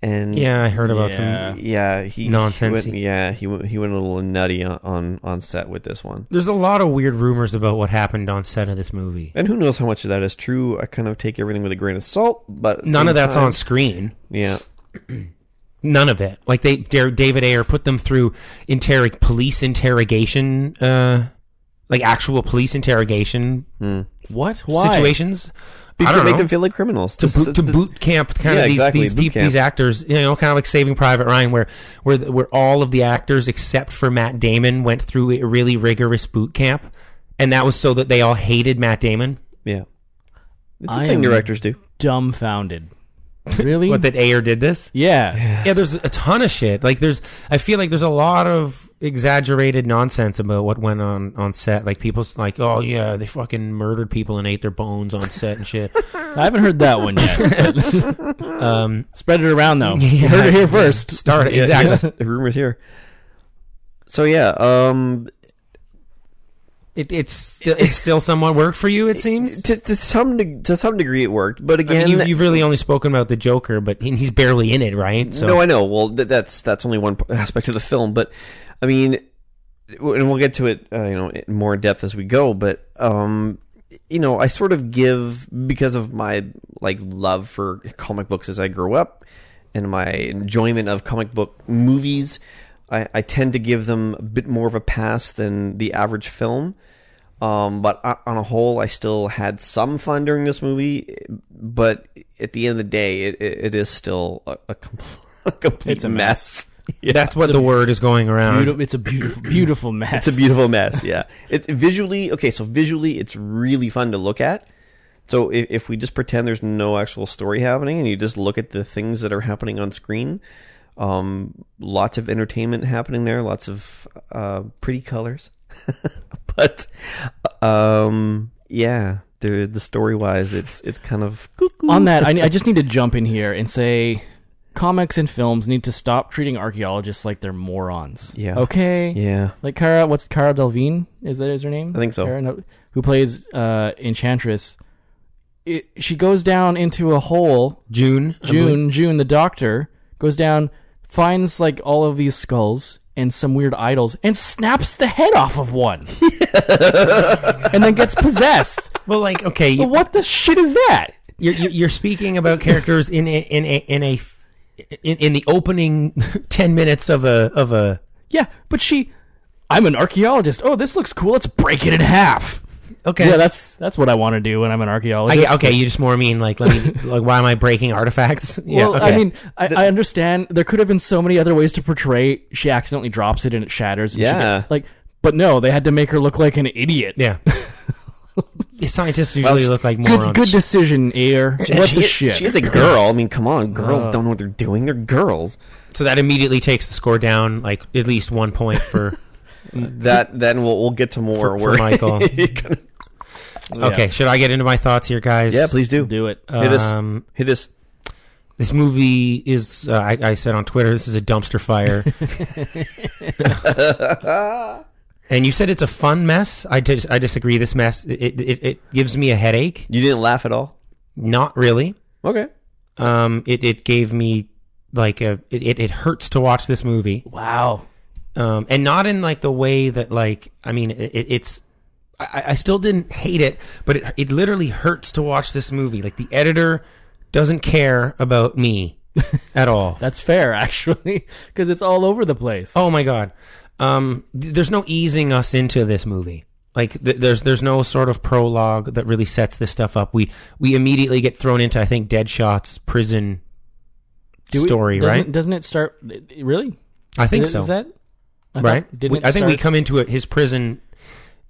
Speaker 6: And
Speaker 4: Yeah, I heard about some
Speaker 6: yeah he he
Speaker 4: nonsense.
Speaker 6: went- yeah, he went, he went a little nutty on, on on set with this one.
Speaker 4: There's a lot of weird rumors about what happened on set of this movie.
Speaker 6: And who knows how much of that is true? I kind of take everything with a grain of salt, but at the
Speaker 4: None
Speaker 6: same
Speaker 4: of that's
Speaker 6: time-
Speaker 4: on screen.
Speaker 6: Yeah.
Speaker 4: None of it. Like they, Dar- David Ayer put them through interrog police interrogation, uh, like actual police interrogation
Speaker 5: What? Why?
Speaker 4: situations. I don't
Speaker 6: make
Speaker 4: know.
Speaker 6: them feel like criminals.
Speaker 4: to
Speaker 6: This-
Speaker 4: boot, to boot camp kind
Speaker 6: Yeah,
Speaker 4: of these
Speaker 6: exactly,
Speaker 4: these
Speaker 6: boot
Speaker 4: peop-
Speaker 6: camp.
Speaker 4: these actors you know kind of like Saving Private Ryan where where the- where all of the actors except for Matt Damon went through a really rigorous boot camp and that was so that they all hated Matt Damon
Speaker 6: yeah
Speaker 4: It's a thing directors
Speaker 6: do
Speaker 5: Dumbfounded. Really?
Speaker 4: what that Ayer did this
Speaker 5: yeah
Speaker 4: yeah there's a ton of shit like there's I feel like there's a lot of exaggerated nonsense about what went on on set like people's like oh yeah they fucking murdered people and ate their bones on set and shit
Speaker 5: I haven't heard that one yet. but-
Speaker 4: um
Speaker 5: spread it around though. You heard it here first.
Speaker 4: start it
Speaker 6: Yeah,
Speaker 4: exactly
Speaker 6: yeah. The rumors here. So yeah, um,
Speaker 4: it, it's still, it's still somewhat worked for you. It seems
Speaker 6: to, to some deg- to some degree it worked, but
Speaker 4: I mean,
Speaker 6: again,
Speaker 4: you've, you've really only spoken about the Joker, but and he's barely in it, right?
Speaker 6: No, I know. Well, th- that's that's only one p- aspect of the film, but I mean, w- and we'll get to it, uh, you know, in more in depth as we go. But um, you know, I sort of give because of my like love for comic books as I grew up and my enjoyment of comic book movies. I, I tend to give them a bit more of a pass than the average film. Um, but o- on a whole, I still had some fun during this movie. But at the end of the day, it, it, it is still a, a, compl- a complete
Speaker 5: It's a
Speaker 6: mess.
Speaker 5: mess.
Speaker 6: Yeah.
Speaker 4: That's what the word is going around.
Speaker 5: Beauti- it's a beautiful, beautiful mess.
Speaker 6: It's a beautiful mess. Yeah. It visually okay. So visually, it's really fun to look at. So if, if we just pretend there's no actual story happening and you just look at the things that are happening on screen, um, lots of entertainment happening there. Lots of uh, pretty colors. but um, yeah, there, the story wise, it's it's kind of cuckoo.
Speaker 5: On that, I, I just need to jump in here and say, comics and films need to stop treating archaeologists like they're morons.
Speaker 6: Yeah.
Speaker 5: Okay.
Speaker 6: Yeah.
Speaker 5: Like Cara, what's Cara Delvine? Is that is her name?
Speaker 6: I think so.
Speaker 5: Cara, no, who plays uh, Enchantress? It, she goes down into a hole.
Speaker 4: June. I
Speaker 5: June.
Speaker 4: believe.
Speaker 5: June. The doctor goes down, finds like all of these skulls and some weird idols, and snaps the head off of one, and then gets possessed.
Speaker 4: Well, like okay, you-
Speaker 5: what the shit is that?
Speaker 4: You're, you're you're speaking about characters in a, in a, in a f- in, in the opening ten minutes of a of a
Speaker 5: Yeah, but she. I'm an archaeologist. Oh, this looks cool. Let's break it in half.
Speaker 4: okay.
Speaker 5: Yeah, that's that's what I want to do when I'm an
Speaker 4: I
Speaker 5: archaeologist.
Speaker 4: get, okay. You just more mean like let me like why am I breaking artifacts? Yeah,
Speaker 5: well,
Speaker 4: okay.
Speaker 5: I mean, I, I understand there could have been so many other ways to portray. She accidentally drops it and it shatters. And she
Speaker 6: Yeah.
Speaker 5: get- like, but no, they had to make her look like an idiot.
Speaker 4: yeah. Yeah, Scientists usually look like
Speaker 5: Good,
Speaker 4: morons.
Speaker 5: good decision, Ayer. What
Speaker 6: she,
Speaker 5: the
Speaker 6: is-
Speaker 5: shit?
Speaker 6: She is a girl. I mean, come on, girls don't know what they're doing. They're girls.
Speaker 4: So that immediately takes the score down like at least one point for
Speaker 6: That then we'll we'll get to more.
Speaker 4: for, for
Speaker 6: where-
Speaker 4: Michael.
Speaker 5: Yeah.
Speaker 4: Okay, should I get into my thoughts here, guys?
Speaker 6: Yeah, please do.
Speaker 5: do it.
Speaker 6: Hit us.
Speaker 4: Um,
Speaker 6: Hit us.
Speaker 4: This movie is, uh, I, I said on Twitter, this is a dumpster fire. and you said it's a fun mess. I dis- I disagree. This mess it, it it gives me a headache.
Speaker 6: You didn't laugh at all.
Speaker 4: Not really.
Speaker 6: Okay.
Speaker 4: Um, it it gave me like a it, it, it hurts to watch this movie.
Speaker 5: Wow.
Speaker 4: um, and not in like the way that like I mean it, it- it's I, I still didn't hate it, but it it literally hurts to watch this movie. Like the editor doesn't care about me at all.
Speaker 5: That's fair, actually, because it's all over the place.
Speaker 4: oh my god, um, th- there's no easing us into this movie. Like th- there's there's no sort of prologue that really sets this stuff up. We we immediately get thrown into I think Deadshot's prison
Speaker 5: Do we-
Speaker 4: story,
Speaker 5: doesn't-
Speaker 4: right?
Speaker 5: Doesn't it start really?
Speaker 4: I think
Speaker 5: Is-
Speaker 4: so.
Speaker 5: Is that I thought-
Speaker 4: right?
Speaker 5: Didn't
Speaker 4: We-
Speaker 5: it
Speaker 4: I think we
Speaker 5: start-
Speaker 4: come into it, his prison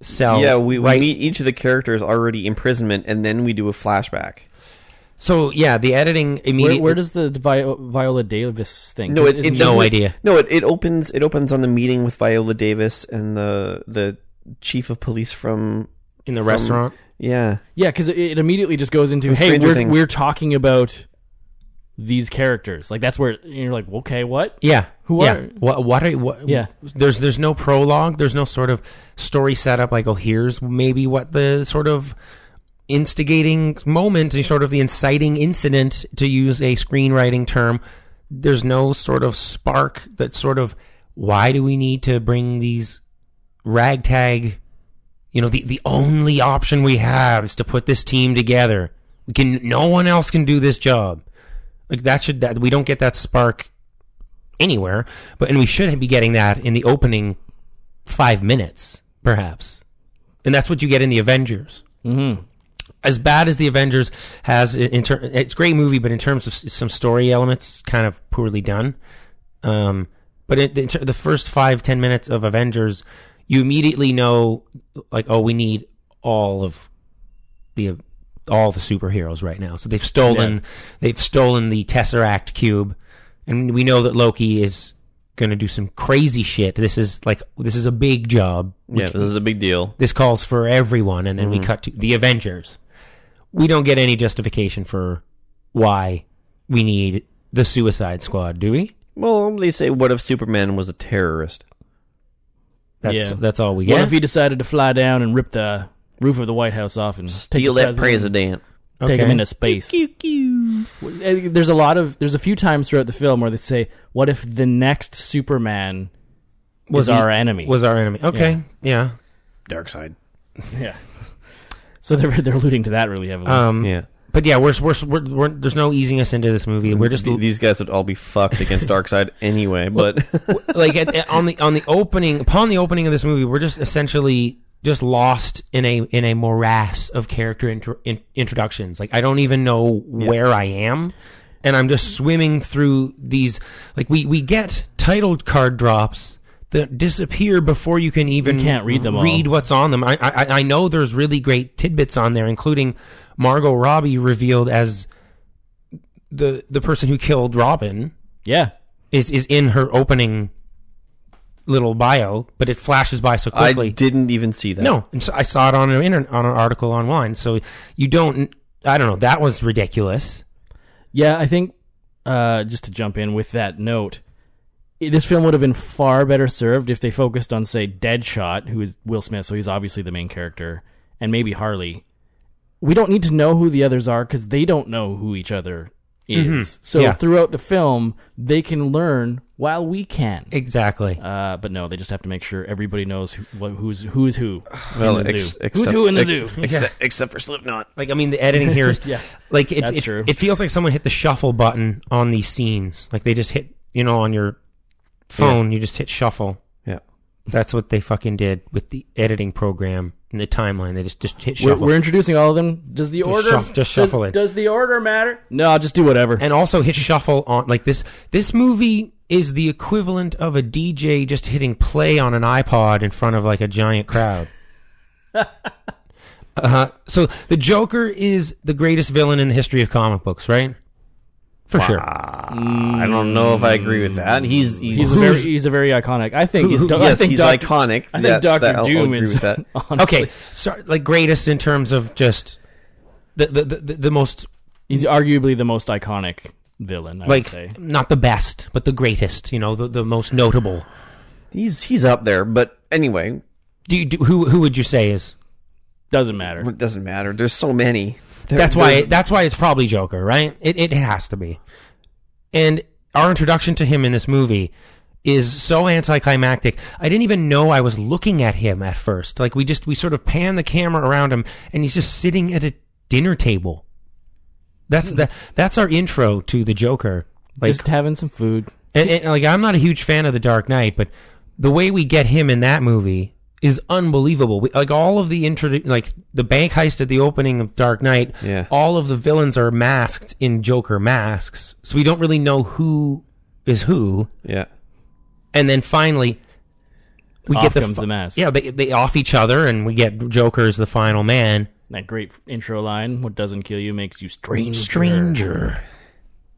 Speaker 4: cell.
Speaker 6: yeah, we,
Speaker 4: right
Speaker 6: we meet each of the characters already imprisonment, and then we do a flashback.
Speaker 4: So yeah, the editing immediately.
Speaker 5: Where, where does the Vi- Viola Davis thing?
Speaker 6: No, it, it
Speaker 5: isn't-
Speaker 4: no
Speaker 6: doesn't-
Speaker 4: idea.
Speaker 6: No, it, it opens it opens on the meeting with Viola Davis and the the chief of police from
Speaker 4: in the
Speaker 6: from-
Speaker 4: restaurant?
Speaker 6: Yeah,
Speaker 5: Yeah, because it, it immediately just goes into
Speaker 6: From
Speaker 5: hey,
Speaker 6: Stranger
Speaker 5: we're
Speaker 6: Things.
Speaker 5: we're talking about these characters. Like that's where and you're like, okay, what?
Speaker 4: Yeah.
Speaker 5: Who
Speaker 4: yeah.
Speaker 5: are-
Speaker 4: what? What are? What,
Speaker 5: Yeah.
Speaker 4: There's there's no prologue. There's no sort of story setup. Like oh, here's maybe what the sort of instigating moment and sort of the inciting incident to use a screenwriting term. There's no sort of spark that sort of why do we need to bring these ragtag you know the, the only option we have is to put this team together we can no one else can do this job like that should that we don't get that spark anywhere but and we should be getting that in the opening
Speaker 6: Mm-hmm.
Speaker 4: five minutes perhaps and that's what you get in the avengers
Speaker 5: hmm
Speaker 4: as bad as the Avengers has in ter- it's a great movie, but in terms of s- some story elements, kind of poorly done. Um, but it, in ter- the first five ten minutes of Avengers, you immediately know like oh we need all of the all the superheroes right now. So they've stolen they've stolen the Tesseract cube, and we know that Loki is going to do some crazy shit. This is like this is a big job. We
Speaker 6: Yeah,
Speaker 4: c-
Speaker 6: this is a big deal.
Speaker 4: this calls for everyone, and then we
Speaker 5: Mm-hmm.
Speaker 6: Mhm.
Speaker 4: cut to the Avengers. We don't get any justification for why we need the Suicide Squad, do we?
Speaker 6: Well, they say, what if Superman was a terrorist?
Speaker 4: That's
Speaker 5: Yeah.
Speaker 4: that's all we
Speaker 5: What
Speaker 4: get.
Speaker 5: if he decided to fly down and rip the roof of the White House off and
Speaker 6: Steal
Speaker 5: take
Speaker 6: that president.
Speaker 5: Take him
Speaker 6: Okay.
Speaker 5: into space. There's a lot of there's a few times throughout the film where they say, "What if the next Superman was
Speaker 4: he-
Speaker 5: our enemy?"
Speaker 4: Was our enemy? Okay, yeah.
Speaker 6: Dark side.
Speaker 5: Yeah. So they're they're alluding to that really heavily.
Speaker 6: Uh,
Speaker 4: Um, But yeah, we're, we're, we're, we're there's no easing us into this movie. We're just
Speaker 6: Th- these guys would all be fucked against Darkseid anyway, but
Speaker 4: like at, at- on the on the opening upon the opening of this movie, we're just essentially just lost in a in a morass of character intro, in, introductions. Like I don't even know where I am, and I'm just swimming through these. Like we we get title card drops that disappear before you can even
Speaker 5: You can't read them all.
Speaker 4: Read what's on them. I I, I know there's really great tidbits on there, including Margot Robbie revealed as the the person who killed Robin
Speaker 5: yeah.
Speaker 4: is is in her opening little bio, but it flashes by so
Speaker 6: I
Speaker 4: quickly.
Speaker 6: didn't even see that.
Speaker 4: no, and so I saw it on an internet, on an article online. So you don't, I don't know. That was ridiculous.
Speaker 5: Yeah, I think uh, just to jump in with that note, i- this film would have been far better served if they focused on, say, Deadshot, who is Will Smith, so he's obviously the main character, and maybe Harley. We don't need to know who the others are because they don't know who each other is.
Speaker 6: Mm-hmm.
Speaker 4: Mhm.
Speaker 5: So
Speaker 4: Yeah.
Speaker 5: throughout the film, they can learn while we can.
Speaker 4: Exactly.
Speaker 5: Uh, but no, they just have to make sure everybody knows who, what- who's who's who.
Speaker 6: Well,
Speaker 5: in the
Speaker 6: ex-
Speaker 5: zoo.
Speaker 6: except-
Speaker 5: who's who in the
Speaker 6: ex-
Speaker 5: zoo?
Speaker 6: except- except for Slipknot.
Speaker 4: Like I mean, the editing here is
Speaker 5: Yeah.
Speaker 4: like it,
Speaker 5: That's
Speaker 4: it,
Speaker 5: true.
Speaker 4: it feels like someone hit the shuffle button on these scenes. Like they just hit, you know, on your phone, you just hit shuffle.
Speaker 6: Yeah.
Speaker 4: That's what they fucking did with the editing program and the timeline. They just just hit
Speaker 5: We're,
Speaker 4: shuffle.
Speaker 5: we're introducing all of them. Does the
Speaker 4: Just
Speaker 5: order
Speaker 4: shuff- just
Speaker 5: does-
Speaker 4: shuffle it.
Speaker 5: Does the order matter? No, I'll just do whatever.
Speaker 4: and also hit shuffle on like this this movie is the equivalent of a DJ just hitting play on an iPod in front of like a giant crowd. uh, so the Joker is the greatest villain in the history of comic books, right? For sure.
Speaker 6: I don't know if I agree with that. He's he's,
Speaker 5: He's a very, he's a very iconic. I think he's. I
Speaker 6: yes,
Speaker 5: think
Speaker 6: he's
Speaker 5: Doc-
Speaker 6: iconic.
Speaker 5: I
Speaker 6: That-
Speaker 5: think Doctor
Speaker 6: that- I'll- I'll
Speaker 5: Doom
Speaker 6: agree
Speaker 5: is.
Speaker 6: with that.
Speaker 5: honestly-
Speaker 4: Okay, so like greatest in terms of just the the the, the, the most
Speaker 5: he's arguably the most iconic villain. I
Speaker 4: like
Speaker 5: would say.
Speaker 4: not the best, but the greatest. You know, the, the most notable.
Speaker 6: he's he's up there, but anyway,
Speaker 4: Do you do, who who would you say is?
Speaker 5: Doesn't matter.
Speaker 6: it doesn't matter. There's so many. There-
Speaker 4: That's why.
Speaker 6: there's-
Speaker 4: That's why it's probably Joker, right? It it has to be. And our introduction to him in this movie is so anticlimactic. I didn't even know I was looking at him at first. Like we just we sort of pan the camera around him, and he's just sitting at a dinner table.
Speaker 6: Hmm.
Speaker 4: That's that. That's our intro to the Joker. Like
Speaker 5: Just having some food.
Speaker 4: and, and, like I'm not a huge fan of The Dark Knight, but the way we get him in that movie is unbelievable. We, like all of the intro, like the bank heist at the opening of Dark Knight,
Speaker 6: Yeah.
Speaker 4: all of the villains are masked in Joker masks, so we don't really know who is who.
Speaker 6: Yeah.
Speaker 4: And then finally, we
Speaker 5: Off
Speaker 4: get the,
Speaker 5: comes
Speaker 4: fi-
Speaker 5: the mask.
Speaker 4: Yeah, they they off each other, and we get Joker as the final man.
Speaker 5: That great intro line: "What doesn't kill you makes you strange."
Speaker 4: Stranger.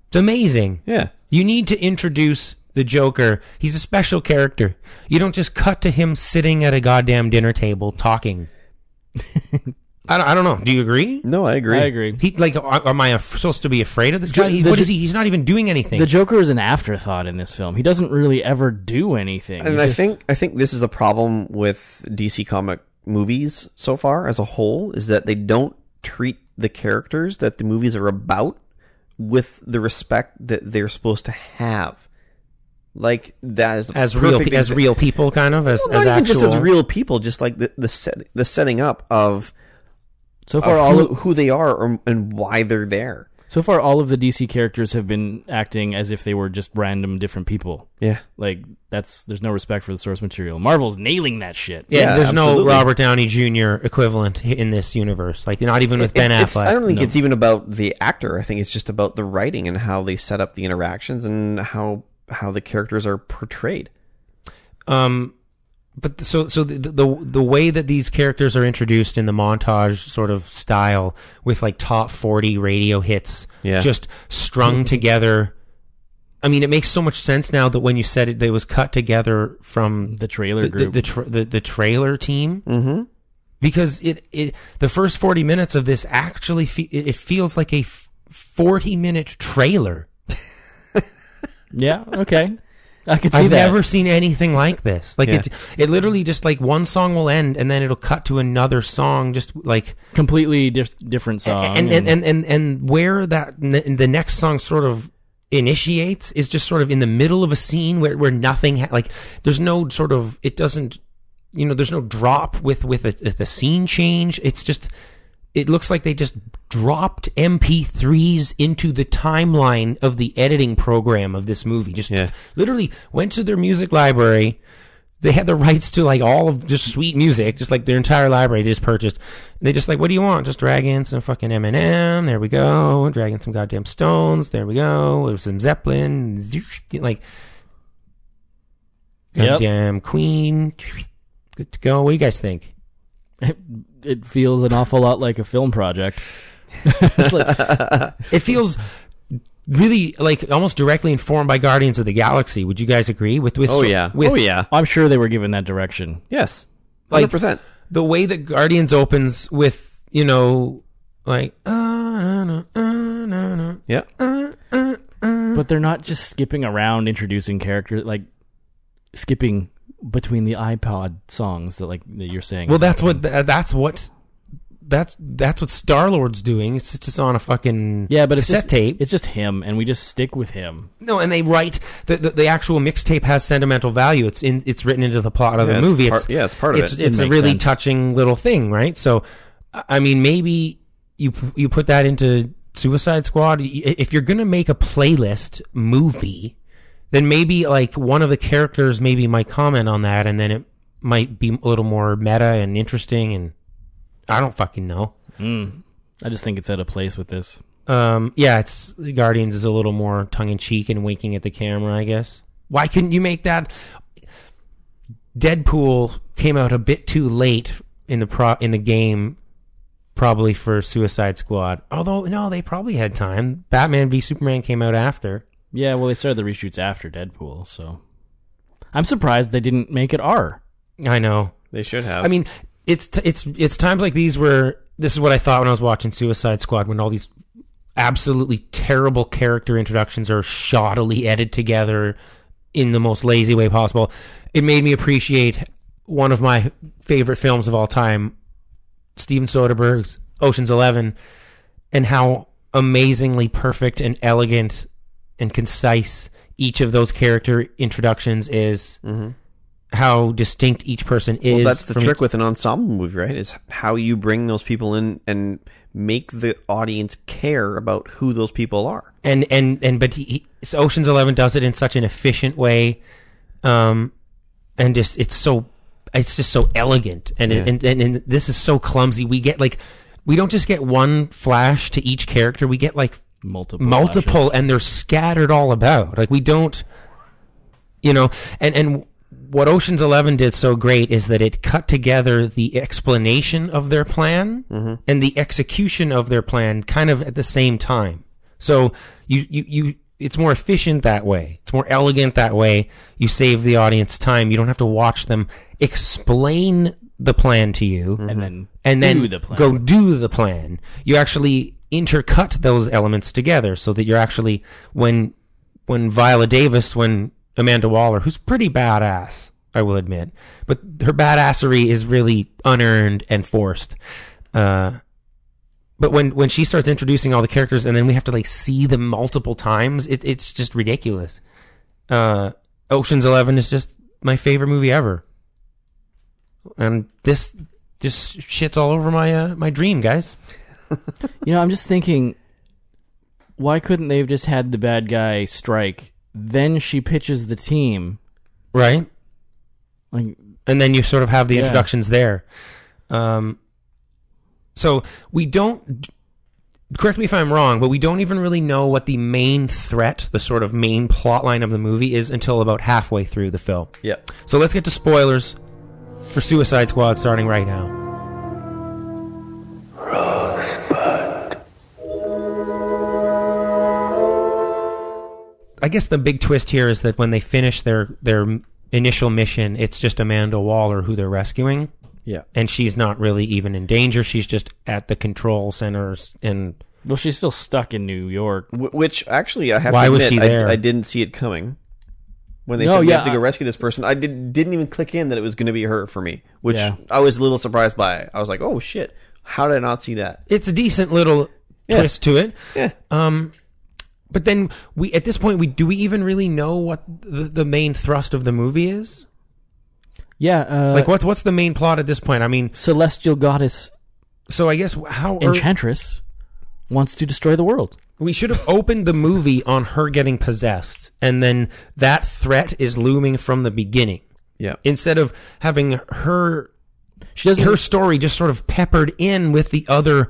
Speaker 4: It's amazing.
Speaker 6: Yeah.
Speaker 4: You need to introduce the Joker. He's a special character. You don't just cut to him sitting at a goddamn dinner table talking. I, don't, I don't know. Do you agree?
Speaker 6: No, I agree.
Speaker 5: I agree.
Speaker 4: He like, are- am I af- supposed to be afraid of this
Speaker 5: Jo-
Speaker 4: guy? He,
Speaker 5: the
Speaker 4: what
Speaker 5: Jo-
Speaker 4: is he? He's not even doing anything.
Speaker 5: The Joker is an afterthought in this film. He doesn't really ever do anything.
Speaker 6: And
Speaker 5: He's
Speaker 6: I
Speaker 5: just-
Speaker 6: think I think this is the problem with DC comic movies so far as a whole is that they don't treat the characters that the movies are about with the respect that they're supposed to have. Like that is the
Speaker 4: as real,
Speaker 6: perfect
Speaker 4: pe- as
Speaker 6: exa-
Speaker 4: real people, kind of as
Speaker 6: Well,
Speaker 4: as
Speaker 6: not even
Speaker 4: actual.
Speaker 6: just as real people, just like the the set, the setting up of
Speaker 5: so
Speaker 6: of
Speaker 5: far all
Speaker 6: who,
Speaker 5: of,
Speaker 6: who they are or, and why they're there.
Speaker 5: So far, all of the DC characters have been acting as if they were just random different people.
Speaker 6: Yeah.
Speaker 5: like that's there's no respect for the source material. Marvel's nailing that shit.
Speaker 4: Yeah, there's no Robert Downey Jr. equivalent in this universe. Like not even with
Speaker 6: It's-
Speaker 4: Ben
Speaker 6: it's-
Speaker 4: Affleck.
Speaker 6: I don't think
Speaker 4: No.
Speaker 6: it's even about the actor. I think it's just about the writing and how they set up the interactions and how how the characters are portrayed.
Speaker 4: Um, but th- so so the, the the way that these characters are introduced in the montage sort of style with like top forty radio hits,
Speaker 6: Yeah.
Speaker 4: just strung together. I mean, it makes so much sense now that when you said it, they was cut together from
Speaker 5: the trailer
Speaker 4: the,
Speaker 5: group.
Speaker 4: the, tra- the, the trailer team, mm-hmm. because it, it the first forty minutes of this actually fe- it, it feels like a f- forty minute trailer.
Speaker 5: Yeah, okay. I could see
Speaker 4: I've
Speaker 5: that.
Speaker 4: never seen anything like this. Like
Speaker 5: Yeah.
Speaker 4: it, it literally just like one song will end and then it'll cut to another song, just like
Speaker 5: completely dif- different song.
Speaker 4: And and and and, and where that n- the next song sort of initiates is just sort of in the middle of a scene where where nothing ha- like there's no sort of it doesn't you know there's no drop with with a, the scene change. It's just it looks like they just dropped MP3s into the timeline of the editing program of this movie. Just literally went to their music library. They had the rights to like all of just sweet music, just like their entire library they just purchased. They just like, what do you want? Just drag in some fucking Eminem. There we go. Drag in some goddamn Stones. There we go. It was some Zeppelin. Zoosh. Like
Speaker 5: Yep.
Speaker 4: goddamn Queen. Good to go. What do you guys think?
Speaker 5: it, it feels an awful lot like a film project.
Speaker 4: it feels really like almost directly informed by Guardians of the Galaxy. Would you guys agree with with
Speaker 6: Oh, yeah.
Speaker 4: with,
Speaker 6: Oh, yeah.
Speaker 5: I'm sure they were given that direction.
Speaker 6: Yes,
Speaker 4: like
Speaker 6: hundred percent.
Speaker 4: the way that Guardians opens with you know like uh, no, no, uh, no, no.
Speaker 6: Yeah.
Speaker 5: But they're not just skipping around introducing characters like skipping between the iPod songs that like that you're saying.
Speaker 4: Well, that's what th- that's what that's that's what Star Lord's doing. It's just on a fucking
Speaker 5: yeah, but it's
Speaker 4: cassette
Speaker 5: just,
Speaker 4: tape.
Speaker 5: It's just him, and we just stick with him.
Speaker 4: No, and they write the the, the actual mixtape has sentimental value. It's in it's written into the plot of
Speaker 6: Yeah,
Speaker 4: the
Speaker 6: it's
Speaker 4: movie.
Speaker 6: part-
Speaker 4: it's
Speaker 6: yeah, it's part of
Speaker 4: it's,
Speaker 6: it.
Speaker 4: It's
Speaker 6: It
Speaker 4: a
Speaker 6: makes
Speaker 4: really
Speaker 6: sense.
Speaker 4: touching little thing, right? So, I I mean, maybe you p- you put that into Suicide Squad. Y- If you're gonna make a playlist movie, then maybe like one of the characters maybe might comment on that, and then it might be a little more meta and interesting. And I don't fucking know.
Speaker 5: Mm. I just think it's out of place with this.
Speaker 4: Um, yeah, it's Guardians is a little more tongue in cheek and winking at the camera, I guess. Why couldn't you make that? Deadpool came out a bit too late in the pro in the game, probably for Suicide Squad. Although no, they probably had time. Batman v Superman came out after.
Speaker 5: Yeah, well, they started the reshoots after Deadpool, so I'm surprised they didn't make it R.
Speaker 4: I know.
Speaker 6: They should have.
Speaker 4: I mean, it's t- it's it's times like these where this is what I thought when I was watching Suicide Squad when all these absolutely terrible character introductions are shoddily edited together in the most lazy way possible. It made me appreciate one of my favorite films of all time, Steven Soderbergh's Ocean's 11 and how amazingly perfect and elegant and concise each of those character introductions is. How distinct each person is.
Speaker 6: Mm-hmm. well, that's the
Speaker 4: from
Speaker 6: trick with an ensemble movie, right? Is how you bring those people in and make the audience care about who those people are.
Speaker 4: and and and but he, he- so Ocean's Eleven does it in such an efficient way, um, and just it's so it's just so elegant, and
Speaker 6: Yeah.
Speaker 4: and, and and this is so clumsy. We get like we don't just get one flash to each character. We get like
Speaker 5: multiple,
Speaker 4: multiple, and they're scattered all about. Like we don't, you know, and and. What Ocean's Eleven did so great is that it cut together the explanation of their plan and the execution of their plan kind of at the same time. So you, you, you, it's more efficient that way. It's more elegant that way. You save the audience time. You don't have to watch them explain the plan to you
Speaker 5: And then
Speaker 4: Mm-hmm. and then
Speaker 5: do the plan.
Speaker 4: go do the plan. You actually intercut those elements together so that you're actually when when Viola Davis, when Amanda Waller, who's pretty badass, I will admit, but her badassery is really unearned and forced. Uh, but when when she starts introducing all the characters and then we have to like see them multiple times, it, it's just ridiculous. Uh, Ocean's Eleven is just my favorite movie ever, and this just shits all over my uh, my dream, guys.
Speaker 5: You know, I'm just thinking why couldn't they have just had the bad guy strike? Then she pitches the team.
Speaker 4: right?
Speaker 5: Like,
Speaker 4: and then you sort of have the
Speaker 5: Yeah.
Speaker 4: introductions there. Um, so we don't. Correct me if I'm wrong, but we don't even really know what the main threat, the sort of main plot line of the movie, is until about halfway through the film.
Speaker 6: Yep.
Speaker 4: So let's get to spoilers for Suicide Squad starting right now. I guess the big twist here is that when they finish their their initial mission, it's just Amanda Waller who they're rescuing.
Speaker 6: Yeah.
Speaker 4: and she's not really even in danger. She's just at the control centers and
Speaker 5: well, she's still stuck in New York.
Speaker 6: Wh- Which actually, I have
Speaker 4: Why
Speaker 6: to
Speaker 4: was
Speaker 6: admit,
Speaker 4: she there?
Speaker 6: I, I didn't see it coming. When they
Speaker 5: No,
Speaker 6: said we
Speaker 5: yeah,
Speaker 6: have to go
Speaker 5: I-
Speaker 6: rescue this person, I did, didn't even click in that it was going to be her for me, which
Speaker 5: Yeah.
Speaker 6: I was a little surprised by. I was like, oh shit, how did I not see that?
Speaker 4: it's a decent little
Speaker 6: Yeah.
Speaker 4: twist to it.
Speaker 6: Yeah.
Speaker 4: Um, but then we at this point we do we even really know what the, the main thrust of the movie is?
Speaker 5: Yeah, uh,
Speaker 4: like what's what's the main plot at this point? I mean,
Speaker 5: celestial goddess
Speaker 4: so I guess how are-
Speaker 5: enchantress wants to destroy the world.
Speaker 4: we should have opened the movie on her getting possessed, and then that threat is looming from the beginning.
Speaker 6: Yeah.
Speaker 4: Instead of having her
Speaker 5: She doesn't.
Speaker 4: her story just sort of peppered in with the other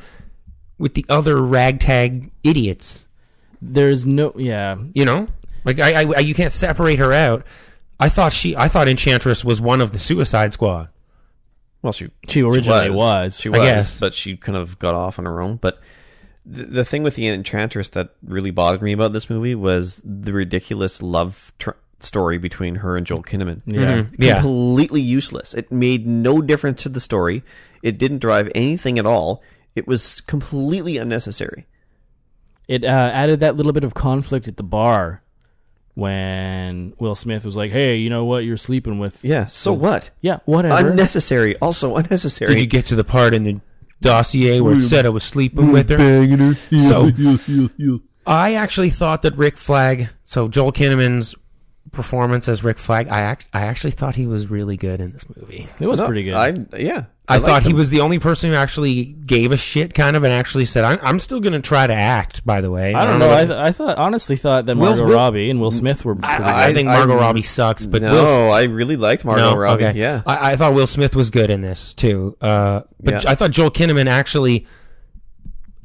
Speaker 4: with the other ragtag idiots.
Speaker 5: There's no. Yeah.
Speaker 4: You know, like I, I, I you can't separate her out. I thought she, I thought Enchantress was one of the Suicide Squad.
Speaker 6: Well, she
Speaker 5: She originally was.
Speaker 6: She
Speaker 4: I
Speaker 6: was,
Speaker 4: guess.
Speaker 6: but she kind of got off on her own. But the, the thing with the Enchantress that really bothered me about this movie was the ridiculous love tr- story between her and Joel Kinnaman.
Speaker 5: Yeah. Mhm.
Speaker 4: Mm-hmm. Yeah.
Speaker 6: completely useless. It made no difference to the story. It didn't drive anything at all. It was completely unnecessary.
Speaker 5: It uh, added that little bit of conflict at the bar when Will Smith was like, "Hey, you know what? You're sleeping with."
Speaker 6: Yeah. So what?
Speaker 5: Yeah. Whatever.
Speaker 6: Unnecessary. Also unnecessary.
Speaker 4: Did you get to the part in the dossier where it said I was sleeping with her? So I actually thought that Rick Flag, so Joel Kinnaman's performance as Rick Flag, I act, I actually thought he was really good in this movie.
Speaker 5: it was
Speaker 6: No,
Speaker 5: pretty good.
Speaker 6: I yeah.
Speaker 4: I,
Speaker 6: liked
Speaker 4: thought he
Speaker 6: him.
Speaker 4: was the only person who actually gave a shit, kind of, and actually said, "I'm, I'm still going to try to act." By the way,
Speaker 5: I don't know. I,
Speaker 4: about-
Speaker 5: th- I thought honestly thought that
Speaker 4: Will's-
Speaker 5: Margot
Speaker 4: Will-
Speaker 5: Robbie and Will Smith were. Pretty
Speaker 4: I, think Margot Robbie sucks, but Uh,
Speaker 6: no,
Speaker 4: Will Smith-
Speaker 6: I really liked Margot
Speaker 4: no,
Speaker 6: Robbie.
Speaker 4: Okay.
Speaker 6: Yeah.
Speaker 4: I, I thought Will Smith was good in this too. Uh, but
Speaker 6: Yeah.
Speaker 4: I thought Joel Kinnaman actually.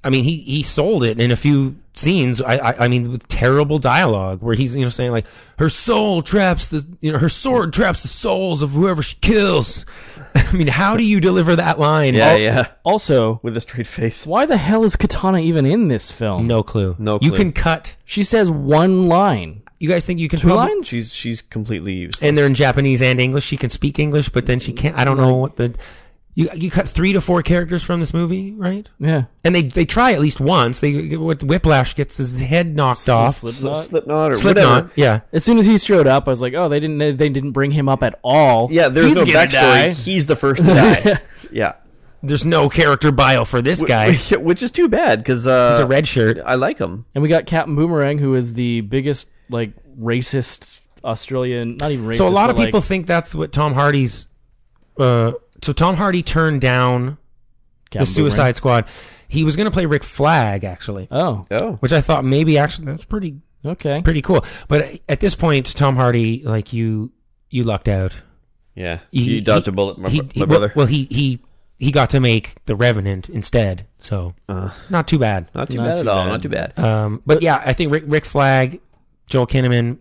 Speaker 4: I mean, he he sold it in a few scenes. I, I I mean, with terrible dialogue where he's you know saying like her soul traps the you know her sword traps the souls of whoever she kills. I mean, how do you deliver that line? Oh,
Speaker 6: yeah,
Speaker 4: All-
Speaker 6: yeah.
Speaker 5: also,
Speaker 6: With a straight face.
Speaker 5: why the hell is Katana even in this film?
Speaker 4: No clue.
Speaker 6: No
Speaker 4: You
Speaker 6: clue.
Speaker 4: can cut.
Speaker 5: She says one line.
Speaker 4: You guys think you can
Speaker 5: Two
Speaker 4: probably-
Speaker 5: lines.
Speaker 6: She's she's completely useless.
Speaker 4: and they're in Japanese and English. She can speak English, but then she can't. I don't know what the you you cut three to four characters from this movie, right?
Speaker 5: Yeah.
Speaker 4: And they they try at least once. They what Whiplash gets his head knocked off.
Speaker 5: Slipknot.
Speaker 6: Slipknot or
Speaker 4: Slipknot,
Speaker 6: whatever.
Speaker 4: yeah.
Speaker 5: As soon as he showed up, I was like, "Oh, they didn't. They didn't bring him up at all."
Speaker 6: Yeah, there's
Speaker 5: He's
Speaker 6: no
Speaker 5: gonna
Speaker 6: backstory.
Speaker 5: die.
Speaker 6: He's the first to die. yeah.
Speaker 4: There's no character bio for this guy. He's
Speaker 6: Which is too bad because uh,
Speaker 4: a red shirt.
Speaker 6: I like him.
Speaker 5: And we got Captain Boomerang, who is the biggest like racist Australian, not even racist.
Speaker 4: So a lot
Speaker 5: but,
Speaker 4: of people
Speaker 5: like,
Speaker 4: think that's what Tom Hardy's. Uh, so Tom Hardy turned down the
Speaker 5: Captain
Speaker 4: Suicide Squad. He was going to play Rick Flag actually,
Speaker 5: Boomerang.
Speaker 6: Oh,
Speaker 4: which I thought maybe actually that's pretty
Speaker 5: Oh, okay.
Speaker 4: pretty cool. But at this point, Tom Hardy, like you, you lucked out.
Speaker 6: yeah.
Speaker 4: He-
Speaker 6: you dodged
Speaker 4: he-
Speaker 6: a bullet, my,
Speaker 4: he-
Speaker 6: bro-
Speaker 4: he-
Speaker 6: my
Speaker 4: well-
Speaker 6: brother.
Speaker 4: Well, he he he got to make the Revenant instead, so
Speaker 6: Uh.
Speaker 4: not too bad.
Speaker 6: not too
Speaker 5: not
Speaker 6: bad
Speaker 5: too
Speaker 6: at all.
Speaker 5: bad.
Speaker 6: Not too bad.
Speaker 4: Um, but yeah, I think Rick, Rick Flag, Joel Kinnaman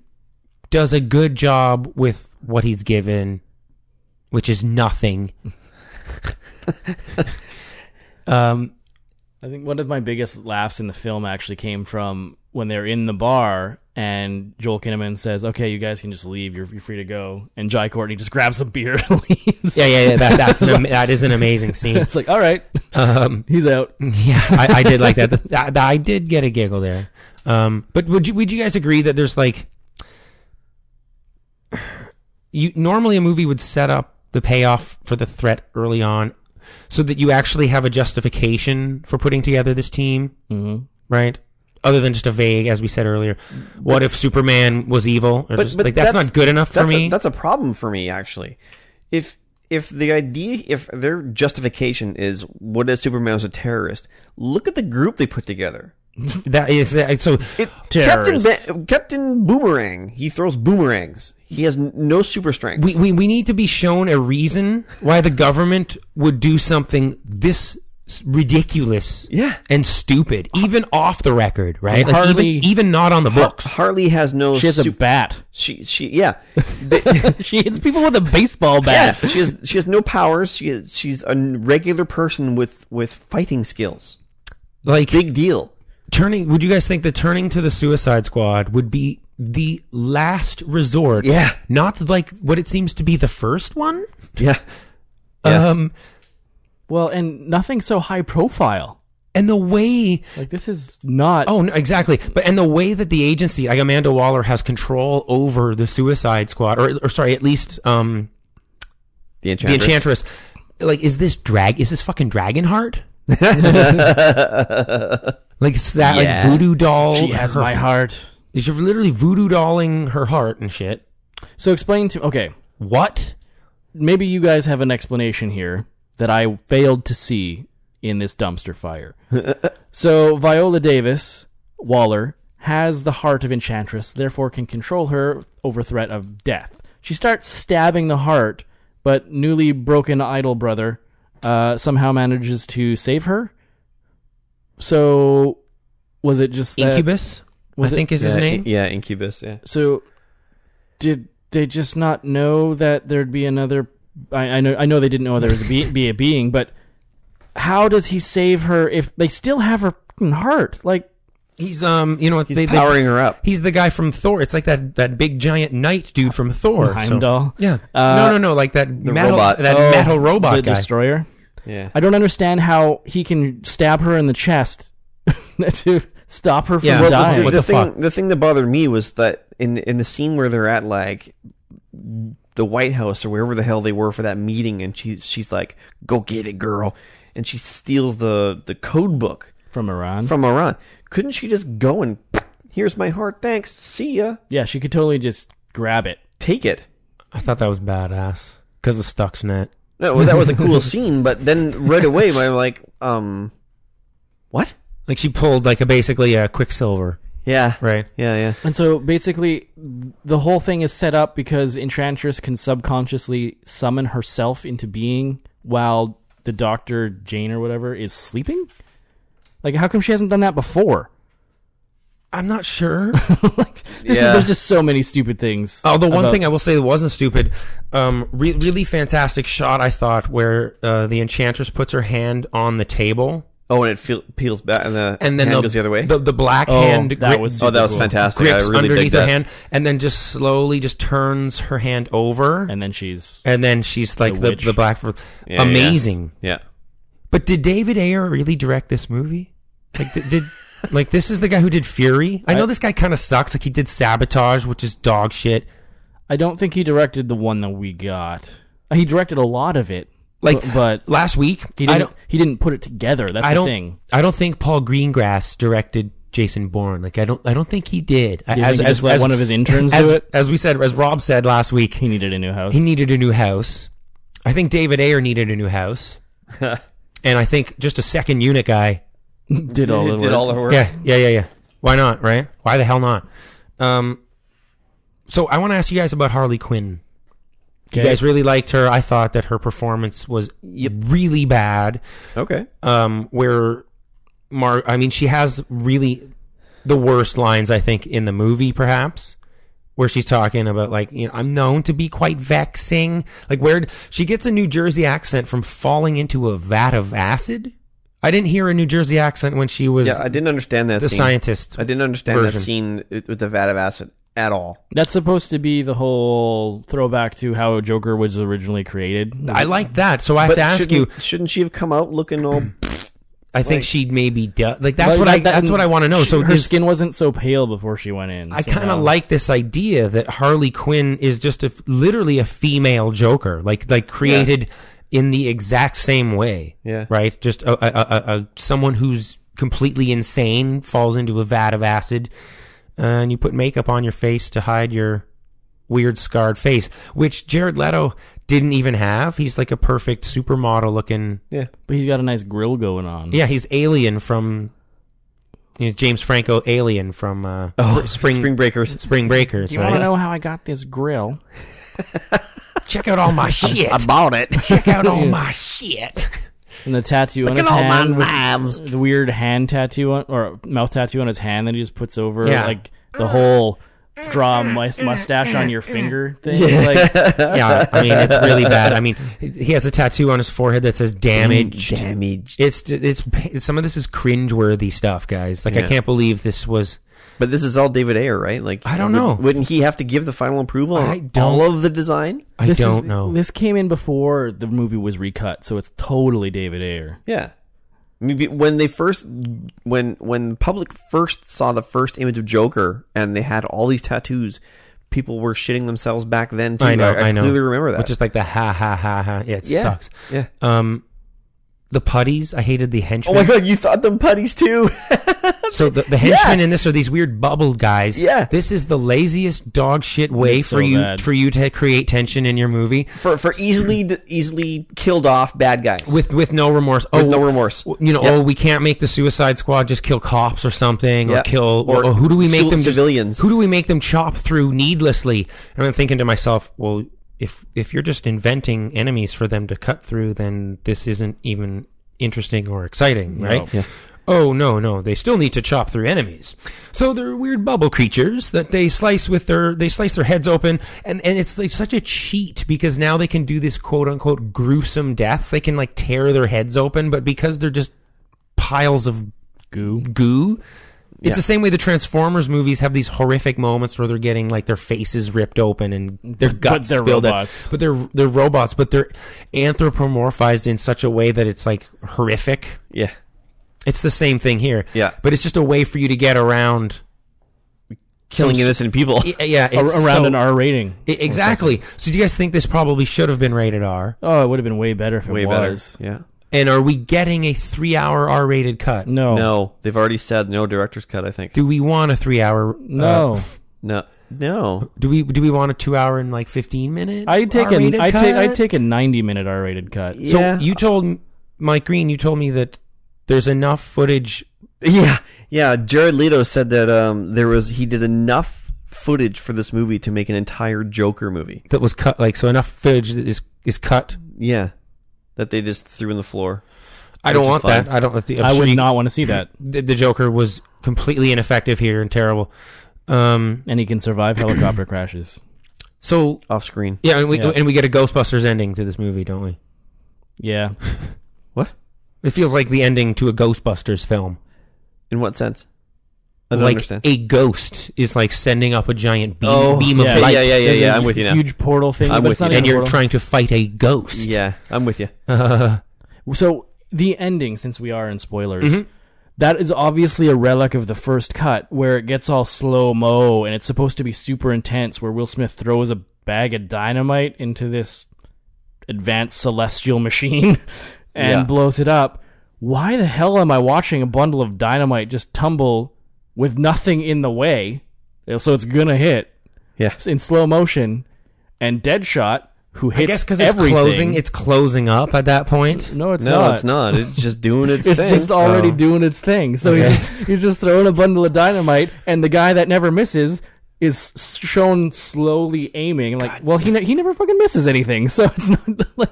Speaker 4: does a good job with what he's given, which is nothing. um,
Speaker 5: I think one of my biggest laughs in the film actually came from when they're in the bar and Joel Kinnaman says, "Okay, you guys can just leave. You're, you're free to go." And Jai Courtney just grabs a beer and leaves.
Speaker 4: yeah, yeah, yeah that, that's an, am- that is an amazing scene.
Speaker 5: It's like, all right,
Speaker 4: Um,
Speaker 5: he's out.
Speaker 4: Yeah, I, I did like that. Th- I, I did get a giggle there. Um, but would you would you guys agree that there's like you normally a movie would set up the payoff for the threat early on, so that you actually have a justification for putting together this team,
Speaker 6: Mm-hmm.
Speaker 5: hmm
Speaker 4: right? Other than just a vague, as we said earlier, what if Superman was evil? Or just, like that's, not good enough for
Speaker 6: that's a-
Speaker 4: me.
Speaker 6: that's a problem for me actually. If if the idea, if their justification is what if Superman was a terrorist? Look at the group they put together.
Speaker 4: That is uh, so.
Speaker 6: Captain Ba- Captain Boomerang. He throws boomerangs. He has n- no super strength.
Speaker 4: we, we we need to be shown a reason why the government would do something this ridiculous,
Speaker 6: yeah.
Speaker 4: and stupid, even off the record, right?
Speaker 6: And
Speaker 4: Like,
Speaker 6: Harley-
Speaker 4: even even not on the books.
Speaker 6: Harley has no.
Speaker 4: She has a
Speaker 5: bat.
Speaker 6: She she yeah.
Speaker 5: she hits people with a baseball bat.
Speaker 6: Yeah, she has she has no powers. She is, she's a regular person with with fighting skills.
Speaker 4: like
Speaker 6: big deal.
Speaker 4: Turning, would you guys think that turning to the Suicide Squad would be the last resort?
Speaker 6: Yeah.
Speaker 4: not like what it seems to be the first one.
Speaker 6: Yeah.
Speaker 4: Um.
Speaker 5: Well, and nothing so high profile.
Speaker 4: And the way
Speaker 5: like this is not
Speaker 4: Oh, no, exactly. But and the way that the agency, like Amanda Waller, has control over the Suicide Squad, or or sorry, at least um
Speaker 6: The
Speaker 4: the Enchantress. Like, is this drag? Is this fucking Dragonheart? like it's that
Speaker 5: Yeah.
Speaker 4: like voodoo doll.
Speaker 5: She has my heart.
Speaker 4: Is you're literally voodoo dolling her heart and shit.
Speaker 5: So explain to okay.
Speaker 4: What?
Speaker 5: Maybe you guys have an explanation here that I failed to see in this dumpster fire. so Viola Davis Waller has the heart of Enchantress, therefore can control her over threat of death. She starts stabbing the heart, but newly broken idol brother uh, somehow manages to save her. So was it just that-
Speaker 4: Incubus? I think is his
Speaker 6: Yeah,
Speaker 4: name.
Speaker 6: in- yeah, Incubus. Yeah.
Speaker 5: So, did they just not know that there'd be another? I, I know, I know they didn't know there was a be, be a being, but how does he save her if they still have her fucking heart? Like
Speaker 4: He's um, you know what?
Speaker 5: He's powering
Speaker 6: her up.
Speaker 4: He's the guy from Thor. It's like that that big giant knight dude from Thor. so-
Speaker 5: Heimdall.
Speaker 4: yeah.
Speaker 5: Uh,
Speaker 4: no, no, no. Like that metal, that
Speaker 5: Oh,
Speaker 4: metal robot
Speaker 5: the
Speaker 4: guy.
Speaker 5: destroyer.
Speaker 6: Yeah.
Speaker 5: I don't understand how he can stab her in the chest to stop her from
Speaker 6: Well, the-
Speaker 5: dying.
Speaker 6: The, the thing, the thing that bothered me was that in in the scene where they're at like the White House or wherever the hell they were for that meeting, and she's she's like, "Go get it, girl," and she steals the the code book
Speaker 5: from Iran.
Speaker 6: From Iran, couldn't she just go and here's my heart, thanks, see ya,
Speaker 5: Yeah, she could totally just grab it.
Speaker 6: take it.
Speaker 4: I thought that was badass because of Stuxnet.
Speaker 6: No, well, that was a cool scene, but then right away, I'm like, um, what?
Speaker 4: Like she pulled like a basically a Quicksilver.
Speaker 6: Yeah.
Speaker 4: Right.
Speaker 6: Yeah, yeah.
Speaker 5: And so basically, the whole thing is set up because Enchantress can subconsciously summon herself into being while the Doctor Jane or whatever is sleeping. Like, how come she hasn't done that before?
Speaker 4: I'm not sure.
Speaker 5: This
Speaker 4: Yeah.
Speaker 5: is, there's just so many stupid things.
Speaker 4: Although one
Speaker 5: about-
Speaker 4: thing I will say that wasn't stupid, um, re- really fantastic shot I thought where uh, the Enchantress puts her hand on the table
Speaker 6: Oh, and it feel, peels back, and the
Speaker 4: and then
Speaker 6: hand
Speaker 4: the,
Speaker 6: goes the other way.
Speaker 4: The, the black
Speaker 6: Oh,
Speaker 4: hand.
Speaker 6: that was Oh, that super was cool. fantastic. I
Speaker 4: Grips
Speaker 6: really dig
Speaker 4: underneath her
Speaker 6: that.
Speaker 4: hand, and then just slowly just turns her hand over,
Speaker 5: and then she's
Speaker 4: and then she's like the,
Speaker 5: witch.
Speaker 4: the black.
Speaker 6: Yeah,
Speaker 4: amazing.
Speaker 6: Yeah.
Speaker 4: But did David Ayer really direct this movie? Like did. did Like this is the guy who did Fury. I know
Speaker 5: I-
Speaker 4: this guy kind of sucks. Like he did Sabotage, which is dog shit.
Speaker 5: I don't think he directed the one that we got. Uh, He directed a lot of it.
Speaker 4: Like,
Speaker 5: bu- but
Speaker 4: last week,
Speaker 5: he
Speaker 4: I
Speaker 5: didn't.
Speaker 4: don't-
Speaker 5: he didn't put it together. That's
Speaker 4: I
Speaker 5: the
Speaker 4: don't.
Speaker 5: thing.
Speaker 4: I don't think Paul Greengrass directed Jason Bourne. Like I don't. I don't think he did.
Speaker 5: Do you think he just let one of his interns do
Speaker 4: as,
Speaker 5: it?
Speaker 4: As we said, as Rob said last week,
Speaker 5: He needed a new house.
Speaker 4: he needed a new house. I think David Ayer needed a new house, and I think just a second unit guy.
Speaker 5: did all the
Speaker 6: Did
Speaker 5: work.
Speaker 6: all the work.
Speaker 4: Yeah, yeah, yeah, yeah. Why not? Right? Why the hell not? Um. So I want to ask you guys about Harley Quinn. You
Speaker 5: Okay.
Speaker 4: guys really liked her. I thought that her performance was really bad.
Speaker 6: Okay.
Speaker 4: um, where Mar I mean, she has really the worst lines I think in the movie, perhaps, where she's talking about like, you know, I'm known to be quite vexing. Like, where she gets a New Jersey accent from falling into a vat of acid. I didn't hear a New Jersey accent when she was.
Speaker 6: Yeah, I didn't understand that.
Speaker 4: the
Speaker 6: scene.
Speaker 4: scientist
Speaker 6: I didn't understand
Speaker 4: version.
Speaker 6: that scene with the vat of acid at all.
Speaker 5: That's supposed to be the whole throwback to how Joker was originally created.
Speaker 4: I like that, so I have
Speaker 6: But
Speaker 4: to ask you.
Speaker 6: shouldn't- shouldn't she have come out looking all?
Speaker 4: I think
Speaker 6: like-
Speaker 4: she maybe does. Like that's
Speaker 5: Well,
Speaker 4: what
Speaker 5: that-
Speaker 4: I.
Speaker 5: that-
Speaker 4: that's what I want to know. So
Speaker 5: her
Speaker 4: is-
Speaker 5: skin wasn't so pale before she went in.
Speaker 4: I
Speaker 5: so
Speaker 4: kind
Speaker 5: now-
Speaker 4: of like this idea that Harley Quinn is just a, literally a female Joker, like like created in the exact same way.
Speaker 6: Yeah.
Speaker 4: right. Just a, a, a, a someone who's completely insane falls into a vat of acid, uh, and you put makeup on your face to hide your weird scarred face, which Jared Leto didn't even have. He's like a perfect supermodel looking.
Speaker 6: yeah.
Speaker 5: but he's got a nice grill going on.
Speaker 4: Yeah, he's alien from you know, James Franco alien from uh,
Speaker 6: Oh,
Speaker 4: Spr-
Speaker 6: Spring Breakers.
Speaker 4: Spring Breakers.
Speaker 5: You
Speaker 4: right?
Speaker 5: want to know how I got this grill?
Speaker 4: Check out all my shit.
Speaker 6: I bought it.
Speaker 4: Check out all
Speaker 5: Yeah.
Speaker 4: my shit.
Speaker 5: And the tattoo
Speaker 4: Look
Speaker 5: on
Speaker 4: at
Speaker 5: his
Speaker 4: all my
Speaker 5: hand, with the weird hand tattoo on, or mouth tattoo on his hand that he just puts over,
Speaker 4: Yeah.
Speaker 5: like the whole draw a mus- mustache on your finger thing.
Speaker 4: Yeah.
Speaker 5: Like,
Speaker 4: I mean it's really bad. I mean, he has a tattoo on his forehead that says "damaged."
Speaker 6: Damaged.
Speaker 4: It's it's some of this is cringeworthy stuff, guys. Like I
Speaker 6: Yeah.
Speaker 4: can't believe this was.
Speaker 6: But this is all David Ayer, right? Like I
Speaker 4: don't know.
Speaker 6: Wouldn't he have to give the final approval
Speaker 4: I
Speaker 6: on
Speaker 4: don't-
Speaker 6: all of the design?
Speaker 4: I
Speaker 5: this is-
Speaker 4: don't know.
Speaker 5: This came in before the movie was recut, so it's totally David Ayer.
Speaker 6: Yeah. I mean, be- when they first, when when the public first saw the first image of Joker, and they had all these tattoos, people were shitting themselves back then too.
Speaker 4: I know. I,
Speaker 6: I,
Speaker 4: know.
Speaker 6: clearly remember that.
Speaker 4: But just like the ha ha ha ha. Yeah, it
Speaker 6: Yeah.
Speaker 4: sucks.
Speaker 6: Yeah.
Speaker 4: Um, the putties. I hated the
Speaker 6: oh
Speaker 4: henchmen.
Speaker 6: my god, you thought them putties too?
Speaker 4: So the, the henchmen in this are these weird bubble guys. Yeah. This is the laziest dog shit way
Speaker 5: It's
Speaker 4: for
Speaker 5: so
Speaker 4: you
Speaker 5: bad.
Speaker 4: for you to create tension in your movie
Speaker 6: for for easily easily killed off bad guys
Speaker 4: with with no remorse. Oh,
Speaker 6: no remorse.
Speaker 4: You know,
Speaker 6: Yeah.
Speaker 4: oh, we can't make the Suicide Squad just kill cops or something,
Speaker 6: Yeah.
Speaker 4: or kill
Speaker 6: Or
Speaker 4: or, who do we make
Speaker 6: civ-
Speaker 4: them just-
Speaker 6: civilians.
Speaker 4: who do we make them chop through needlessly? And I'm thinking to myself, well, if if you're just inventing enemies for them to cut through, then this isn't even interesting or exciting, right?
Speaker 5: Yeah.
Speaker 4: Oh no, no, they still need to chop through enemies. So they're weird bubble creatures that they slice with their they slice their heads open and, and it's like such a cheat because now they can do this quote unquote gruesome deaths. They can like tear their heads open, but because they're just piles of
Speaker 5: Goo.
Speaker 4: goo. It's
Speaker 6: Yeah.
Speaker 4: the same way the Transformers movies have these horrific moments where they're getting like their faces ripped open and their
Speaker 5: But- but
Speaker 4: guts
Speaker 5: they're
Speaker 4: spilled out.
Speaker 5: robots.
Speaker 4: But they're they're robots, but they're anthropomorphized in such a way that it's like horrific.
Speaker 6: yeah.
Speaker 4: It's the same thing here.
Speaker 6: Yeah.
Speaker 4: But it's just a way for you to get around
Speaker 6: Killing
Speaker 4: some-
Speaker 6: innocent people.
Speaker 4: Y- uh, Yeah,
Speaker 5: Ar-
Speaker 4: it's
Speaker 5: around
Speaker 4: so-
Speaker 5: an R rating.
Speaker 4: I- E, Exactly. So do you guys think this probably should have been rated R?
Speaker 5: Oh, it would have been way better if it
Speaker 6: Way better.
Speaker 5: was.
Speaker 6: Yeah.
Speaker 4: And are we getting a 3-hour R-rated cut?
Speaker 5: No, no,
Speaker 6: No, they've already said no director's cut. I think.
Speaker 4: Do we want a 3-hour
Speaker 6: Uh, No. No.
Speaker 4: Do we do we want a 2-hour and like 15 minute?
Speaker 5: I'd take
Speaker 4: R-rated
Speaker 5: a, I'd
Speaker 4: cut?
Speaker 5: take, I'd take a ninety-minute R-rated cut.
Speaker 4: So
Speaker 6: Yeah.
Speaker 4: you told Mike Green, you told me that there's enough footage.
Speaker 6: Yeah, yeah. Jared Leto said that um, there was he did enough footage for this movie to make an entire Joker movie.
Speaker 4: That was cut, like so. Enough footage that is is cut.
Speaker 6: Yeah, that they just threw in the floor.
Speaker 4: I don't
Speaker 6: Which is
Speaker 4: want
Speaker 6: fine.
Speaker 4: that. I don't. I'm
Speaker 5: I
Speaker 4: sure
Speaker 5: would
Speaker 4: you-
Speaker 5: not want to see that.
Speaker 4: The, the Joker was completely ineffective here and terrible. Um.
Speaker 5: And he can survive helicopter crashes.
Speaker 4: So
Speaker 6: Off screen.
Speaker 4: yeah, and we
Speaker 5: Yeah.
Speaker 4: and we get a Ghostbusters ending to this movie, don't we?
Speaker 5: Yeah,
Speaker 6: What?
Speaker 4: It feels like the ending to a Ghostbusters film.
Speaker 6: In what sense? I don't
Speaker 4: like
Speaker 6: understand.
Speaker 4: a ghost is like sending up a giant beam,
Speaker 6: Oh,
Speaker 4: beam
Speaker 5: yeah,
Speaker 4: of light,
Speaker 6: yeah, yeah, yeah,
Speaker 5: There's a
Speaker 6: yeah. I'm with you now.
Speaker 5: Huge portal thing,
Speaker 6: I'm
Speaker 5: but
Speaker 6: with
Speaker 5: it's not
Speaker 6: you.
Speaker 5: even
Speaker 4: and
Speaker 5: a
Speaker 4: you're
Speaker 5: portal.
Speaker 4: trying to fight a ghost.
Speaker 6: Yeah, I'm with you.
Speaker 5: So the ending, since we are in spoilers,
Speaker 6: Mm-hmm.
Speaker 5: that is obviously a relic of the first cut, where it gets all slow mo and it's supposed to be super intense. Where Will Smith throws a bag of dynamite into this advanced celestial machine and
Speaker 6: Yeah.
Speaker 5: blows it up. Why the hell am I watching a bundle of dynamite just tumble with nothing in the way? Uh, So it's gonna hit
Speaker 6: Yeah.
Speaker 5: in slow motion, and Deadshot, who hits
Speaker 4: I guess because it's
Speaker 5: everything.
Speaker 4: closing, it's closing up at that point.
Speaker 5: no, it's
Speaker 6: No,
Speaker 5: not.
Speaker 6: it's not. It's just doing its,
Speaker 5: It's
Speaker 6: thing.
Speaker 5: just already
Speaker 4: Oh.
Speaker 5: doing its thing. So he's, he's just throwing a bundle of dynamite, and the guy that never misses is s- shown slowly aiming. Like, well, he ne- he never fucking misses anything. So it's not like,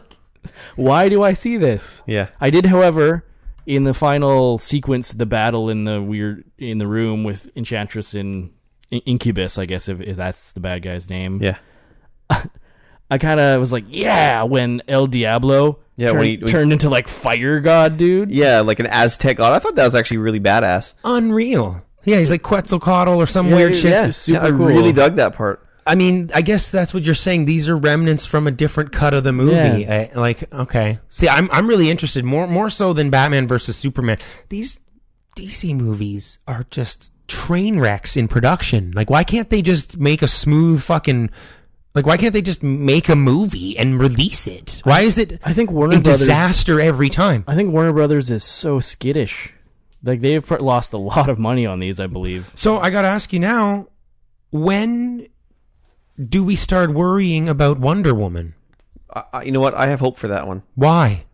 Speaker 5: why do I see this?
Speaker 6: Yeah.
Speaker 5: I did, however, in the final sequence, the battle in the weird in the room with Enchantress and In- Incubus, I guess if, if that's the bad guy's name.
Speaker 6: Yeah.
Speaker 5: I kind of was like, yeah, when El Diablo
Speaker 6: Yeah,
Speaker 5: turned,
Speaker 6: when he- when he-
Speaker 5: turned into like fire god dude.
Speaker 6: Yeah, like an Aztec god. I thought that was actually really badass.
Speaker 4: unreal. Yeah, he's like Quetzalcoatl or some weird
Speaker 5: yeah,
Speaker 4: shit.
Speaker 5: yeah. Super
Speaker 6: I
Speaker 5: cool.
Speaker 6: really dug that part.
Speaker 4: I mean, I guess that's what you're saying. These are remnants from a different cut of the movie.
Speaker 5: Yeah.
Speaker 4: I- like, okay, see, I'm I'm really interested more more so than Batman versus Superman. These DC movies are just train wrecks in production. Like, why can't they just make a smooth fucking like Why can't they just make a movie and release it? Why is it
Speaker 5: I think Warner
Speaker 4: a
Speaker 5: Brothers-
Speaker 4: disaster every time?
Speaker 5: I think Warner Brothers is so skittish. Like they've pr- lost a lot of money on these, I believe.
Speaker 4: So I got to ask you now, when do we start worrying about Wonder Woman?
Speaker 6: I, I, you know what? I have hope for that one
Speaker 4: Why?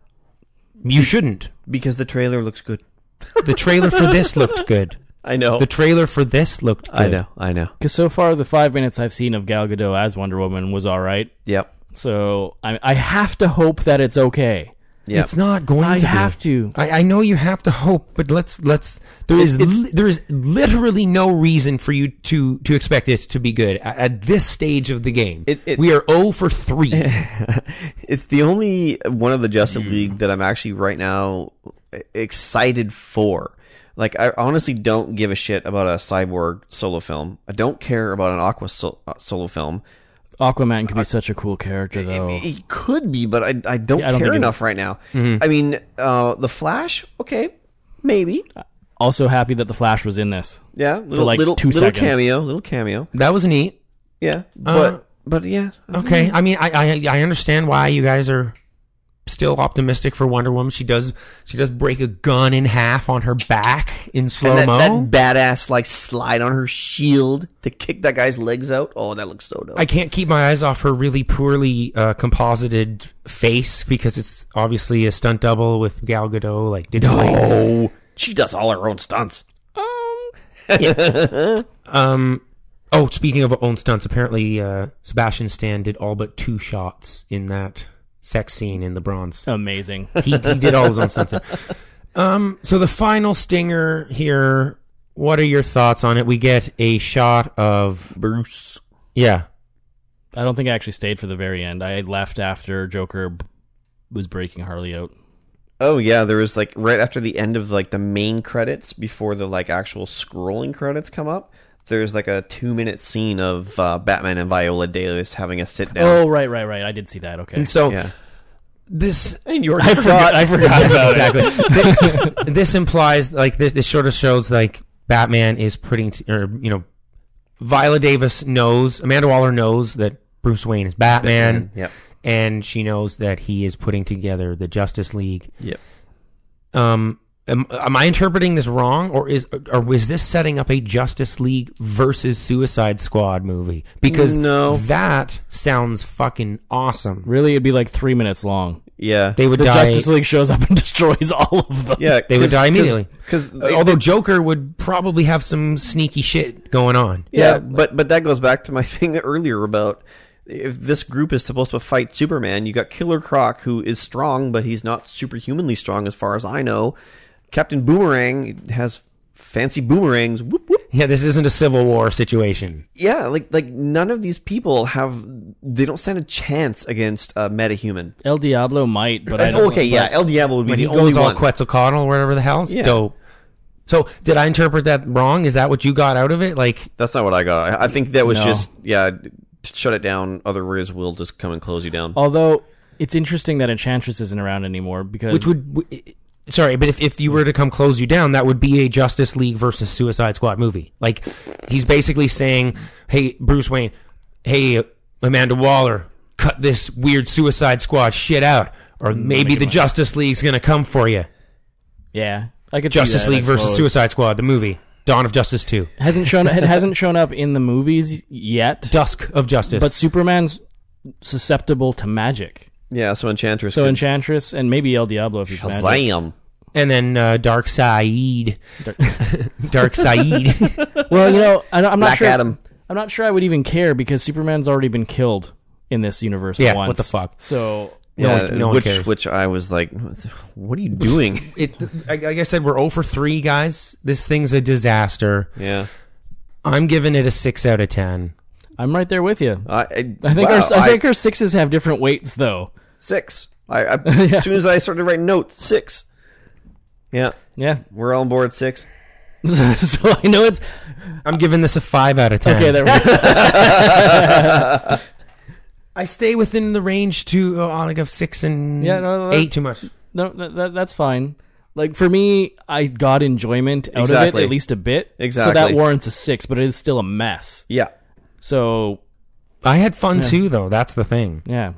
Speaker 4: You shouldn't.
Speaker 6: because the trailer looks good.
Speaker 4: The trailer for this looked good.
Speaker 6: I know.
Speaker 4: The trailer for this looked good.
Speaker 6: Oh. I know. I know.
Speaker 5: Because so far, the five minutes I've seen of Gal Gadot as Wonder Woman was all right.
Speaker 6: Yep.
Speaker 5: So I, I have to hope that it's okay.
Speaker 4: It's not going
Speaker 5: I
Speaker 4: to.
Speaker 5: have
Speaker 4: to. I, I know you have to hope, but let's let's. There is li- there is literally no reason for you to to expect it to be good at, at this stage of the game. we are zero for three.
Speaker 6: it's the only one of the
Speaker 5: Hmm.
Speaker 6: Justice League that I'm actually right now excited for. Like I honestly don't give a shit about a cyborg solo film. I don't care about an Aqua sol- uh, solo film.
Speaker 5: Aquaman could be such a cool character, though.
Speaker 6: He could be, but I I don't
Speaker 5: Oh. Yeah, I don't
Speaker 6: care
Speaker 5: think it-
Speaker 6: enough right now.
Speaker 5: Mhm.
Speaker 6: I mean, uh, the Flash, okay, maybe.
Speaker 5: Also happy that the Flash was in this.
Speaker 6: Yeah,
Speaker 5: For
Speaker 6: little
Speaker 5: like
Speaker 6: little,
Speaker 5: two
Speaker 6: little
Speaker 5: seconds. Uh-huh.
Speaker 6: cameo, little cameo.
Speaker 4: That was neat.
Speaker 6: Yeah,
Speaker 4: Uh,
Speaker 6: but but yeah,
Speaker 4: Okay,
Speaker 6: Mm-hmm.
Speaker 4: I mean, I, I I understand why you guys are still optimistic for Wonder Woman. She does she does break a gun in half on her back in
Speaker 6: And
Speaker 4: slow mo.
Speaker 6: That, that badass like slide on her shield to kick that guy's legs out. Oh, that looks so dope.
Speaker 4: I can't keep my eyes off her really poorly uh, composited face because it's obviously a stunt double with Gal Gadot. Like, did
Speaker 6: No. She does all her own stunts.
Speaker 4: Yeah. um. Oh, speaking of own stunts, apparently uh, Sebastian Stan did all but two shots in that sex scene in the bronze.
Speaker 5: Amazing.
Speaker 4: He, he did all his own stunts. Um. So the final stinger here. What are your thoughts on it? We get a shot of
Speaker 6: Bruce.
Speaker 4: Yeah.
Speaker 5: I don't think I actually stayed for the very end. I left after Joker b- was breaking Harley out.
Speaker 6: Oh yeah, there was like right after the end of like the main credits before the like actual scrolling credits come up. There's like a two minute scene of uh, Batman and Viola Davis having a sit down.
Speaker 5: Oh, right, right, right. I did see that. Okay.
Speaker 4: And so
Speaker 6: Yeah.
Speaker 4: this
Speaker 6: and your
Speaker 5: I forgot. I forgot about
Speaker 4: exactly.
Speaker 5: it.
Speaker 4: Th- this implies like this, this sort of shows like Batman is putting t- or you know Viola Davis knows Amanda Waller knows that Bruce Wayne is Batman.
Speaker 6: Batman, yep.
Speaker 4: And she knows that he is putting together the Justice League.
Speaker 6: Yep.
Speaker 4: Um am, am I interpreting this wrong or is or is this setting up a Justice League versus Suicide Squad movie? Because
Speaker 6: No.
Speaker 4: that sounds fucking awesome.
Speaker 5: Really, it'd be like three minutes long.
Speaker 6: Yeah.
Speaker 4: They would
Speaker 5: the
Speaker 4: die-
Speaker 5: Justice League shows up and destroys all of them.
Speaker 6: Yeah,
Speaker 4: They would die immediately.
Speaker 6: Because
Speaker 4: Uh, although Joker would probably have some sneaky shit going on.
Speaker 6: Yeah, but but that goes back to my thing earlier about if this group is supposed to fight Superman, you got Killer Croc who is strong, but he's not superhumanly strong as far as I know. Captain Boomerang has fancy boomerangs. Whoop whoop.
Speaker 4: Yeah, this isn't a civil war situation.
Speaker 6: Yeah, like like none of these people have they don't stand a chance against a metahuman.
Speaker 5: El Diablo might, but I
Speaker 6: Uh,
Speaker 5: don't.
Speaker 6: okay, yeah,
Speaker 5: but-
Speaker 6: El Diablo would be
Speaker 4: When
Speaker 6: the
Speaker 4: he
Speaker 6: only
Speaker 4: goes all
Speaker 6: one.
Speaker 4: Quetzalcoatl or whatever the hell, it's
Speaker 6: Yeah.
Speaker 4: dope. So did I interpret that wrong? Is that what you got out of it? Like
Speaker 6: That's not what I got. I, I think that was
Speaker 5: No.
Speaker 6: just yeah, t- shut it down. Otherwise, we'll just come and close you down.
Speaker 5: Although it's interesting that Enchantress isn't around anymore because
Speaker 4: which would w- sorry, but if, if you were to come close you down, that would be a Justice League versus Suicide Squad movie. Like he's basically saying, "Hey, Bruce Wayne, hey Amanda Waller, cut this weird Suicide Squad shit out, or maybe the Justice League's gonna come for you."
Speaker 5: yeah, I could see
Speaker 4: Justice
Speaker 5: that, I
Speaker 4: League versus
Speaker 5: suppose.
Speaker 4: Suicide Squad, the movie Dawn of Justice Two,
Speaker 5: hasn't shown it hasn't shown up in the movies yet.
Speaker 4: Dusk of Justice.
Speaker 5: But Superman's susceptible to magic,
Speaker 6: yeah, so Enchantress.
Speaker 5: so
Speaker 6: could-
Speaker 5: Enchantress and maybe El Diablo if he's magic.
Speaker 6: Shazam.
Speaker 4: and then uh, Dark Side, Dark Side.
Speaker 5: Well, you know, I, I'm not
Speaker 6: Black
Speaker 5: sure.
Speaker 6: Adam.
Speaker 5: I'm not sure I would even care because Superman's already been killed in this universe.
Speaker 4: Yeah,
Speaker 5: once.
Speaker 4: what the fuck?
Speaker 5: So
Speaker 4: No
Speaker 6: yeah,
Speaker 4: one- no one
Speaker 6: which
Speaker 4: cares.
Speaker 6: which I was like, what are you doing?
Speaker 4: It, I- like I said, we're 0 for three, guys. This thing's a disaster.
Speaker 6: yeah,
Speaker 4: I'm giving it a six out of ten.
Speaker 5: I'm right there with you.
Speaker 6: I, I,
Speaker 5: I think
Speaker 6: wow,
Speaker 5: our I think our sixes have different weights though.
Speaker 6: six. I, I as soon as I started writing notes, six. Yeah,
Speaker 5: Yeah.
Speaker 6: we're on board six.
Speaker 5: so, so I know it's
Speaker 4: I'm giving this a five out of ten.
Speaker 5: okay. There we go.
Speaker 4: I stay within the range to uh, like of six and
Speaker 5: Yeah, no, that-
Speaker 4: eight too much.
Speaker 5: No, that, that, that's fine. Like for me, I got enjoyment out of
Speaker 6: Exactly.
Speaker 5: it at least a bit. So
Speaker 6: Exactly.
Speaker 5: that warrants a six, but it is still a mess.
Speaker 6: Yeah,
Speaker 5: So
Speaker 4: I had fun too, though. That's the thing.
Speaker 5: yeah,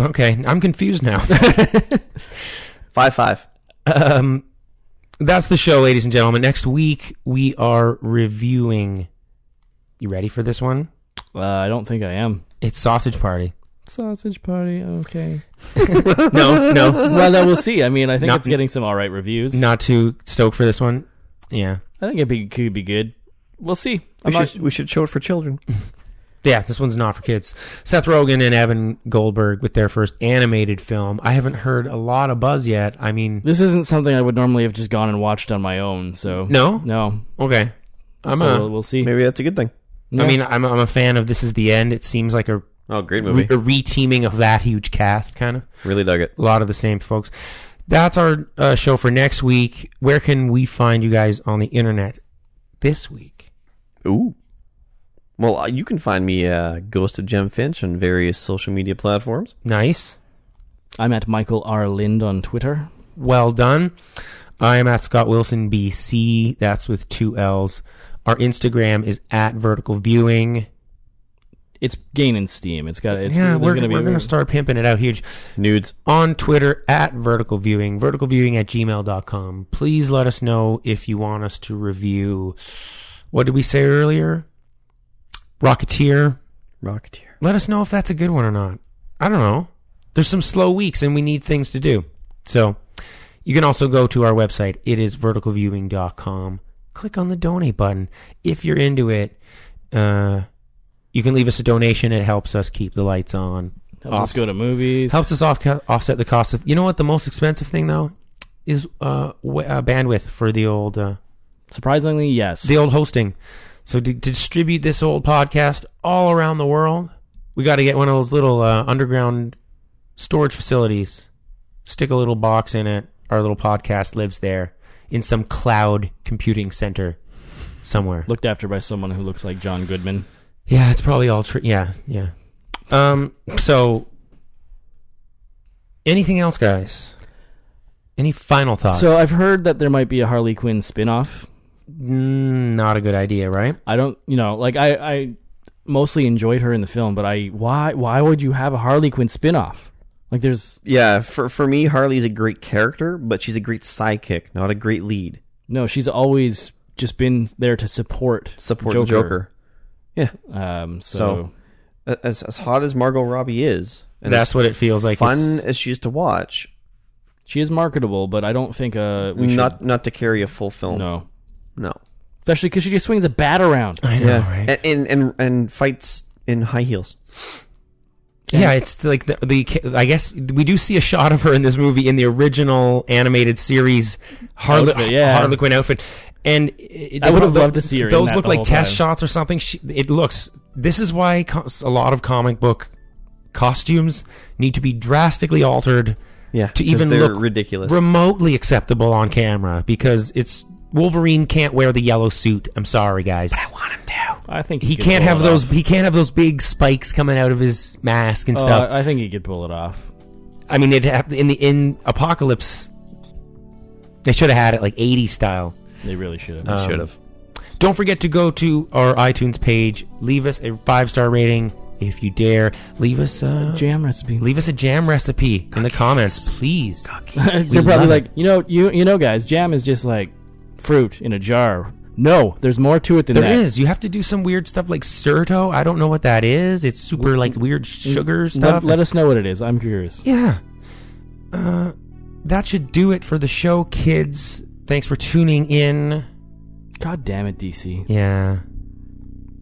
Speaker 4: Okay, I'm confused now.
Speaker 6: five five.
Speaker 4: um, that's the show, ladies and gentlemen. Next week we are reviewing. You ready for this one?
Speaker 5: uh, I don't think I am.
Speaker 4: It's Sausage Party.
Speaker 5: Sausage party. Okay.
Speaker 4: No, no,
Speaker 5: well, no, we'll see. I mean, I think
Speaker 4: Not-
Speaker 5: it's getting some all right reviews.
Speaker 4: not too stoked for this one. Yeah,
Speaker 5: I think it be, could be good. We'll see.
Speaker 6: We
Speaker 5: I'm not-
Speaker 6: should we should show it for children.
Speaker 4: Yeah, this one's not for kids. Seth Rogen and Evan Goldberg with their first animated film. I haven't heard a lot of buzz yet. I mean,
Speaker 5: this isn't something I would normally have just gone and watched on my own. So
Speaker 4: No?
Speaker 5: no,
Speaker 4: okay. I'm
Speaker 5: So
Speaker 4: a-
Speaker 5: we'll- we'll see.
Speaker 6: Maybe that's a good thing.
Speaker 4: I mean, I'm I'm a fan of This Is the End. It seems like a
Speaker 6: Oh, great movie.
Speaker 4: re- a reteaming of that huge cast, kind of.
Speaker 6: Really dug it.
Speaker 4: A lot of the same folks. That's our uh, show for next week. Where can we find you guys on the internet this week?
Speaker 6: Ooh. Well, uh, you can find me uh, Ghost of Gem Finch on various social media platforms.
Speaker 4: Nice.
Speaker 5: I'm at Michael R. Lind on Twitter.
Speaker 4: Well done. I am at Scott Wilson BC. That's with two L's. Our Instagram is at Vertical Viewing.
Speaker 5: It's gaining steam. It's got. It's,
Speaker 4: yeah,
Speaker 5: there's
Speaker 4: we're,
Speaker 5: gonna be
Speaker 4: we're going to start pimping it out huge.
Speaker 6: Nudes.
Speaker 4: On Twitter at Vertical Viewing, Vertical Viewing at gmail.com. Please let us know if you want us to review. What did we say earlier? Rocketeer.
Speaker 6: Rocketeer.
Speaker 4: Let us know if that's a good one or not. I don't know. There's some slow weeks and we need things to do. So you can also go to our website. It is verticalviewing.com. Click on the donate button if you're into it. Uh, you can leave us a donation. It helps us keep the lights on.
Speaker 5: Helps us go to movies.
Speaker 4: Helps us off, offset the cost of. You know what? The most expensive thing though is uh, w- uh, bandwidth for the old uh,
Speaker 5: Surprisingly, yes.
Speaker 4: the old hosting. So to, to distribute this old podcast all around the world, we got to get one of those little uh, underground storage facilities. Stick a little box in it. Our little podcast lives there in some cloud computing center somewhere.
Speaker 5: Looked after by someone who looks like John Goodman.
Speaker 4: Yeah, it's probably all true. Yeah, yeah. Um. So, anything else, guys? Any final thoughts?
Speaker 5: So I've heard that there might be a Harley Quinn spin-off.
Speaker 4: Mm, not a good idea, right?
Speaker 5: I don't, you know, like I, I mostly enjoyed her in the film, but I why why would you have a Harley Quinn spin-off? Like there's
Speaker 6: Yeah, for for me, Harley's a great character, but she's a great sidekick, not a great lead.
Speaker 5: no, she's always just been there to support
Speaker 6: Support the Joker.
Speaker 5: Yeah. Um so,
Speaker 6: So, a- as as hot as Margot Robbie is, and
Speaker 4: That's
Speaker 6: as
Speaker 4: what it feels like
Speaker 6: Fun
Speaker 4: it's-
Speaker 6: as she is to watch,
Speaker 5: she is marketable, but I don't think uh we should
Speaker 6: not not to carry a full film.
Speaker 5: No.
Speaker 6: no.
Speaker 5: especially cuz she just swings a bat around.
Speaker 4: I know,
Speaker 6: yeah,
Speaker 4: right?
Speaker 6: and, and and and fights in high heels.
Speaker 4: Yeah, it's like the, the I guess we do see a shot of her in this movie in the original animated series Harle-
Speaker 5: Outfit, yeah.
Speaker 4: Harlequin outfit, and it,
Speaker 5: I would've loved to see her in
Speaker 4: Those
Speaker 5: that
Speaker 4: look
Speaker 5: the
Speaker 4: like
Speaker 5: whole
Speaker 4: test
Speaker 5: time.
Speaker 4: shots or something. She, it looks. This is why co- a lot of comic book costumes need to be drastically altered.
Speaker 6: Yeah,
Speaker 4: to
Speaker 6: 'cause
Speaker 4: even
Speaker 6: they're
Speaker 4: look
Speaker 6: ridiculous.
Speaker 4: remotely acceptable on camera because it's Wolverine can't wear the yellow suit. I'm sorry, guys.
Speaker 5: I think
Speaker 4: He
Speaker 5: could
Speaker 4: can't
Speaker 5: pull
Speaker 4: have
Speaker 5: it
Speaker 4: those.
Speaker 5: off.
Speaker 4: He can't have those big spikes coming out of his mask and
Speaker 5: Oh,
Speaker 4: stuff.
Speaker 5: I I think he could pull it off.
Speaker 4: I mean, it happened in the in Apocalypse. They should have had it like 80s style.
Speaker 5: They really should have.
Speaker 4: Um, Don't forget to go to our iTunes page. Leave us a five star rating if you dare. Leave us a
Speaker 5: jam recipe.
Speaker 4: Leave us a jam recipe in the comments, please.
Speaker 5: They're probably like, you know, you you know, guys, jam is just like fruit in a jar. No, there's more to it than
Speaker 4: There
Speaker 5: that.
Speaker 4: is. You have to do some weird stuff like Serto. I don't know what that is. It's super like weird sugar
Speaker 5: Let-
Speaker 4: stuff.
Speaker 5: Let, us know what it is. I'm curious.
Speaker 4: Yeah. Uh, that should do it for the show, kids. Thanks for tuning in.
Speaker 5: God damn it, DC.
Speaker 4: Yeah.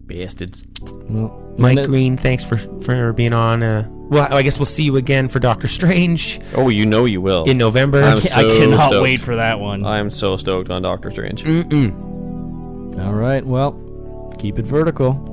Speaker 6: Bastards.
Speaker 5: Well,
Speaker 4: Mike
Speaker 5: and it-
Speaker 4: Green, thanks for for being on. Uh, well, I guess we'll see you again for Doctor Strange
Speaker 6: Oh, you know you will
Speaker 4: in November.
Speaker 6: I'm
Speaker 5: I
Speaker 6: so
Speaker 5: cannot
Speaker 6: stoked.
Speaker 5: wait for that one.
Speaker 6: I am so stoked on Doctor Strange.
Speaker 4: Mm-mm.
Speaker 5: All right, well, keep it vertical.